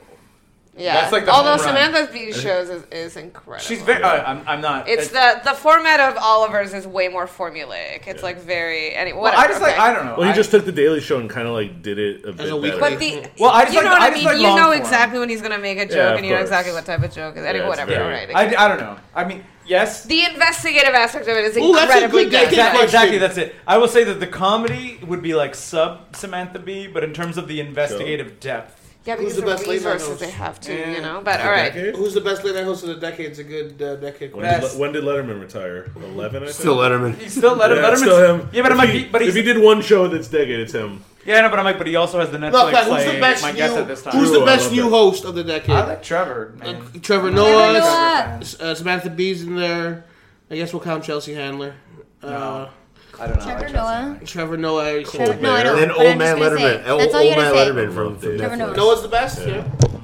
yeah. that's like the Although home run. Samantha's B shows is, is incredible. She's very. Uh, I'm, I'm not. it's the the format of Oliver's is way more formulaic. It's like very any. Well, Whatever, I just like. okay. I don't know. Well, he I- just took the Daily Show and kind of like did it a bit a weekly- better. But the Well, I just you like- know what I I, just mean. like you long know form. exactly when he's gonna make a joke, Yeah, of and you know course. exactly what type of joke is. Yeah, Anyway, it's whatever. very- all right. I, I don't know. I mean, yes. the investigative aspect of it is Ooh, that's a incredibly good guy. good. Exactly, question. exactly. That's it. I will say that the comedy would be like sub Samantha B, but in terms of the investigative depth, Yeah, Who's because the the best late night resources host? they have to, Yeah. you know. But all right. Decade? Who's the best late night host of the decade? It's a good uh, decade. When did, Best. Le- when did Letterman retire? Eleven, I think. Still Letterman. you still let him. yeah, let him. it's still him. Yeah, but I'm if like, he, he- but if he's he did one show that's decade, it's him. Yeah, no, but I'm like, but he also has the Netflix. No, Pat, like, who's the best my new, guest at this time. who's Ooh, the I best love new that. host of the decade? I like Trevor, man. Trevor Trevor Noah, Noah. uh, Samantha B's in there. I guess we'll count Chelsea Handler. Uh, I don't know. I Trevor like Noah. Trevor Noah. I said- Trevor, no, I don't. And then but Old I'm just Man gonna say- Letterman. Old, That's all you old Man gotta say. Letterman from, from Trevor Noah. Netflix. Noah's the best. Yeah. Chelsea.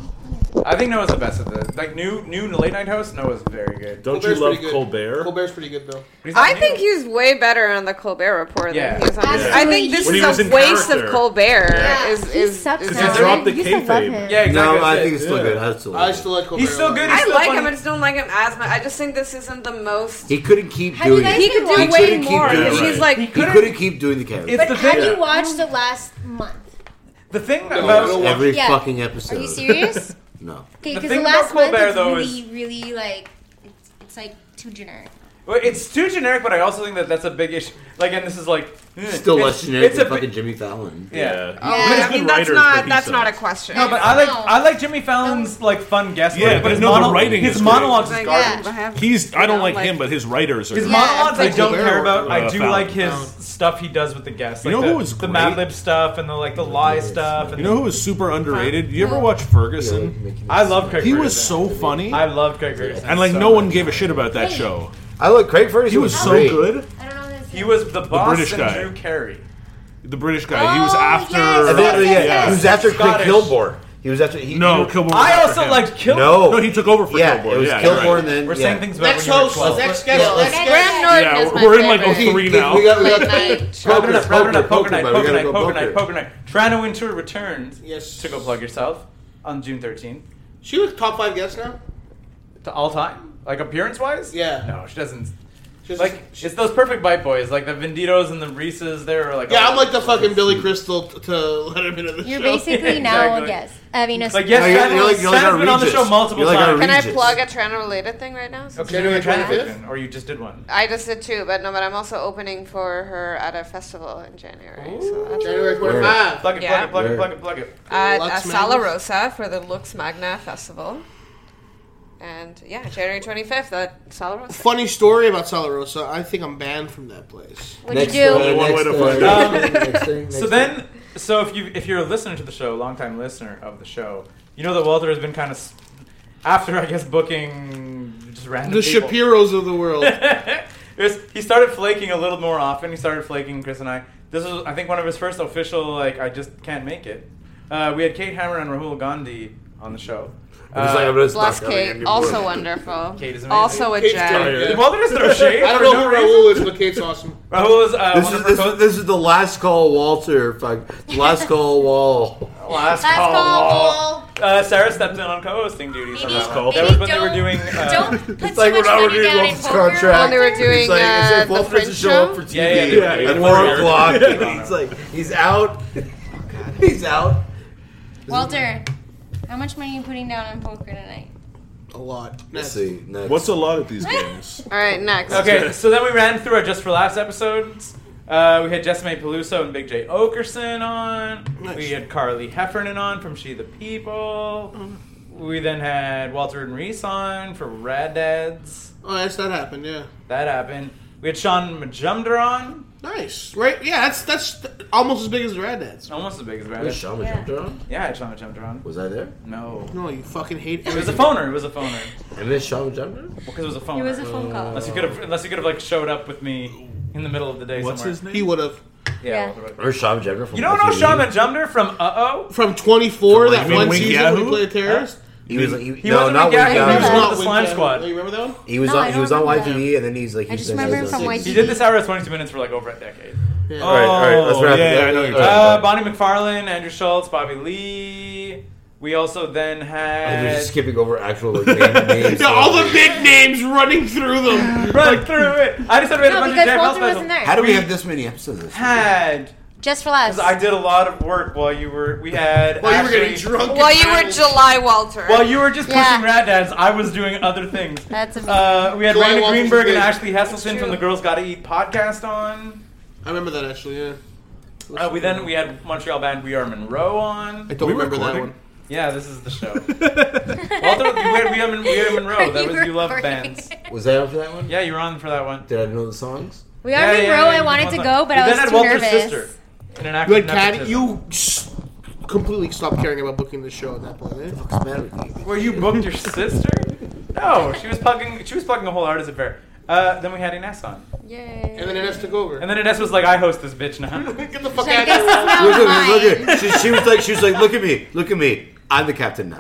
I think Noah's the best at the like new new late night host. Noah's very good. Don't Colbert's you love pretty good. Colbert? Colbert's pretty good though. But he's not I new. think he's way better on the Colbert Report Yeah. than he was on. Yeah. I think this When he is was a in waste character. of Colbert. Yeah, Is he is, sucks is now, he right? dropped the You still love kayfabe. him. Yeah, exactly. No, I that's think it. it's still Yeah. good. I still I love still it. like Colbert. He's a still lot. good. He's I still like funny. him. I just don't like him as much. I just think this isn't the most. He couldn't keep Have you doing guys it. He He could could do watch way it. more. Yeah, He's right. like He couldn't keep doing the character. It's But the have thing. you watched the last month? The thing I about don't watch Every Yeah. fucking episode. Are you serious? No. Okay, The because the, thing last about month Colbert, is though, really, is- really like it's, it's like too generic. Well, it's too generic, but I also think that that's a big issue. Like, and this is like eh, Still less it's- generic it's than a fucking big- Jimmy Fallon. Yeah. Oh, Yeah. but I Good mean, that's writers, but not he that's sucks. not a question. No, but I like No. I like Jimmy Fallon's like fun guest. Yeah, work, but but his no, the monologue, writing his is monologues Like, is yeah, garbage. I have- He's. I don't Yeah, like like- him, but his writers are. His good. Yeah, monologues I it's like don't Colbert care or- about. I uh, do Fallon. like his stuff he does with the guests. You like know the, who was the great? Mad Lib stuff and the like the lie stuff. And You know who was super underrated? You ever watch Ferguson? I love Craig. He Ferguson. was so funny, I love Craig Ferguson. and like so no one much. gave a shit about that show. I like Craig Ferguson. He was so great. good. I don't know. This He was the boss British and guy. Drew Carey. The British guy. He was Oh, after. yes, And then- yes, yeah, yes. He was after Craig Scottish. Kilborn. He was after. He, No, he- Kilmore. I also liked Kill. No. No, he took over for yeah, Kilborn. It was yeah, you're Kilborn right. and then. We're yeah. saying things about Next when you were host, 12. next guest, let's- next Okay. guest. Graham Norton Yeah, is my we're- we're in, like, favorite. oh, three now. We got, we Late got night. Wrapping it Poker, up, wrapping it up, poker poker, night, poker, poker we night, gotta go poker night, poker. poker night. Toronto Winter returns Yes. to go plug yourself on June 13th. She was top five guest now. To all time? Like appearance wise? Yeah. No, she doesn't. She's like it's those perfect bite boys, like the Venditos and the Reese's. They're like Yeah, all- I'm like the fucking Billy Crystal t- to Letterman of the You're show. basically Yeah, now a exactly. guest. I mean, a Like, yes, No, you're- Sam- you're like- you're like Sam's a been on the Regis. show multiple You're like a times. Can I Regis. plug a Trana related thing right now? since January we're doing that? 25th? or you just did one. I just did two, but no, but I'm also opening for her at a festival in January. so that's January 25. Plug it, Yeah. plug it, Word. plug it, plug it, plug it. at uh, Lux Sala Magna? Rosa for the Lux Magna Festival. And yeah, January 25th at Sala Rosa. Funny story about Salarosa. I think I'm banned from that place. What'd you do? one way to find out. next thing, next So then, so if you if you're a listener to the show, long time listener of the show, you know that Walter has been kind of after I guess booking just random The people. Shapiros of the world. It was- he started flaking a little more often. He started flaking Chris and I. This was, I think, one of his first official like I just can't make it. Uh, we had Kate Hammer and Rahul Gandhi on the show. thing. It's like, I'm Uh, just not Bless gonna Kate, give also you- wonderful. Kate is amazing. also a Kate's gem. great. did Walter just throw shade. I don't for know no who Raul reason? is, but Kate's awesome. Rahul is uh, This is one of her this, co- is- this is the last call Walter. Fuck, last call Wall. last Last call. call. Paul. Uh, Sarah stepped in on co-hosting duties. Maybe, on that. maybe That was when don't, they were doing. Uh, don't put It's too like much when I would money read down in Walter's poker. contract. When they were doing, it's like, it's uh, like the Walter French doesn't show show? up for TV Yeah, yeah, yeah, yeah. at Yeah. four Yeah. o'clock. and he's like, he's out. He's out. Walter, how much money are you putting down on poker tonight? A lot. Let's see. Next. What's a lot at these games? All right, next. Okay, so then we ran through our just for laughs episodes. Uh, we had Jessamay Peluso and Big J Okerson on. We had Carly Heffernan on from She the People. Mm-hmm. We then had Walter and Reese on for Rad Dads. Oh, that's that happened. Yeah. That happened. We had Sean Majumder on, Nice. Right? Yeah. That's that's almost as big as the Rad Dads. almost as big as Rad Was Dads. Sean Yeah. Majumder on? Yeah, I had Sean Majumder on. Was I there? No. No, you fucking hate. It was a phoner. It was a phoner. And then Sean Majumder? Because it was a phoner. It was a phone call. unless you could have, unless you could have like showed up with me in the middle of the day What's somewhere. his name? He would have. Yeah. Yeah. Walter. Or Sean Majumder from You don't know Lucky Sean Luke? Majumder from Uh Oh? From 24, that mean one Wink season when Yahoo? he played a terrorist. He was like, he, He no, wasn't not a guy, Wink he Yahoo. was He's not not the Wink Slime Yahoo. Oh, Squad. You remember that one? He was No, I on. He don't was on remember that. YTV, and then he's like, he's I just he's remember on him from six. YTV. He did this hour at 22 minutes for like over a decade. Yeah. Oh, All right, all right, let's wrap yeah, it up. I know you're All right. Uh, Bonnie McFarlane, Andrew Schultz, Bobby Lee. We also then And Oh, You're had. just skipping over actual like, name- names. Yeah, all the big names running through them. Run through it! I just had made a No, bunch of because Jack Walter House wasn't there. How do we have this many episodes? of this? Had. Just for laughs. 'Cause I did a lot of work while you were. We had. While you were getting Ashley- drunk. Well, Oh, you were July Walter. While you were just Yeah. pushing Rad Dads, I was doing other things. That's amazing. Uh, we had Joy Raina Walters Greenberg is and Ashley Hesselson true. from the Girls Gotta Eat podcast on. I remember that actually. Yeah. Uh, we then we had Montreal band We Are Monroe on. I don't We remember that recording? one. Yeah, this is the show. Walter, we had, we had, Mon- we had Monroe. That You was you love recording? bands. Was that up for that one? Yeah, you were on for that one. Did I know the songs? we are in row. I wanted to go, but You I then was had too Walter's nervous. sister in an act You of had Caddy. nepotism. You s- completely stopped caring about booking the show at that point. Eh? What's the matter with you? Where you booked your sister? No, she was plugging. She was plugging the whole artist affair. Uh, then we had Ines on, And then it has to go over. and then Ines was like, "I host this bitch now." Get the fuck Like, out this is of here. now Look at me, mine. look at she, she was like, she was like, look at me, look at me. I'm the captain now.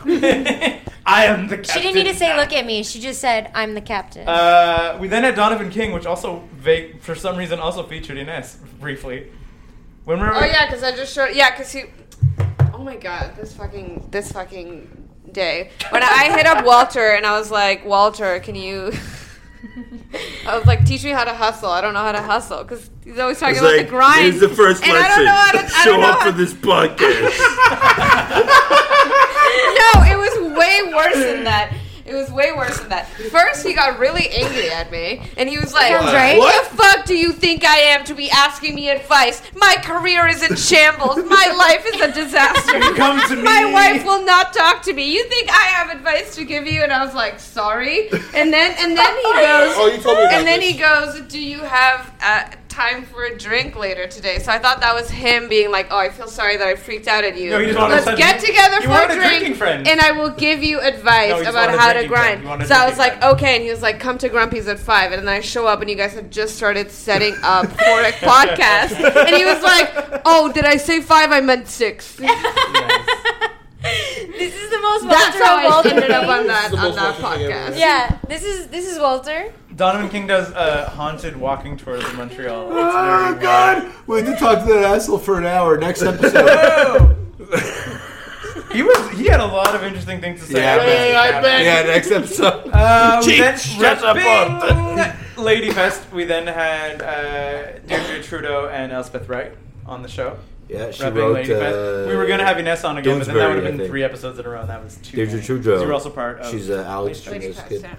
I am the. Captain. She didn't need to say "look at me." She just said, "I'm the captain." Uh, we then had Donovan King, which also vague for some reason also featured Ines briefly. When we were Oh yeah, because I just showed. Yeah, because he. Oh my god, this fucking this fucking day when I hit up Walter and I was like, Walter, can you? I was like, teach me how to hustle. I don't know how to hustle because he's always talking It's about like, the grind. here's the first and lesson. I don't know how to I Show don't know up how- for this podcast. no, it was way worse than that. It was way worse than that. First, he got really angry at me, and he was like, Sounds right. "What the fuck do you think I am to be asking me advice? My career is in shambles. My life is a disaster. come to me. My wife will not talk to me. You think I have advice to give you?" And I was like, "Sorry." And then, and then he goes, Oh, you told me about and then this. he goes, "Do you have uh, time for a drink later today?" So I thought that was him being like, "Oh, I feel sorry that I freaked out at you. No, he just wanted Let's to- get together he for wanted a a drinking drink, friend. and I will give you advice No, he just about wanted a how to drinking friend. grind." He wanted a So I was drinking like, friend. "Okay," and he was like, "Come to Grumpy's at 5. and then I show up, and you guys have just started setting up for a podcast, and he was like, "Oh, did I say five? I meant six. this is the most Walter That's how I Walter ended up thing. on that the on most that Walter thing ever. podcast. Yeah, this is this is Walter. Donovan King does uh, haunted walking tours of Montreal. It's oh very God, we had to talk to that asshole for an hour. Next episode. weird. He was. He had a lot of interesting things to say. Yeah, I bet. Yeah, I bet. Yeah, next episode. Uh, we then Jeez, shut up, repping Lady Fest. We then had uh, Deirdre Trudeau and Elspeth Wright on the show. Yeah, she repping wrote. uh, Lady Fest. We were gonna have Ines on again, but then that Doonesbury, would have I been think. three episodes in a row. and That was too. Deirdre many. Trudeau. You were also part of. She's uh, Alex Lady Trudeau's kid. I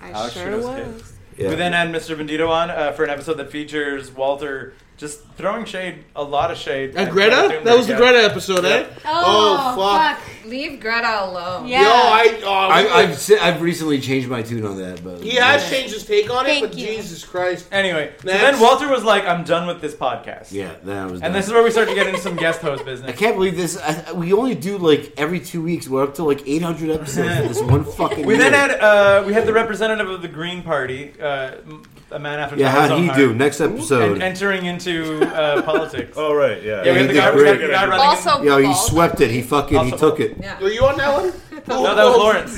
Alex sure Trudeau's was. Yeah. We then had Mr. Vendito on uh, for an episode that features Walter just throwing shade, a lot of shade. At Greta? Thunberg. That was the Yeah. Greta episode, eh? Oh, Oh, fuck. fuck. Leave Greta alone. Yeah. Yo, I, oh, I, I've si- I've recently changed my tune on that, but he has changed his take on it, Thank but you. Jesus Christ. Anyway, so Next. then Walter was like, "I'm done with this podcast." yeah, that was. And done. this is where we start to get into some guest host I business. can't believe this. I, we only do like every two weeks. We're up to like 800 episodes in this one fucking. We then year. had uh, we had the representative of the Green Party, uh, m- a man after Yeah, Charles how'd he Oakhart, do? Next episode. en- entering into uh, politics. Oh right, yeah. Yeah, we had he the did guy, we had great. the guy running. Also, Yo, he bald. swept it. He fucking he Also- took it. Yeah. Were you on that one? no, that was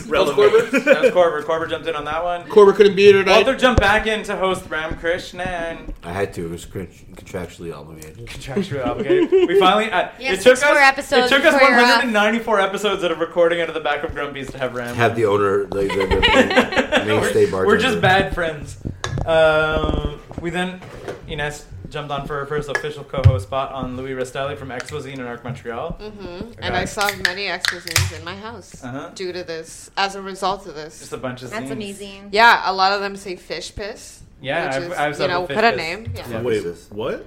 Lawrence. Corbett? that was Corver. Corver jumped in on that one. Corbett couldn't be here tonight. Walter jumped back in to host Ramkrishnan. I had to. It was cr- contractually obligated. contractually obligated. We finally. Uh, Yeah, it took six us. more episodes it took us before you're up. 194 episodes out of recording out of the back of Grumpy's to have Ram. Have the owner, the, the, the- the mainstay bartender. We're just bad friends. Um, we then Ines jumped on for her first official co-host spot on Louis Restelli from Exposine in Arc Montreal. Mm-hmm. And I saw many exorcisms in my house Uh-huh. due to this, as a result of this. Just a bunch of That's zines. amazing. Yeah, a lot of them say fish piss. Yeah, which I've- is, I've you said know, fish put a piss. name. Yeah. What Wait, is this? what?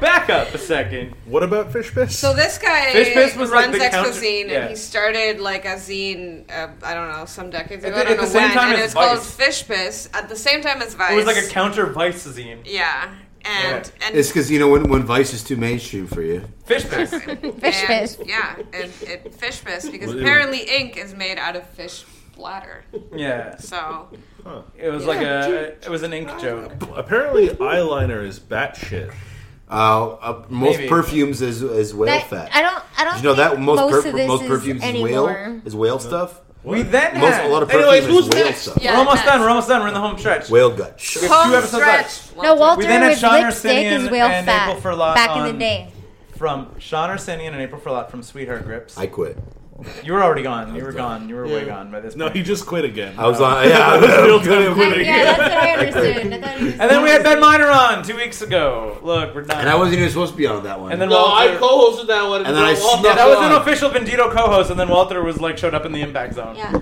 Back up a second. What about fish piss? So this guy Fish piss was like runs the counter- Exozine, yeah. and he started like a zine. Uh, I don't know, some decades At ago. the- I don't at the know same when, time and as it was called Vice. Fish Piss at the same time as Vice. It was like a counter vice zine. yeah, and and It's because you know when when Vice is too mainstream for you. Fish piss. Fish and- fish. Yeah, and it fish piss because Well, it- apparently ink is made out of fish bladder. yeah. So It was like a. It was an ink joke. Apparently, eyeliner is batshit. Uh, uh, most Maybe. perfumes is is whale That- fat. I don't. I don't. Did you know that think most most per- of this most is perfumes is anymore. whale is whale stuff. We then Most had. a lot of Anyways, perfumes who's is whale next? stuff. yeah, we're almost that's- done. We're almost done. We're in the home stretch. Whale gut. Shh. Two Home episodes left. stretch. No, Walter We then had with Sean lipstick Arsenian is whale and fat April Ferlat back in on- the day. From Sean Arsenian and April Ferlat from Sweetheart Grips. I quit. You were already gone. You were gone. You were way gone by this No, point. he just quit again. I was on. Yeah, I was time I, quitting. yeah, that's what I understood. I thought he was and then we had Ben Miner on two weeks ago. Look, we're done. and I wasn't even supposed to be on that one. And then No, I Walter. co-hosted that one. And then I Walter- yeah, snuck that was an on. official Vendito co-host, and then Walter was like showed up in the impact zone. Yeah.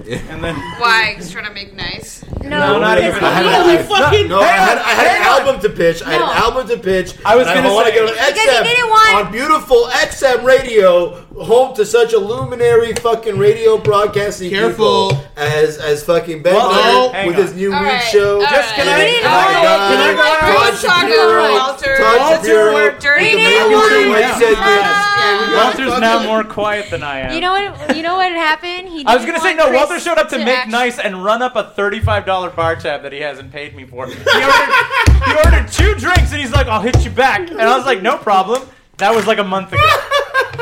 And then Why? He's trying to make nice. No, no, not even. I had, Holy I- fucking- no, I had, I had an Hang on. album to pitch. I had No. an album to pitch. I was and gonna wanna say- go to Because he XM didn't want- on beautiful XM radio, home to such a luminary fucking radio broadcasting Careful. people as as fucking Ben Walter, Miller hang with on. his new All weed right, show. all Just right. can I- And can I- my can guy, I go Todd Let's talk Shapiro, about Walter. Todd Walter, Shapiro, we're with dirty the and Mail Show wine. Wed Yeah. segment. Yeah. And we got Walter's fucking- now more quiet than I am. You know what? You know what happened? He. I was didn't gonna say want no. Chris Walter showed up to, make act- nice and run up a thirty-five dollar bar tab that he hasn't paid me for. He ordered, he ordered two drinks and he's like, "I'll hit you back," and I was like, "No problem." That was like a month ago.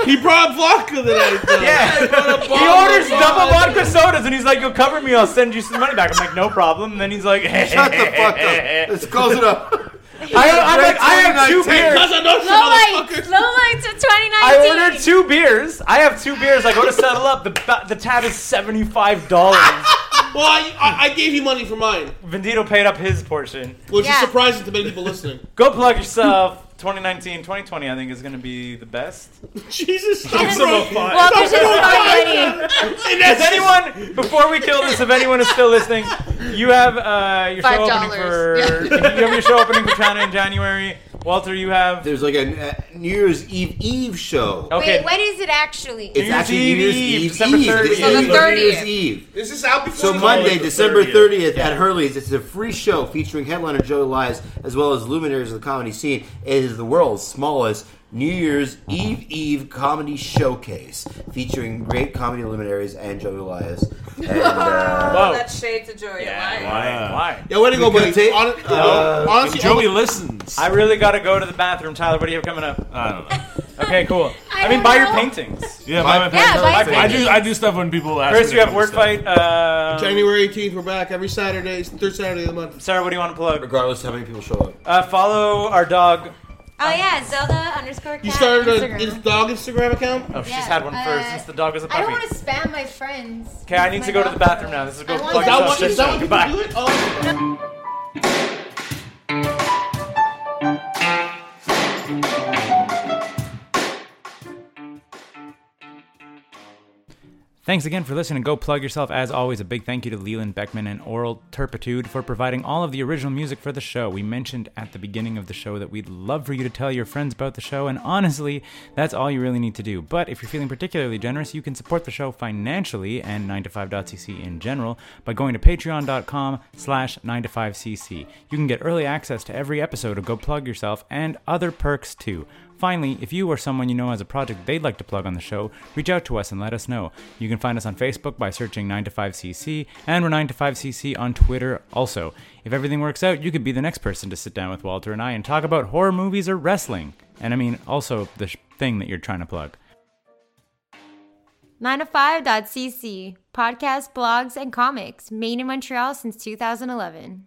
He brought vodka that I Yeah. He Oh orders double vodka sodas and he's like, "You'll cover me. I'll send you some money back." I'm like, "No problem." And then he's like, Shut the fuck up. Let's close it up. I, I'm like, "I have two beers. Because I know some Low motherfucker. lights. Low lights of 2019. I ordered two beers. I have two beers. I go to settle up. The ba- the tab is seventy-five dollars. Well, I, I, I gave you money for mine, Vendito paid up his portion. which Yeah. is surprising to many people listening. Go plug yourself. 2019, 2020, I think is going to be the best. Jesus, stop Some bro. of five. Walter's just already. And that's If anyone, before we kill this, if anyone is still listening, you have uh, your show Five opening for dollars. you have your show opening for China in January. Walter, you have There's like a uh, New Year's Eve Eve show. okay. Wait, what is it actually? It's Year's actually New Eve Oh, Year's Eve, Eve. December Eve. This So 30th. the is New Year's 30th. Eve. Is this out before So the Monday, holidays? December 30th. 30th at Hurley's. It's a free show featuring headliner Joey Lies as well as luminaries of the comedy scene. It is the world's smallest New Year's Eve Eve comedy showcase featuring great comedy luminaries and Joey Lias. And, uh, Whoa. That shade to Joey. Yeah, Elias. why? Why? Yeah, way to go, buddy. Take- Hon- uh, honestly, Joey listens. I really gotta go to the bathroom, Tyler. What do you have coming up? I don't know. Okay, cool. I, I mean, don't buy your know. paintings. Yeah, my, my, Yeah, buy I tickets. do. I do stuff when people ask. Chris, me you to have do work stuff. fight. Uh, January 18th, we're back every Saturday, third Saturday of the month. Sarah, what do you want to plug? regardless of how many people show up. Uh, follow our dog. Oh yeah, Zelda underscore cat. You started a Instagram. this dog Instagram account? Oh, she's Yeah, had one for uh, since the dog was a I don't puppy. want to spam my friends. Okay, I need to go to the bathroom now. This is I go plug want to- That Oh, That's one, yourself. is Goodbye. that one people do it? Oh. Thanks again for listening. Go plug yourself. As always, a big thank you to Leland Beckman and Oral Turpitude for providing all of the original music for the show. We mentioned at the beginning of the show that we'd love for you to tell your friends about the show, and honestly, that's all you really need to do. But if you're feeling particularly generous, you can support the show financially and 9to5.cc in general by going to patreon.com slash 9to5cc. You can get early access to every episode of Go Plug Yourself and other perks too. Finally, if you or someone you know has a project they'd like to plug on the show, reach out to us and let us know. You can find us on Facebook by searching 9to5cc, and we're 9to5cc on Twitter also. If everything works out, you could be the next person to sit down with Walter and I and talk about horror movies or wrestling. And I mean, also the sh- thing that you're trying to plug. 9to5.cc, podcast, blogs, and comics, made in Montreal since 2011.